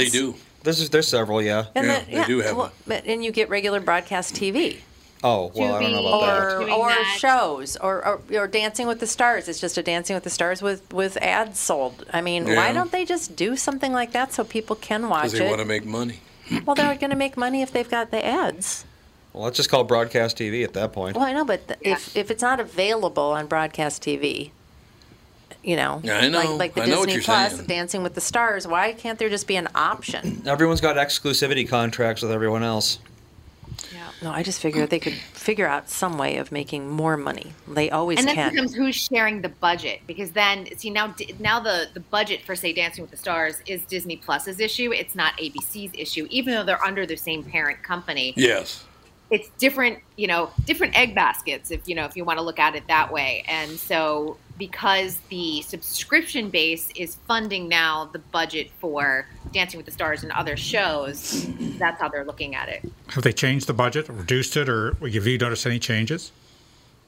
Speaker 5: This is there's several, yeah.
Speaker 4: And that- well, but- and you get regular broadcast TV.
Speaker 5: Oh well, I don't know about that.
Speaker 4: or, or shows or, or or Dancing with the Stars. It's just a Dancing with the Stars with with ads sold. I mean,
Speaker 1: Yeah.
Speaker 4: why don't they just do something like that so people can watch
Speaker 1: Because they want to
Speaker 4: it?
Speaker 1: make money.
Speaker 4: Well, they're going to make money if they've got the ads.
Speaker 5: Well, let's just call broadcast TV at that point.
Speaker 4: Well, I know, but th- if if it's not available on broadcast TV, you know,
Speaker 5: Yeah, I know.
Speaker 4: like, like the
Speaker 5: I know
Speaker 4: Disney
Speaker 5: what you're
Speaker 4: Plus,
Speaker 5: saying.
Speaker 4: Dancing with the Stars. Why can't there just be an option?
Speaker 5: Everyone's got exclusivity contracts with everyone else.
Speaker 4: No, I just figured they could figure out some way of making more money. They always
Speaker 18: and then
Speaker 4: can.
Speaker 18: becomes who's sharing the budget because then see now D- now the the budget for say Dancing with the Stars is Disney Plus's issue. It's not ABC's issue, even though they're under the same parent company.
Speaker 1: Yes.
Speaker 18: It's different, you know, different egg baskets if you know if you want to look at it that way. And so because the subscription base is funding now the budget for Dancing with the Stars and other shows, that's how they're looking at it.
Speaker 3: Have they changed the budget, reduced it, or have you noticed any changes?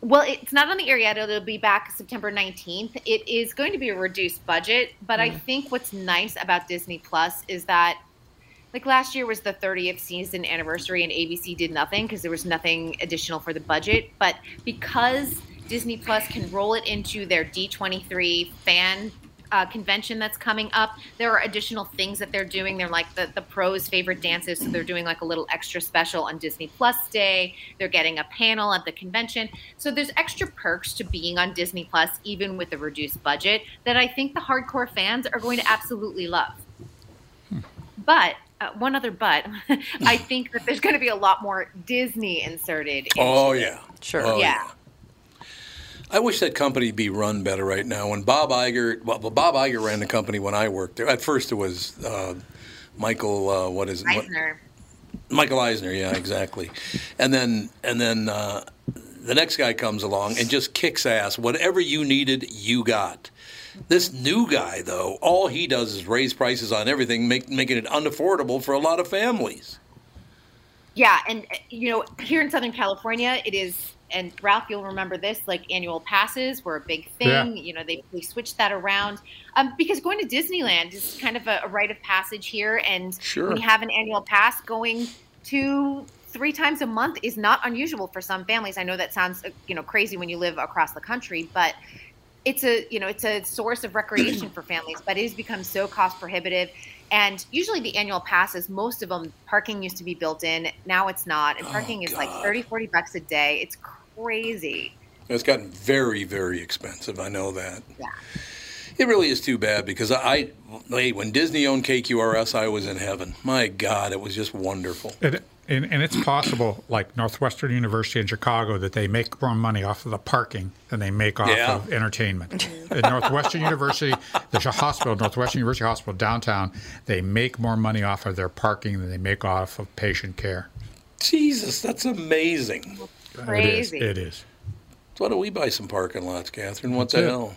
Speaker 18: Well, it's not on the air yet. It'll be back September 19th. It is going to be a reduced budget, but I
Speaker 10: Mhm.
Speaker 18: think what's nice about Disney Plus is that like last year was the 30th season anniversary and ABC did nothing because there was nothing additional for the budget, but because Disney Plus can roll it into their D23 fan uh, convention that's coming up. There are additional things that they're doing. They're like the, the pros' favorite dances, so they're doing like a little extra special on Disney Plus Day. They're getting a panel at the convention. So there's extra perks to being on Disney Plus, even with the reduced budget, that I think the hardcore fans are going to absolutely love. But uh, one other but, I think that there's going to be a lot more Disney inserted. into
Speaker 1: Oh
Speaker 18: it.
Speaker 1: yeah.
Speaker 4: Sure.
Speaker 1: Oh,
Speaker 18: yeah.
Speaker 1: I wish that company be run better right now. When Bob Iger, well, Bob Iger ran the company when I worked there. At first, it was uh, Michael. Uh, what is it? What-
Speaker 18: Eisner.
Speaker 1: Michael Eisner, yeah, exactly. And then and then uh, the next guy comes along and just kicks ass. Whatever you needed, you got. This new guy, though, all he does is raise prices on everything, make, making it unaffordable for a lot of families.
Speaker 18: Yeah, and uh, you know, here in Southern California, it is. And Ralph, you'll remember this. Like annual passes were a big thing.
Speaker 8: Yeah.
Speaker 18: You know, they, they switched that around um, because going to Disneyland is kind of a, a rite of passage here, and
Speaker 8: Sure.
Speaker 18: when you have an annual pass, going two, three times a month is not unusual for some families. I know that sounds uh, you know crazy when you live across the country, but it's a you know it's a source of recreation for families but it has become so cost prohibitive and usually the annual passes most of them parking used to be built in now it's not
Speaker 1: Oh,
Speaker 18: and parking is like 30 40 bucks a day it's crazy
Speaker 1: It's gotten very, very expensive. I know that.
Speaker 18: Yeah.
Speaker 1: It really is too bad because I, I hey, when Disney owned KQRS, I was in heaven. My God, it was just wonderful.
Speaker 3: And, and, and it's possible, like Northwestern University in Chicago, that they make more money off of the parking than they make off
Speaker 1: Yeah.
Speaker 3: of entertainment. At Northwestern University, there's a hospital, Northwestern University Hospital downtown, they make more money off of their parking than they make off of patient care.
Speaker 1: Jesus, that's amazing.
Speaker 3: It is. It is.
Speaker 1: So why don't we buy some parking lots, Catherine? What the
Speaker 3: That's it.
Speaker 1: hell?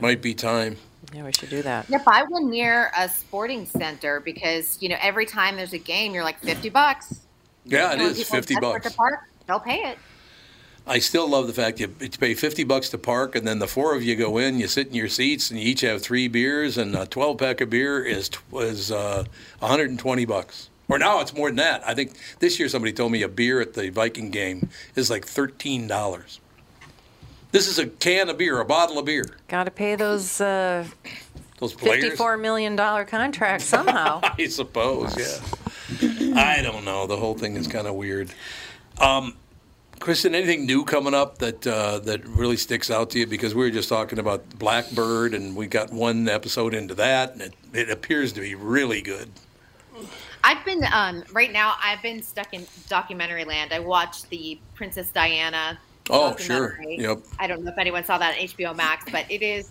Speaker 1: Might be time.
Speaker 4: Yeah, we should do that.
Speaker 18: Yep, I one near a sporting center because you know every time there's a game you're like 50 bucks
Speaker 1: Yeah,
Speaker 18: You
Speaker 1: it
Speaker 18: know,
Speaker 1: is
Speaker 18: people
Speaker 1: fifty
Speaker 18: desperate
Speaker 1: bucks.
Speaker 18: to park, they'll pay it
Speaker 1: I still love the fact you you pay fifty bucks to park, and then the four of you go in, you sit in your seats, and you each have three beers, and a twelve pack of beer is tw- is uh, one hundred and twenty bucks. Or now it's more than that. I think this year somebody told me a beer at the Viking game is like thirteen dollars. This is a can of beer, a bottle of beer.
Speaker 4: Got to pay those uh,
Speaker 1: Those players,
Speaker 4: fifty-four million dollar contracts somehow.
Speaker 1: I suppose. Yeah. I don't know. The whole thing is kind of weird. Um, Kristen, anything new coming up that uh, that really sticks out to you? Because we were just talking about Blackbird, and we got one episode into that, and it, it appears to be really good.
Speaker 18: I've been um, right now. I've been stuck in documentary land. I watched the Princess Diana.
Speaker 1: Oh, sure.
Speaker 18: documentary.
Speaker 1: Yep.
Speaker 18: I don't know if anyone saw that on HBO Max, but it is.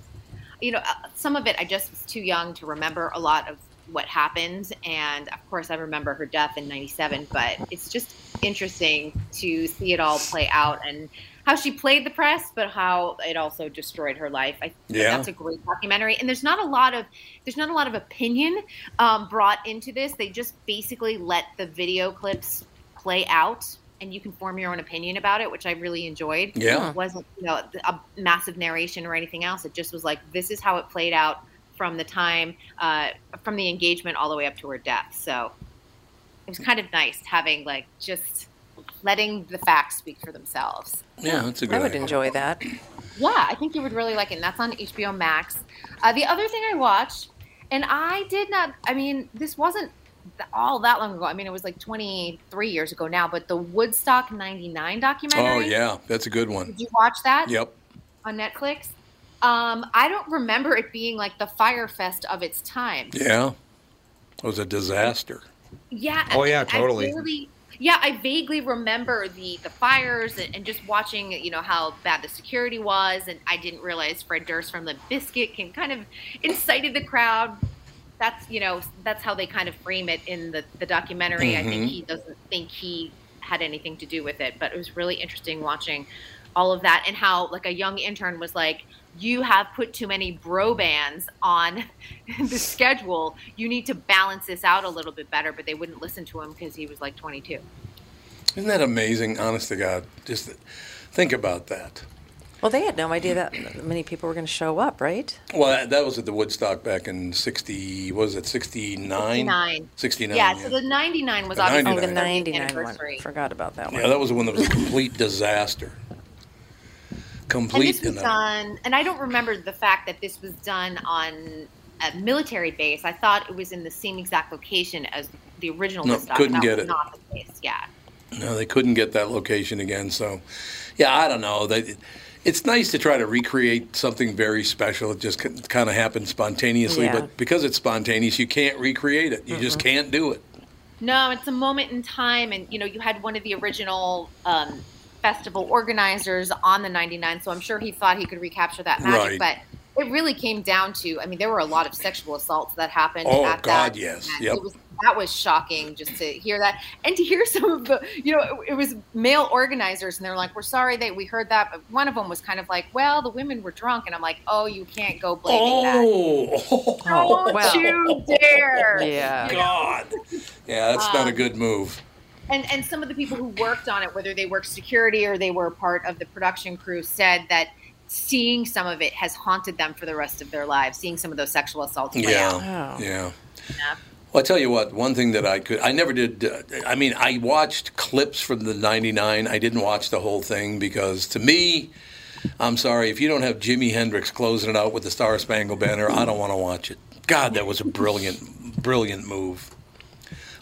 Speaker 18: You know, uh, some of it I just was too young to remember a lot of what happened, and of course I remember her death in '97. But it's just interesting to see it all play out and how she played the press, but how it also destroyed her life. I think
Speaker 8: Yeah.
Speaker 18: that's a great documentary, and there's not a lot of there's not a lot of opinion um, brought into this. They just basically let the video clips play out, and you can form your own opinion about it, which I really enjoyed.
Speaker 8: Yeah.
Speaker 18: it wasn't you know a massive narration or anything else. It just was like this is how it played out from the time uh, from the engagement all the way up to her death. So it was kind of nice having like just letting the facts speak for themselves.
Speaker 1: Yeah, that's a good.
Speaker 4: I would
Speaker 1: idea.
Speaker 4: enjoy that.
Speaker 18: Yeah, I think you would really like it. And that's on HBO Max. Uh, the other thing I watched, and I did not, I mean, this wasn't th- all that long ago. I mean, it was like 23 years ago now, but the Woodstock 99 documentary.
Speaker 1: Oh yeah, that's a good one.
Speaker 18: Did you watch that?
Speaker 1: Yep.
Speaker 18: On Netflix? Um, I don't remember it being like the fire fest of its time.
Speaker 1: Yeah. It was a disaster.
Speaker 18: Yeah.
Speaker 1: Oh,
Speaker 18: I-
Speaker 1: yeah,
Speaker 18: I
Speaker 1: totally.
Speaker 18: barely- yeah, I vaguely remember the the fires and, and just watching, you know, how bad the security was, and I didn't realize Fred Durst from the Biscuit can kind of incited the crowd. That's you know that's how they kind of frame it in the the documentary. I
Speaker 10: Mhm.
Speaker 1: Mm-hmm.
Speaker 18: think he doesn't think he had anything to do with it, but it was really interesting watching all of that and how like a young intern was like you have put too many bro bands on the schedule you need to balance this out a little bit better but they wouldn't listen to him because he was like 22
Speaker 1: Isn't that amazing? Honest to God, just think about that.
Speaker 4: Well, they had no idea that many people were going to show up, right?
Speaker 1: Well, that, that was at the Woodstock back in sixty. What was it sixty nine?
Speaker 18: 69.
Speaker 1: Sixty nine.
Speaker 18: yeah, so the 99 was
Speaker 1: The
Speaker 18: obviously
Speaker 1: 99.
Speaker 18: the
Speaker 1: Oh, the
Speaker 18: 99
Speaker 4: one.
Speaker 18: anniversary
Speaker 4: Forgot about that one.
Speaker 1: Yeah, that was the one that was a complete disaster.
Speaker 18: and this
Speaker 1: Complete.
Speaker 18: was done and i don't remember the fact that this was done on a military base i thought it was in the same exact location as the original
Speaker 1: No,
Speaker 18: Woodstock,
Speaker 1: couldn't
Speaker 18: and that
Speaker 1: get
Speaker 18: was
Speaker 1: it.
Speaker 18: not the case yeah
Speaker 1: No, they couldn't get that location again. So, yeah, I don't know. They, it's nice to try to recreate something very special. It just kind of happened spontaneously,
Speaker 18: Yeah. Mm-hmm.
Speaker 1: but because it's spontaneous, you can't recreate it. You just can't do it.
Speaker 18: No, it's a moment in time, and you know, you had one of the original um, festival organizers on the '99, so I'm sure he thought he could recapture that magic.
Speaker 1: Right.
Speaker 18: But it really came down to, I mean, there were a lot of sexual assaults that happened.
Speaker 1: Oh,
Speaker 18: at
Speaker 1: God,
Speaker 18: that
Speaker 1: yes.
Speaker 18: event.
Speaker 1: Yep.
Speaker 18: It was, that was shocking just to hear that, and to hear some of the, you know, it, it was male organizers, and they're like, "We're sorry that we heard that." But one of them was kind of like, "Well, the women were drunk," and I'm like, "Oh, you can't go blaming that."
Speaker 1: Oh,
Speaker 18: Don't you dare!
Speaker 1: Yeah.
Speaker 18: You know?
Speaker 1: God. Yeah, that's not a
Speaker 18: Um,
Speaker 1: good move.
Speaker 18: and and some of the people who worked on it, whether they worked security or they were part of the production crew, said that seeing some of it has haunted them for the rest of their lives. Seeing some of those sexual assaults play
Speaker 1: Yeah.
Speaker 18: out.
Speaker 1: Yeah. Well, I tell you what, one thing that I could, I never did, uh, I mean, I watched clips from the 99. I didn't watch the whole thing because to me, I'm sorry, if you don't have Jimi Hendrix closing it out with the Star Spangled Banner, I don't want to watch it. God, that was a brilliant, brilliant move.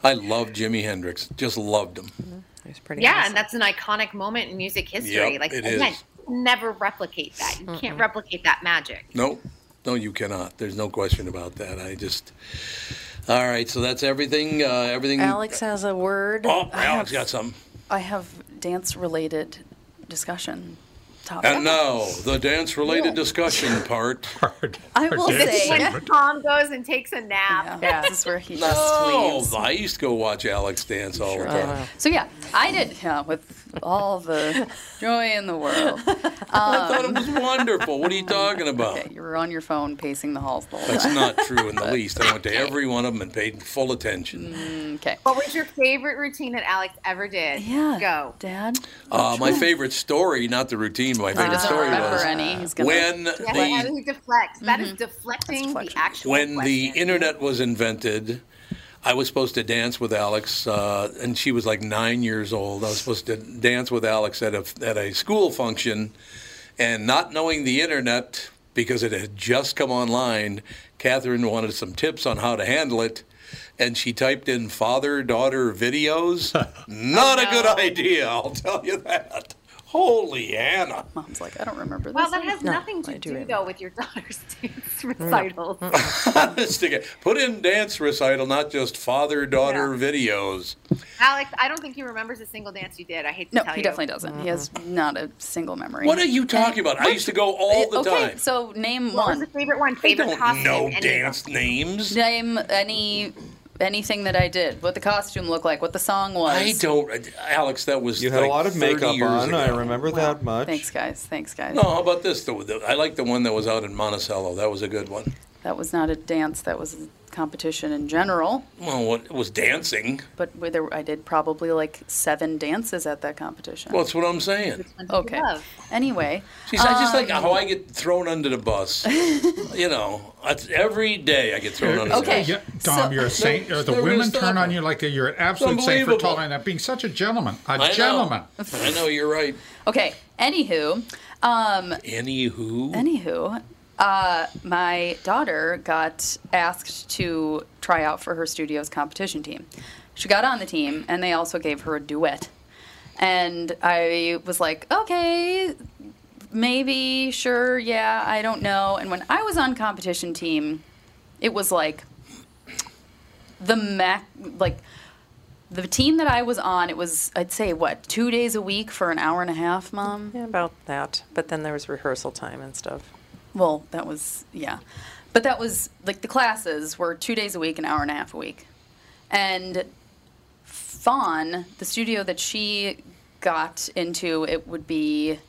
Speaker 1: I loved Jimi Hendrix, just loved him.
Speaker 4: He's
Speaker 18: Yeah,
Speaker 4: Mm-hmm. pretty.
Speaker 18: and that's an iconic moment in music history.
Speaker 1: Yep,
Speaker 18: like
Speaker 1: it
Speaker 18: again,
Speaker 1: is.
Speaker 18: you can never replicate that. You can't replicate that magic.
Speaker 1: No, no, you cannot. There's no question about that. I just, all right, so that's everything. Uh, everything.
Speaker 4: Alex has a word.
Speaker 1: Oh, Alex got something.
Speaker 13: I have dance related discussion topics.
Speaker 1: And now the dance-related discussion part.
Speaker 13: I will
Speaker 18: This is
Speaker 13: say.
Speaker 18: when Tom goes and takes a nap.
Speaker 13: Yeah, this is where he just
Speaker 1: Oh,
Speaker 13: leaves.
Speaker 1: I used to go watch Alex dance all the time.
Speaker 13: So yeah, I did. Yeah, with all the joy in the world. Uh, Um,
Speaker 1: I thought it was wonderful. What are you talking about?
Speaker 13: You were on your phone pacing the halls the whole
Speaker 1: That's
Speaker 13: time.
Speaker 1: not true in the least. I went to every one of them and paid full attention.
Speaker 13: Mm, Okay.
Speaker 18: What was your favorite routine that Alex ever did? Yeah. Go.
Speaker 13: Dad?
Speaker 1: Uh, my favorite story, not the routine, but my
Speaker 13: He
Speaker 1: favorite
Speaker 13: doesn't
Speaker 1: story
Speaker 13: remember
Speaker 1: was
Speaker 13: any. He's gonna-
Speaker 1: when
Speaker 18: Yeah,
Speaker 1: the
Speaker 18: how he deflects. That
Speaker 13: Mm-hmm.
Speaker 18: is deflecting the actual
Speaker 1: when the internet was invented, I was supposed to dance with Alex, uh, and she was like nine years old. I was supposed to dance with Alex at a at a school function, and not knowing the internet because it had just come online, Catherine wanted some tips on how to handle it. And she typed in father daughter videos. Not a good idea, I'll tell you that. Holy Anna.
Speaker 13: Mom's like, I don't remember
Speaker 18: Well, that has
Speaker 1: No,
Speaker 18: nothing to
Speaker 1: I do
Speaker 18: do,
Speaker 1: remember.
Speaker 18: though with your daughter's dance
Speaker 4: Mm,
Speaker 18: recitals.
Speaker 1: Honest to God. Put in dance recital, not just father daughter videos.
Speaker 18: Alex, I don't think he remembers a single dance you did. I hate to
Speaker 13: No,
Speaker 18: tell
Speaker 13: he
Speaker 18: you.
Speaker 13: definitely doesn't. He has not a single memory.
Speaker 1: What are you talking about? I used to go all the
Speaker 13: uh, okay,
Speaker 1: time.
Speaker 13: so name
Speaker 18: What was
Speaker 13: one.
Speaker 18: the favorite one?
Speaker 1: I
Speaker 18: Favorite
Speaker 1: don't
Speaker 18: costume?
Speaker 1: know
Speaker 18: Any-
Speaker 1: dance names.
Speaker 13: Name any anything that I did, what the costume looked like, what the song was.
Speaker 1: I don't, uh, Alex. That was
Speaker 5: You had a
Speaker 1: like
Speaker 5: lot of
Speaker 1: 30
Speaker 5: makeup
Speaker 1: years
Speaker 5: on, I
Speaker 1: ago.
Speaker 5: remember that much.
Speaker 13: Thanks, guys. Thanks, guys.
Speaker 1: No, how about this? The, the, I like the one that was out in Monticello. That was a good one.
Speaker 13: That was not a dance. That was a competition in general.
Speaker 1: Well, what it was dancing?
Speaker 13: But where there, I did probably like seven dances at that competition.
Speaker 1: Well, that's what I'm saying.
Speaker 13: okay. Anyway,
Speaker 1: She's I just like
Speaker 13: um,
Speaker 1: how I get thrown under the bus. you know, that's- every day I get thrown under
Speaker 13: Okay,
Speaker 1: the
Speaker 3: Yeah,
Speaker 1: bus.
Speaker 3: Dom, you're a saint.
Speaker 1: No,
Speaker 3: or the
Speaker 1: no,
Speaker 3: women
Speaker 1: stop
Speaker 3: turn
Speaker 1: it.
Speaker 3: on you like you're an absolute saint for
Speaker 1: Unbelievable.
Speaker 3: tolerating that, being such a gentleman. A
Speaker 1: I know.
Speaker 3: gentleman.
Speaker 1: I know you're right.
Speaker 13: okay. Anywho, um,
Speaker 1: Anywho,
Speaker 13: Anywho, uh, my daughter got asked to try out for her studio's competition team. She got on the team, and they also gave her a duet. And I was like, okay, maybe, sure, yeah, I don't know. And when I was on competition team, it was like the mac, like The team that I was on, it was I'd say what two days a week for an hour and a half, mom.
Speaker 4: Yeah, about that. But then there was rehearsal time and stuff.
Speaker 13: Well, that was yeah, but that was like the classes were two days a week, an hour and a half a week, and Fawn, the studio that she got into, it would be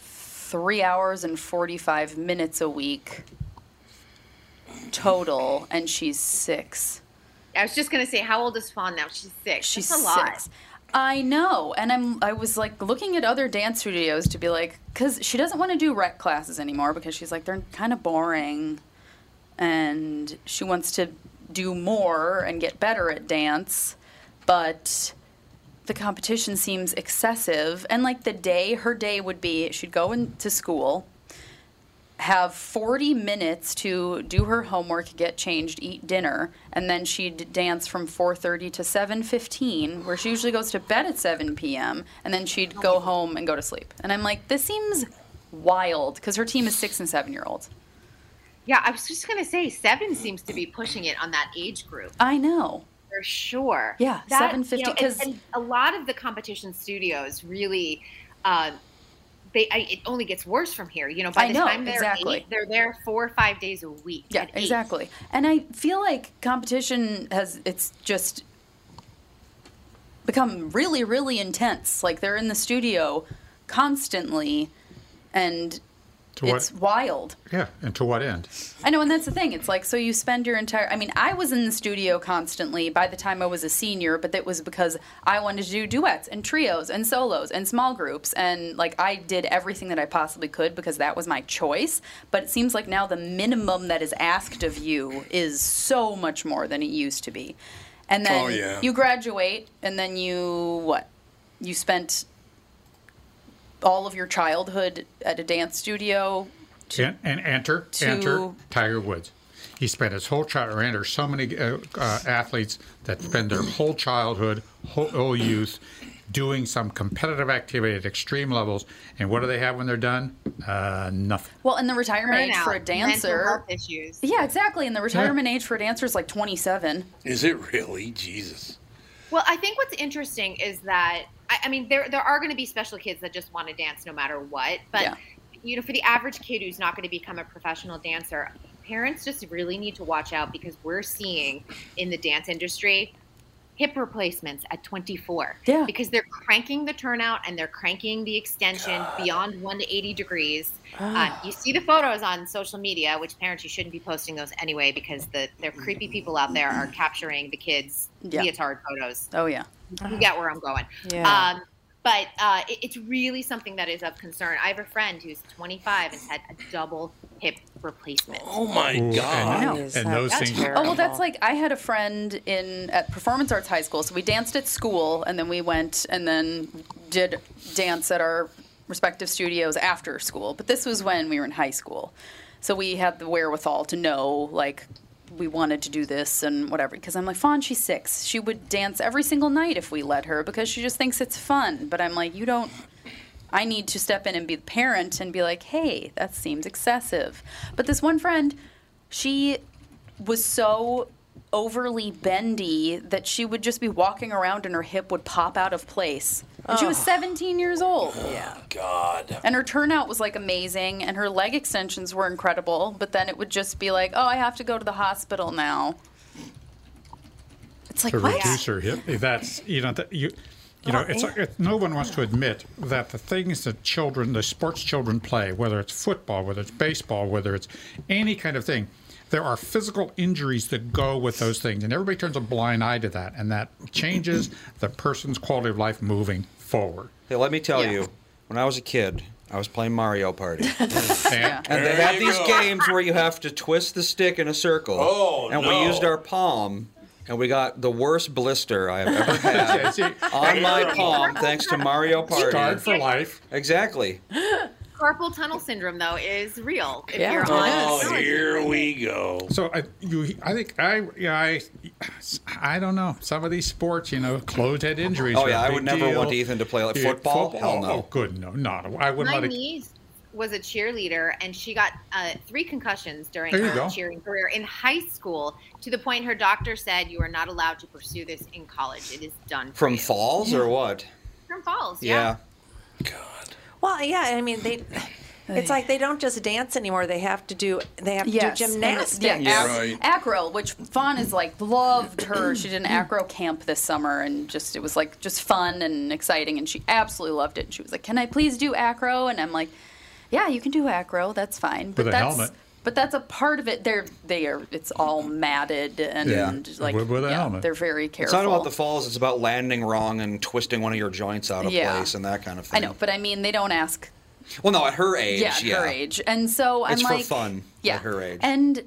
Speaker 13: three hours and forty-five minutes a week total, and she's six.
Speaker 18: I was just gonna say, how old is Fawn now? She's six.
Speaker 13: She's
Speaker 18: That's a lot.
Speaker 13: six. I know, and I'm. I was like looking at other dance studios to be like, because she doesn't want to do rec classes anymore because she's like they're kind of boring, and she wants to do more and get better at dance, but the competition seems excessive. And like the day, her day would be she'd go into school, have 40 minutes to do her homework, get changed, eat dinner, and then she'd dance from 4:30 to 7:15, where she usually goes to bed at 7 p.m., and then she'd go home and go to sleep. And I'm like, this seems wild cuz her team is 6 and 7 year olds.
Speaker 18: Yeah, I was just gonna say, seven seems to be pushing it on that age group.
Speaker 13: I know.
Speaker 18: For sure.
Speaker 13: Yeah,
Speaker 18: That,
Speaker 13: 750,
Speaker 18: you know, and-
Speaker 13: 'cause-
Speaker 18: and, a lot of the competition studios really, um, they I, it only gets worse from here. You know, by
Speaker 13: I
Speaker 18: the
Speaker 13: know,
Speaker 18: time they're
Speaker 13: exactly.
Speaker 18: eight, they're there four or five days a week.
Speaker 13: Yeah,
Speaker 18: at eight.
Speaker 13: exactly. And I feel like competition has it's just become really really intense. Like they're in the studio constantly and
Speaker 3: To what-
Speaker 13: it's wild.
Speaker 3: Yeah, and to what end?
Speaker 13: I know, and that's the thing. It's like so you spend your entire. I mean, I was in the studio constantly by the time I was a senior, but that was because I wanted to do duets and trios and solos and small groups, and like I did everything that I possibly could because that was my choice. But it seems like now the minimum that is asked of you is so much more than it used to be, and then
Speaker 1: Oh, yeah.
Speaker 13: you graduate, and then you what? You spent all of your childhood at a dance studio
Speaker 3: And, and enter,
Speaker 13: to-
Speaker 3: enter Tiger Woods. He spent his whole child, or enter so many uh, uh, athletes that spend their whole childhood, whole, whole youth, doing some competitive activity at extreme levels. And what do they have when they're done? Uh, nothing.
Speaker 13: Well, and the retirement age for a
Speaker 18: Burnout, mental
Speaker 13: dancer.
Speaker 18: health issues.
Speaker 13: Yeah, exactly. And the retirement age for a dancer is like 27.
Speaker 1: Is it really? Jesus.
Speaker 18: Well, I think what's interesting is that I, I mean there there are going to be special kids that just want to dance no matter what, but you know for the average kid who's not going to become a professional dancer, parents just really need to watch out because we're seeing in the dance industry hip replacements at 24
Speaker 13: yeah.
Speaker 18: because they're cranking the turnout and they're cranking the extension beyond 180 degrees uh,
Speaker 13: Ah.
Speaker 18: you see the photos on social media which parents you shouldn't be posting those anyway because the they're creepy people out there are capturing the kids
Speaker 13: Yeah.
Speaker 18: leotard photos
Speaker 13: Oh, yeah.
Speaker 18: you get where I'm going.
Speaker 13: Yeah.
Speaker 18: Um, but uh, it, it's really something that is of concern. I have a friend who's 25 and's had a double hip replacement.
Speaker 1: Oh my
Speaker 3: Ooh,
Speaker 1: God.
Speaker 3: and- and those things-
Speaker 13: Oh, well, that's like I had a friend in at Performance Arts High School. So we danced at school and then we went and then did dance at our respective studios after school. But this was when we were in high school. So we had the wherewithal to know, like, we wanted to do this and whatever. Because I'm like, Fawn, she's six. She would dance every single night if we let her because she just thinks it's fun. But I'm like, you don't. I need to step in and be the parent and be like, hey, that seems excessive. But this one friend, she was so overly bendy that she would just be walking around and her hip would pop out of place. And she was
Speaker 1: Ugh.
Speaker 13: 17 years old.
Speaker 1: Yeah. God.
Speaker 13: And her turnout was like amazing and her leg extensions were incredible, but then it would just be like, "Oh, I have to go to the hospital now." It's like,
Speaker 3: to
Speaker 13: "What?"
Speaker 3: reduce her hip. That's you know that you. You know,
Speaker 13: Oh,
Speaker 3: it's
Speaker 13: yeah.
Speaker 3: like it, no one wants to admit that the things that children, the sports children play, whether it's football, whether it's baseball, whether it's any kind of thing, there are physical injuries that go with those things, and everybody turns a blind eye to that, and that changes the person's quality of life moving forward.
Speaker 5: Hey, let me tell you, when I was a kid, I was playing Mario Party. And they
Speaker 3: There
Speaker 5: have
Speaker 3: you
Speaker 5: these
Speaker 3: go.
Speaker 5: games where you have to twist the stick in a circle.
Speaker 3: Oh,
Speaker 5: And
Speaker 3: no.
Speaker 5: we used our palm, and we got the worst blister I have ever
Speaker 3: Yeah,
Speaker 5: had
Speaker 3: see,
Speaker 5: on my palm, thanks to Mario Party.
Speaker 3: Scarred for life.
Speaker 5: Exactly.
Speaker 18: Carpal tunnel syndrome, though, is real. If you're
Speaker 1: Oh,
Speaker 18: on
Speaker 1: here we go.
Speaker 3: So I, you, I think I, yeah, I, I don't know. Some of these sports, you know, closed-head injuries.
Speaker 5: Oh,
Speaker 3: are a
Speaker 5: yeah, I
Speaker 3: big
Speaker 5: would never
Speaker 3: deal.
Speaker 5: want Ethan to play, like,
Speaker 3: Yeah,
Speaker 5: football? Hell no.
Speaker 3: Oh, good, no, not. I
Speaker 18: my
Speaker 3: wouldn't let. A,
Speaker 18: niece was a cheerleader and she got uh, three concussions during
Speaker 3: There you
Speaker 18: her
Speaker 3: go.
Speaker 18: cheering career in high school to the point her doctor said you are not allowed to pursue this in college. It is done.
Speaker 5: From falls or what?
Speaker 18: From falls, yeah.
Speaker 4: Well, yeah, I mean they. It's like they don't just dance anymore. They have to do. They have to
Speaker 13: Yes.
Speaker 4: do gymnastics.
Speaker 13: Yeah, ac- acro, which Fawn is like loved her. She did an acro camp this summer, and just it was like just fun and exciting, and she absolutely loved it. And she was like, "Can I please do acro?" And I'm like, "Yeah, you can do acro. That's fine."
Speaker 3: With a
Speaker 13: that's
Speaker 3: helmet.
Speaker 13: but that's a part of it. They're they are. It's all matted and
Speaker 5: Yeah.
Speaker 13: like
Speaker 5: With- with a
Speaker 13: yeah,
Speaker 5: helmet.
Speaker 13: They're very
Speaker 5: It's
Speaker 13: careful.
Speaker 5: not about the falls. It's about landing wrong and twisting one of your joints out of
Speaker 13: Yeah.
Speaker 5: place and that kind of thing.
Speaker 13: I know, but I mean, they don't ask.
Speaker 5: Well, no, at her age,
Speaker 13: yeah,
Speaker 5: yeah,
Speaker 13: at her age, and so I'm
Speaker 5: it's
Speaker 13: like,
Speaker 5: for fun.
Speaker 13: yeah.
Speaker 5: at her age.
Speaker 13: And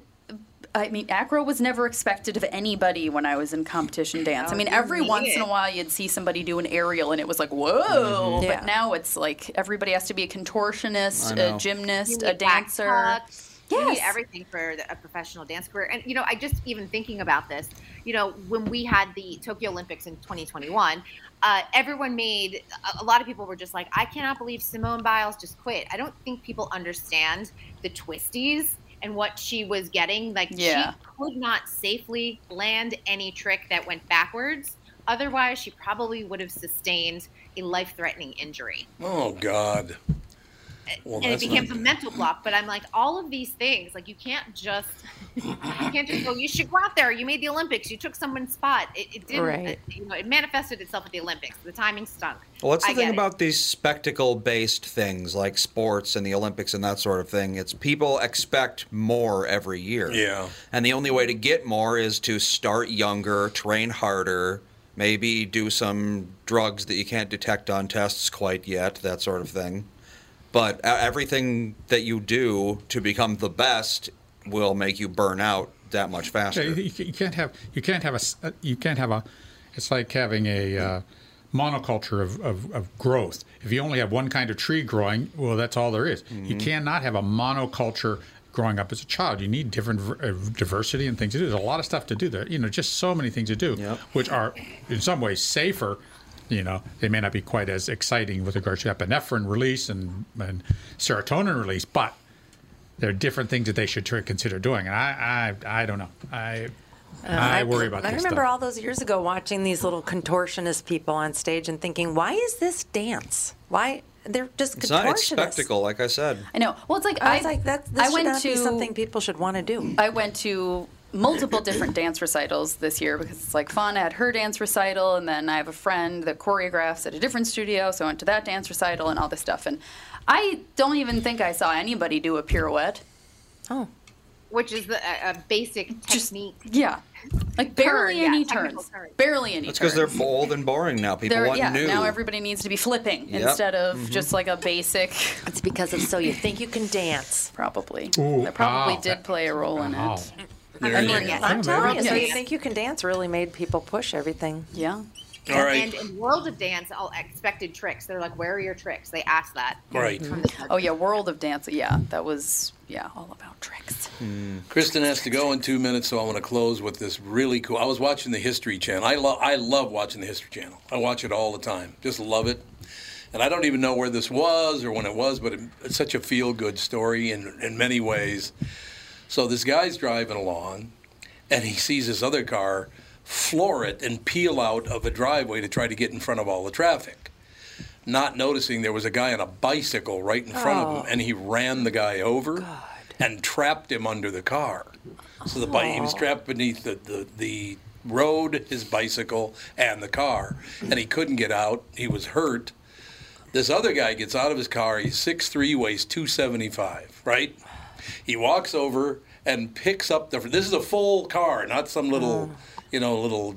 Speaker 13: I mean, acro was never expected of anybody when I was in competition dance. I
Speaker 18: Oh,
Speaker 13: mean,
Speaker 18: you
Speaker 13: every
Speaker 18: need
Speaker 13: once in a
Speaker 18: it.
Speaker 13: while you'd see somebody do an aerial, and it was like, whoa!
Speaker 18: Mhm.
Speaker 13: But
Speaker 18: Yeah.
Speaker 13: now it's like everybody has to be a contortionist,
Speaker 18: I
Speaker 13: a
Speaker 18: know.
Speaker 13: gymnast,
Speaker 18: You
Speaker 13: a
Speaker 18: need back
Speaker 13: dancer.
Speaker 18: tucks. You need
Speaker 13: Yes.
Speaker 18: everything for the, a professional dance career. And, you know, I just even thinking about this, you know, when we had the Tokyo Olympics in 2021, uh, everyone made, a, a lot of people were just like, I cannot believe Simone Biles just quit. I don't think people understand the twisties and what she was getting. Like,
Speaker 13: Yeah.
Speaker 18: she could not safely land any trick that went backwards. Otherwise, she probably would have sustained a life threatening injury
Speaker 1: Oh God. Well,
Speaker 18: and it
Speaker 1: that's
Speaker 18: becomes
Speaker 1: not-
Speaker 18: a mental block. But I'm like, all of these things, like you can't just, you can't just go. You should go out there. You made the Olympics. You took someone's spot. It, it didn't. uh,
Speaker 5: Right.
Speaker 18: you know, it manifested itself at the Olympics. The timing stunk.
Speaker 5: Well, that's the
Speaker 18: I get
Speaker 5: thing
Speaker 18: it.
Speaker 5: about these spectacle based things like sports and the Olympics and that sort of thing. It's people expect more every year.
Speaker 1: Yeah.
Speaker 5: And the only way to get more is to start younger, train harder, maybe do some drugs that you can't detect on tests quite yet, that sort of thing. But e- everything that you do to become the best will make you burn out that much faster.
Speaker 3: Yeah, you, you can't have you can't have a s- uh, you can't have a. It's like having a uh, monoculture of, of, of growth. If you only have one kind of tree growing, well, that's all there is. You cannot have a monoculture growing up as a child. You need different ver- uh, diversity and things to do. There's a lot of stuff to do there. You know, just so many things to do, which are in some ways safer. You know, they may not be quite as exciting with regards to epinephrine release and, and serotonin release, but there are different things that they should tr- consider doing, and I, I, I don't know. I,
Speaker 4: Uh,
Speaker 3: I, worry about
Speaker 4: I
Speaker 3: this
Speaker 4: remember
Speaker 3: stuff.
Speaker 4: all those years ago watching these little contortionist people on stage and thinking, why is this dance? Why they're just
Speaker 5: it's not a
Speaker 4: contortionists?
Speaker 5: spectacle, like I said.
Speaker 13: I know. Well, it's like
Speaker 4: I
Speaker 13: I,
Speaker 4: was like, that's- this
Speaker 13: I
Speaker 4: should
Speaker 13: went
Speaker 4: not
Speaker 13: to
Speaker 4: be something people should want to do.
Speaker 13: I went to multiple different dance recitals this year because it's like Fawn had her dance recital, and then I have a friend that choreographs at a different studio, so I went to that dance recital and all this stuff. And I don't even think I saw anybody do a pirouette.
Speaker 4: Oh.
Speaker 18: Which is the a, a basic technique.
Speaker 13: Yeah. Like barely
Speaker 18: Turn, yeah,
Speaker 13: any
Speaker 18: technical
Speaker 13: turns.
Speaker 18: turn.
Speaker 13: Barely any
Speaker 5: That's
Speaker 13: turns.
Speaker 5: because they're old and boring now. People
Speaker 13: They're-
Speaker 5: want
Speaker 13: yeah,
Speaker 5: new.
Speaker 13: now everybody needs to be flipping
Speaker 5: Yep.
Speaker 13: instead of
Speaker 5: Mhm.
Speaker 13: just like a basic.
Speaker 4: It's because of so you think you can dance.
Speaker 13: Probably.
Speaker 4: Ooh,
Speaker 13: that probably
Speaker 4: wow.
Speaker 13: did play a role in
Speaker 4: Wow.
Speaker 13: it.
Speaker 1: There you go.
Speaker 4: I'm telling you, so you
Speaker 18: Yeah.
Speaker 4: think you can dance really made people push everything.
Speaker 13: Yeah.
Speaker 1: All right.
Speaker 18: And in World of Dance, all expected tricks. They're like, where are your tricks? They ask that.
Speaker 1: Right.
Speaker 13: Oh yeah, World of Dance. Yeah, that was yeah all about tricks.
Speaker 1: Hmm. Kristen has to go in two minutes, so I want to close with this really cool. I was watching the History Channel. I love I love watching the History Channel. I watch it all the time. Just love it. And I don't even know where this was or when it was, but it, it's such a feel good story in in many ways. So this guy's driving along, and he sees this other car floor it and peel out of a driveway to try to get in front of all the traffic. Not noticing there was a guy on a bicycle right in front of him,
Speaker 12: Oh.
Speaker 1: and he ran the guy over and trapped him under the car. So the bike, he was
Speaker 12: Oh.
Speaker 1: trapped beneath the, the, the road, his bicycle, and the car. And he couldn't get out. He was hurt. This other guy gets out of his car. He's 6'3, weighs 275, right? He walks over and picks up the. This is a full car, not some little, you know, little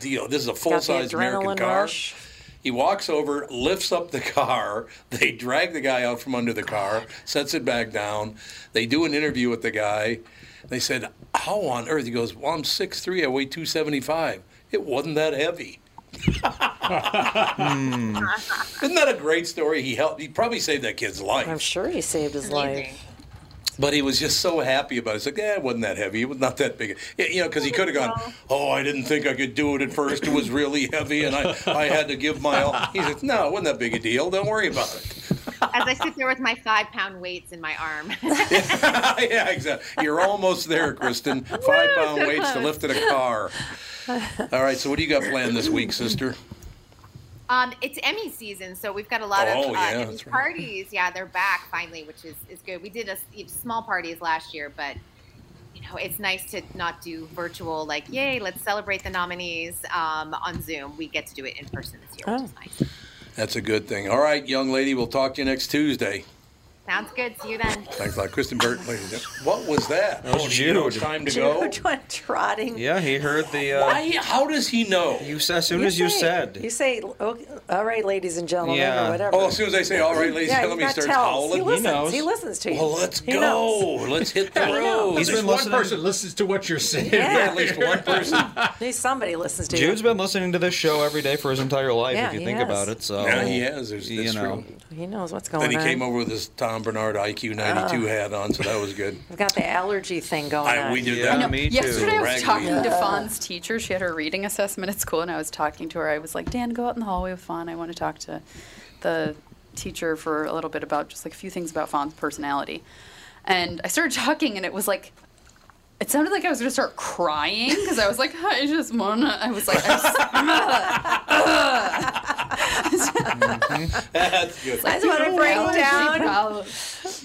Speaker 1: deal. This is a
Speaker 4: got the
Speaker 1: full size American
Speaker 4: adrenaline
Speaker 1: car.
Speaker 4: rush.
Speaker 1: He walks over, lifts up the car. They drag the guy out from under the car, sets it back down. They do an interview with the guy. They said, How on earth? He goes, Well, I'm 6'3, I weigh 275. It wasn't that heavy. Mm-hmm. Isn't that a great story? He helped. He probably saved that kid's life.
Speaker 4: I'm sure he saved his life.
Speaker 1: But he was just so happy about it. It's like, yeah, it wasn't that heavy. It was not that big. Yeah, You know, because he could have gone, oh, I didn't think I could do it at first. It was really heavy, and I, I had to give my all. He said, no, it wasn't that big a deal. Don't worry about it.
Speaker 18: as I sit there with my five pound weights in my arm.
Speaker 1: yeah, exactly. You're almost there, Kristen. Five pound
Speaker 18: so
Speaker 1: weights to
Speaker 18: close.
Speaker 1: lift in a car. All right, so what do you got planned this week, sister?
Speaker 18: Um, it's Emmy season, so we've got a lot
Speaker 1: Oh,
Speaker 18: of uh,
Speaker 1: yeah,
Speaker 18: Emmy
Speaker 1: that's right.
Speaker 18: parties. Yeah, they're back finally, which is, is good. We did a, s- small parties last year, but you know it's nice to not do virtual. Like, yay, let's celebrate the nominees um, on Zoom. We get to do it in person this year.
Speaker 1: Oh.
Speaker 18: Which is nice.
Speaker 1: That's a good thing. All right, young lady, we'll talk to you next Tuesday.
Speaker 18: Sounds good. See you then.
Speaker 1: Thanks a lot, Kristen Burton. Ladies and gentlemen. What was that?
Speaker 5: That was
Speaker 1: Oh, do you know it's
Speaker 5: Jude.
Speaker 1: time to go.
Speaker 4: George went trotting.
Speaker 5: Yeah, he heard the. Uh,
Speaker 1: Why? How does he know?
Speaker 5: You s- as soon as you
Speaker 4: say-
Speaker 5: said.
Speaker 4: You say, "Okay, all right, ladies and gentlemen,
Speaker 5: Yeah.
Speaker 4: or whatever.
Speaker 1: Oh, as soon as I say, all right, ladies,
Speaker 4: yeah,
Speaker 1: and gentlemen, he
Speaker 4: he's
Speaker 1: starts
Speaker 4: got tells.
Speaker 1: howling.
Speaker 4: He listens. He listens to you.
Speaker 1: Well, let's
Speaker 4: He
Speaker 1: go.
Speaker 4: knows.
Speaker 1: Let's hit the
Speaker 4: He knows.
Speaker 1: road.
Speaker 5: He's been
Speaker 3: One
Speaker 5: listening.
Speaker 3: person listens to what you're saying.
Speaker 4: Yeah.
Speaker 1: At least one person.
Speaker 4: At least somebody listens to
Speaker 5: Jude's been listening to this show every day for his entire life,
Speaker 4: Yeah,
Speaker 5: if
Speaker 4: he
Speaker 5: you think
Speaker 4: has.
Speaker 5: about it. So
Speaker 1: Yeah, he has. There's- that's true.
Speaker 4: you. He knows what's going
Speaker 1: Then he
Speaker 4: on.
Speaker 1: came over with his Tom Bernard IQ 92
Speaker 4: Oh.
Speaker 1: hat on, so that was good.
Speaker 4: We've got the allergy thing going
Speaker 1: I-
Speaker 4: on.
Speaker 1: we did Yeah, that. me too.
Speaker 13: Yesterday I was
Speaker 1: Ragweed.
Speaker 13: talking to
Speaker 1: Yeah.
Speaker 13: Fawn's teacher. She had her reading assessment at school, and I was talking to her. I was like, Dan, go out in the hallway with Fawn. I want to talk to the teacher for a little bit about just like a few things about Fawn's personality. And I started talking, and it was like, it sounded like I was going to start crying because I was like, I just want to. I was like, I just, uh,
Speaker 1: That's good.
Speaker 4: I just want to break down.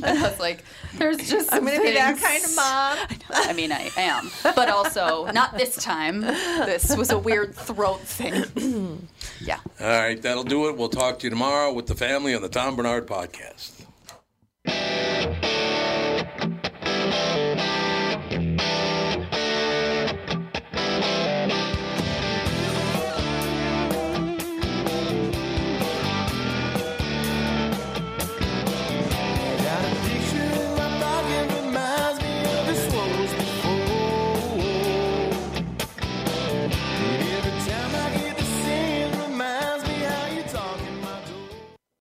Speaker 13: And I was like, there's just.
Speaker 4: I'm gonna be that kind of
Speaker 13: mom. I, know, I mean, I am, but also not this time. This was a weird throat thing. yeah.
Speaker 1: All right, that'll do it. We'll talk to you tomorrow with the family on the Tom Bernard podcast.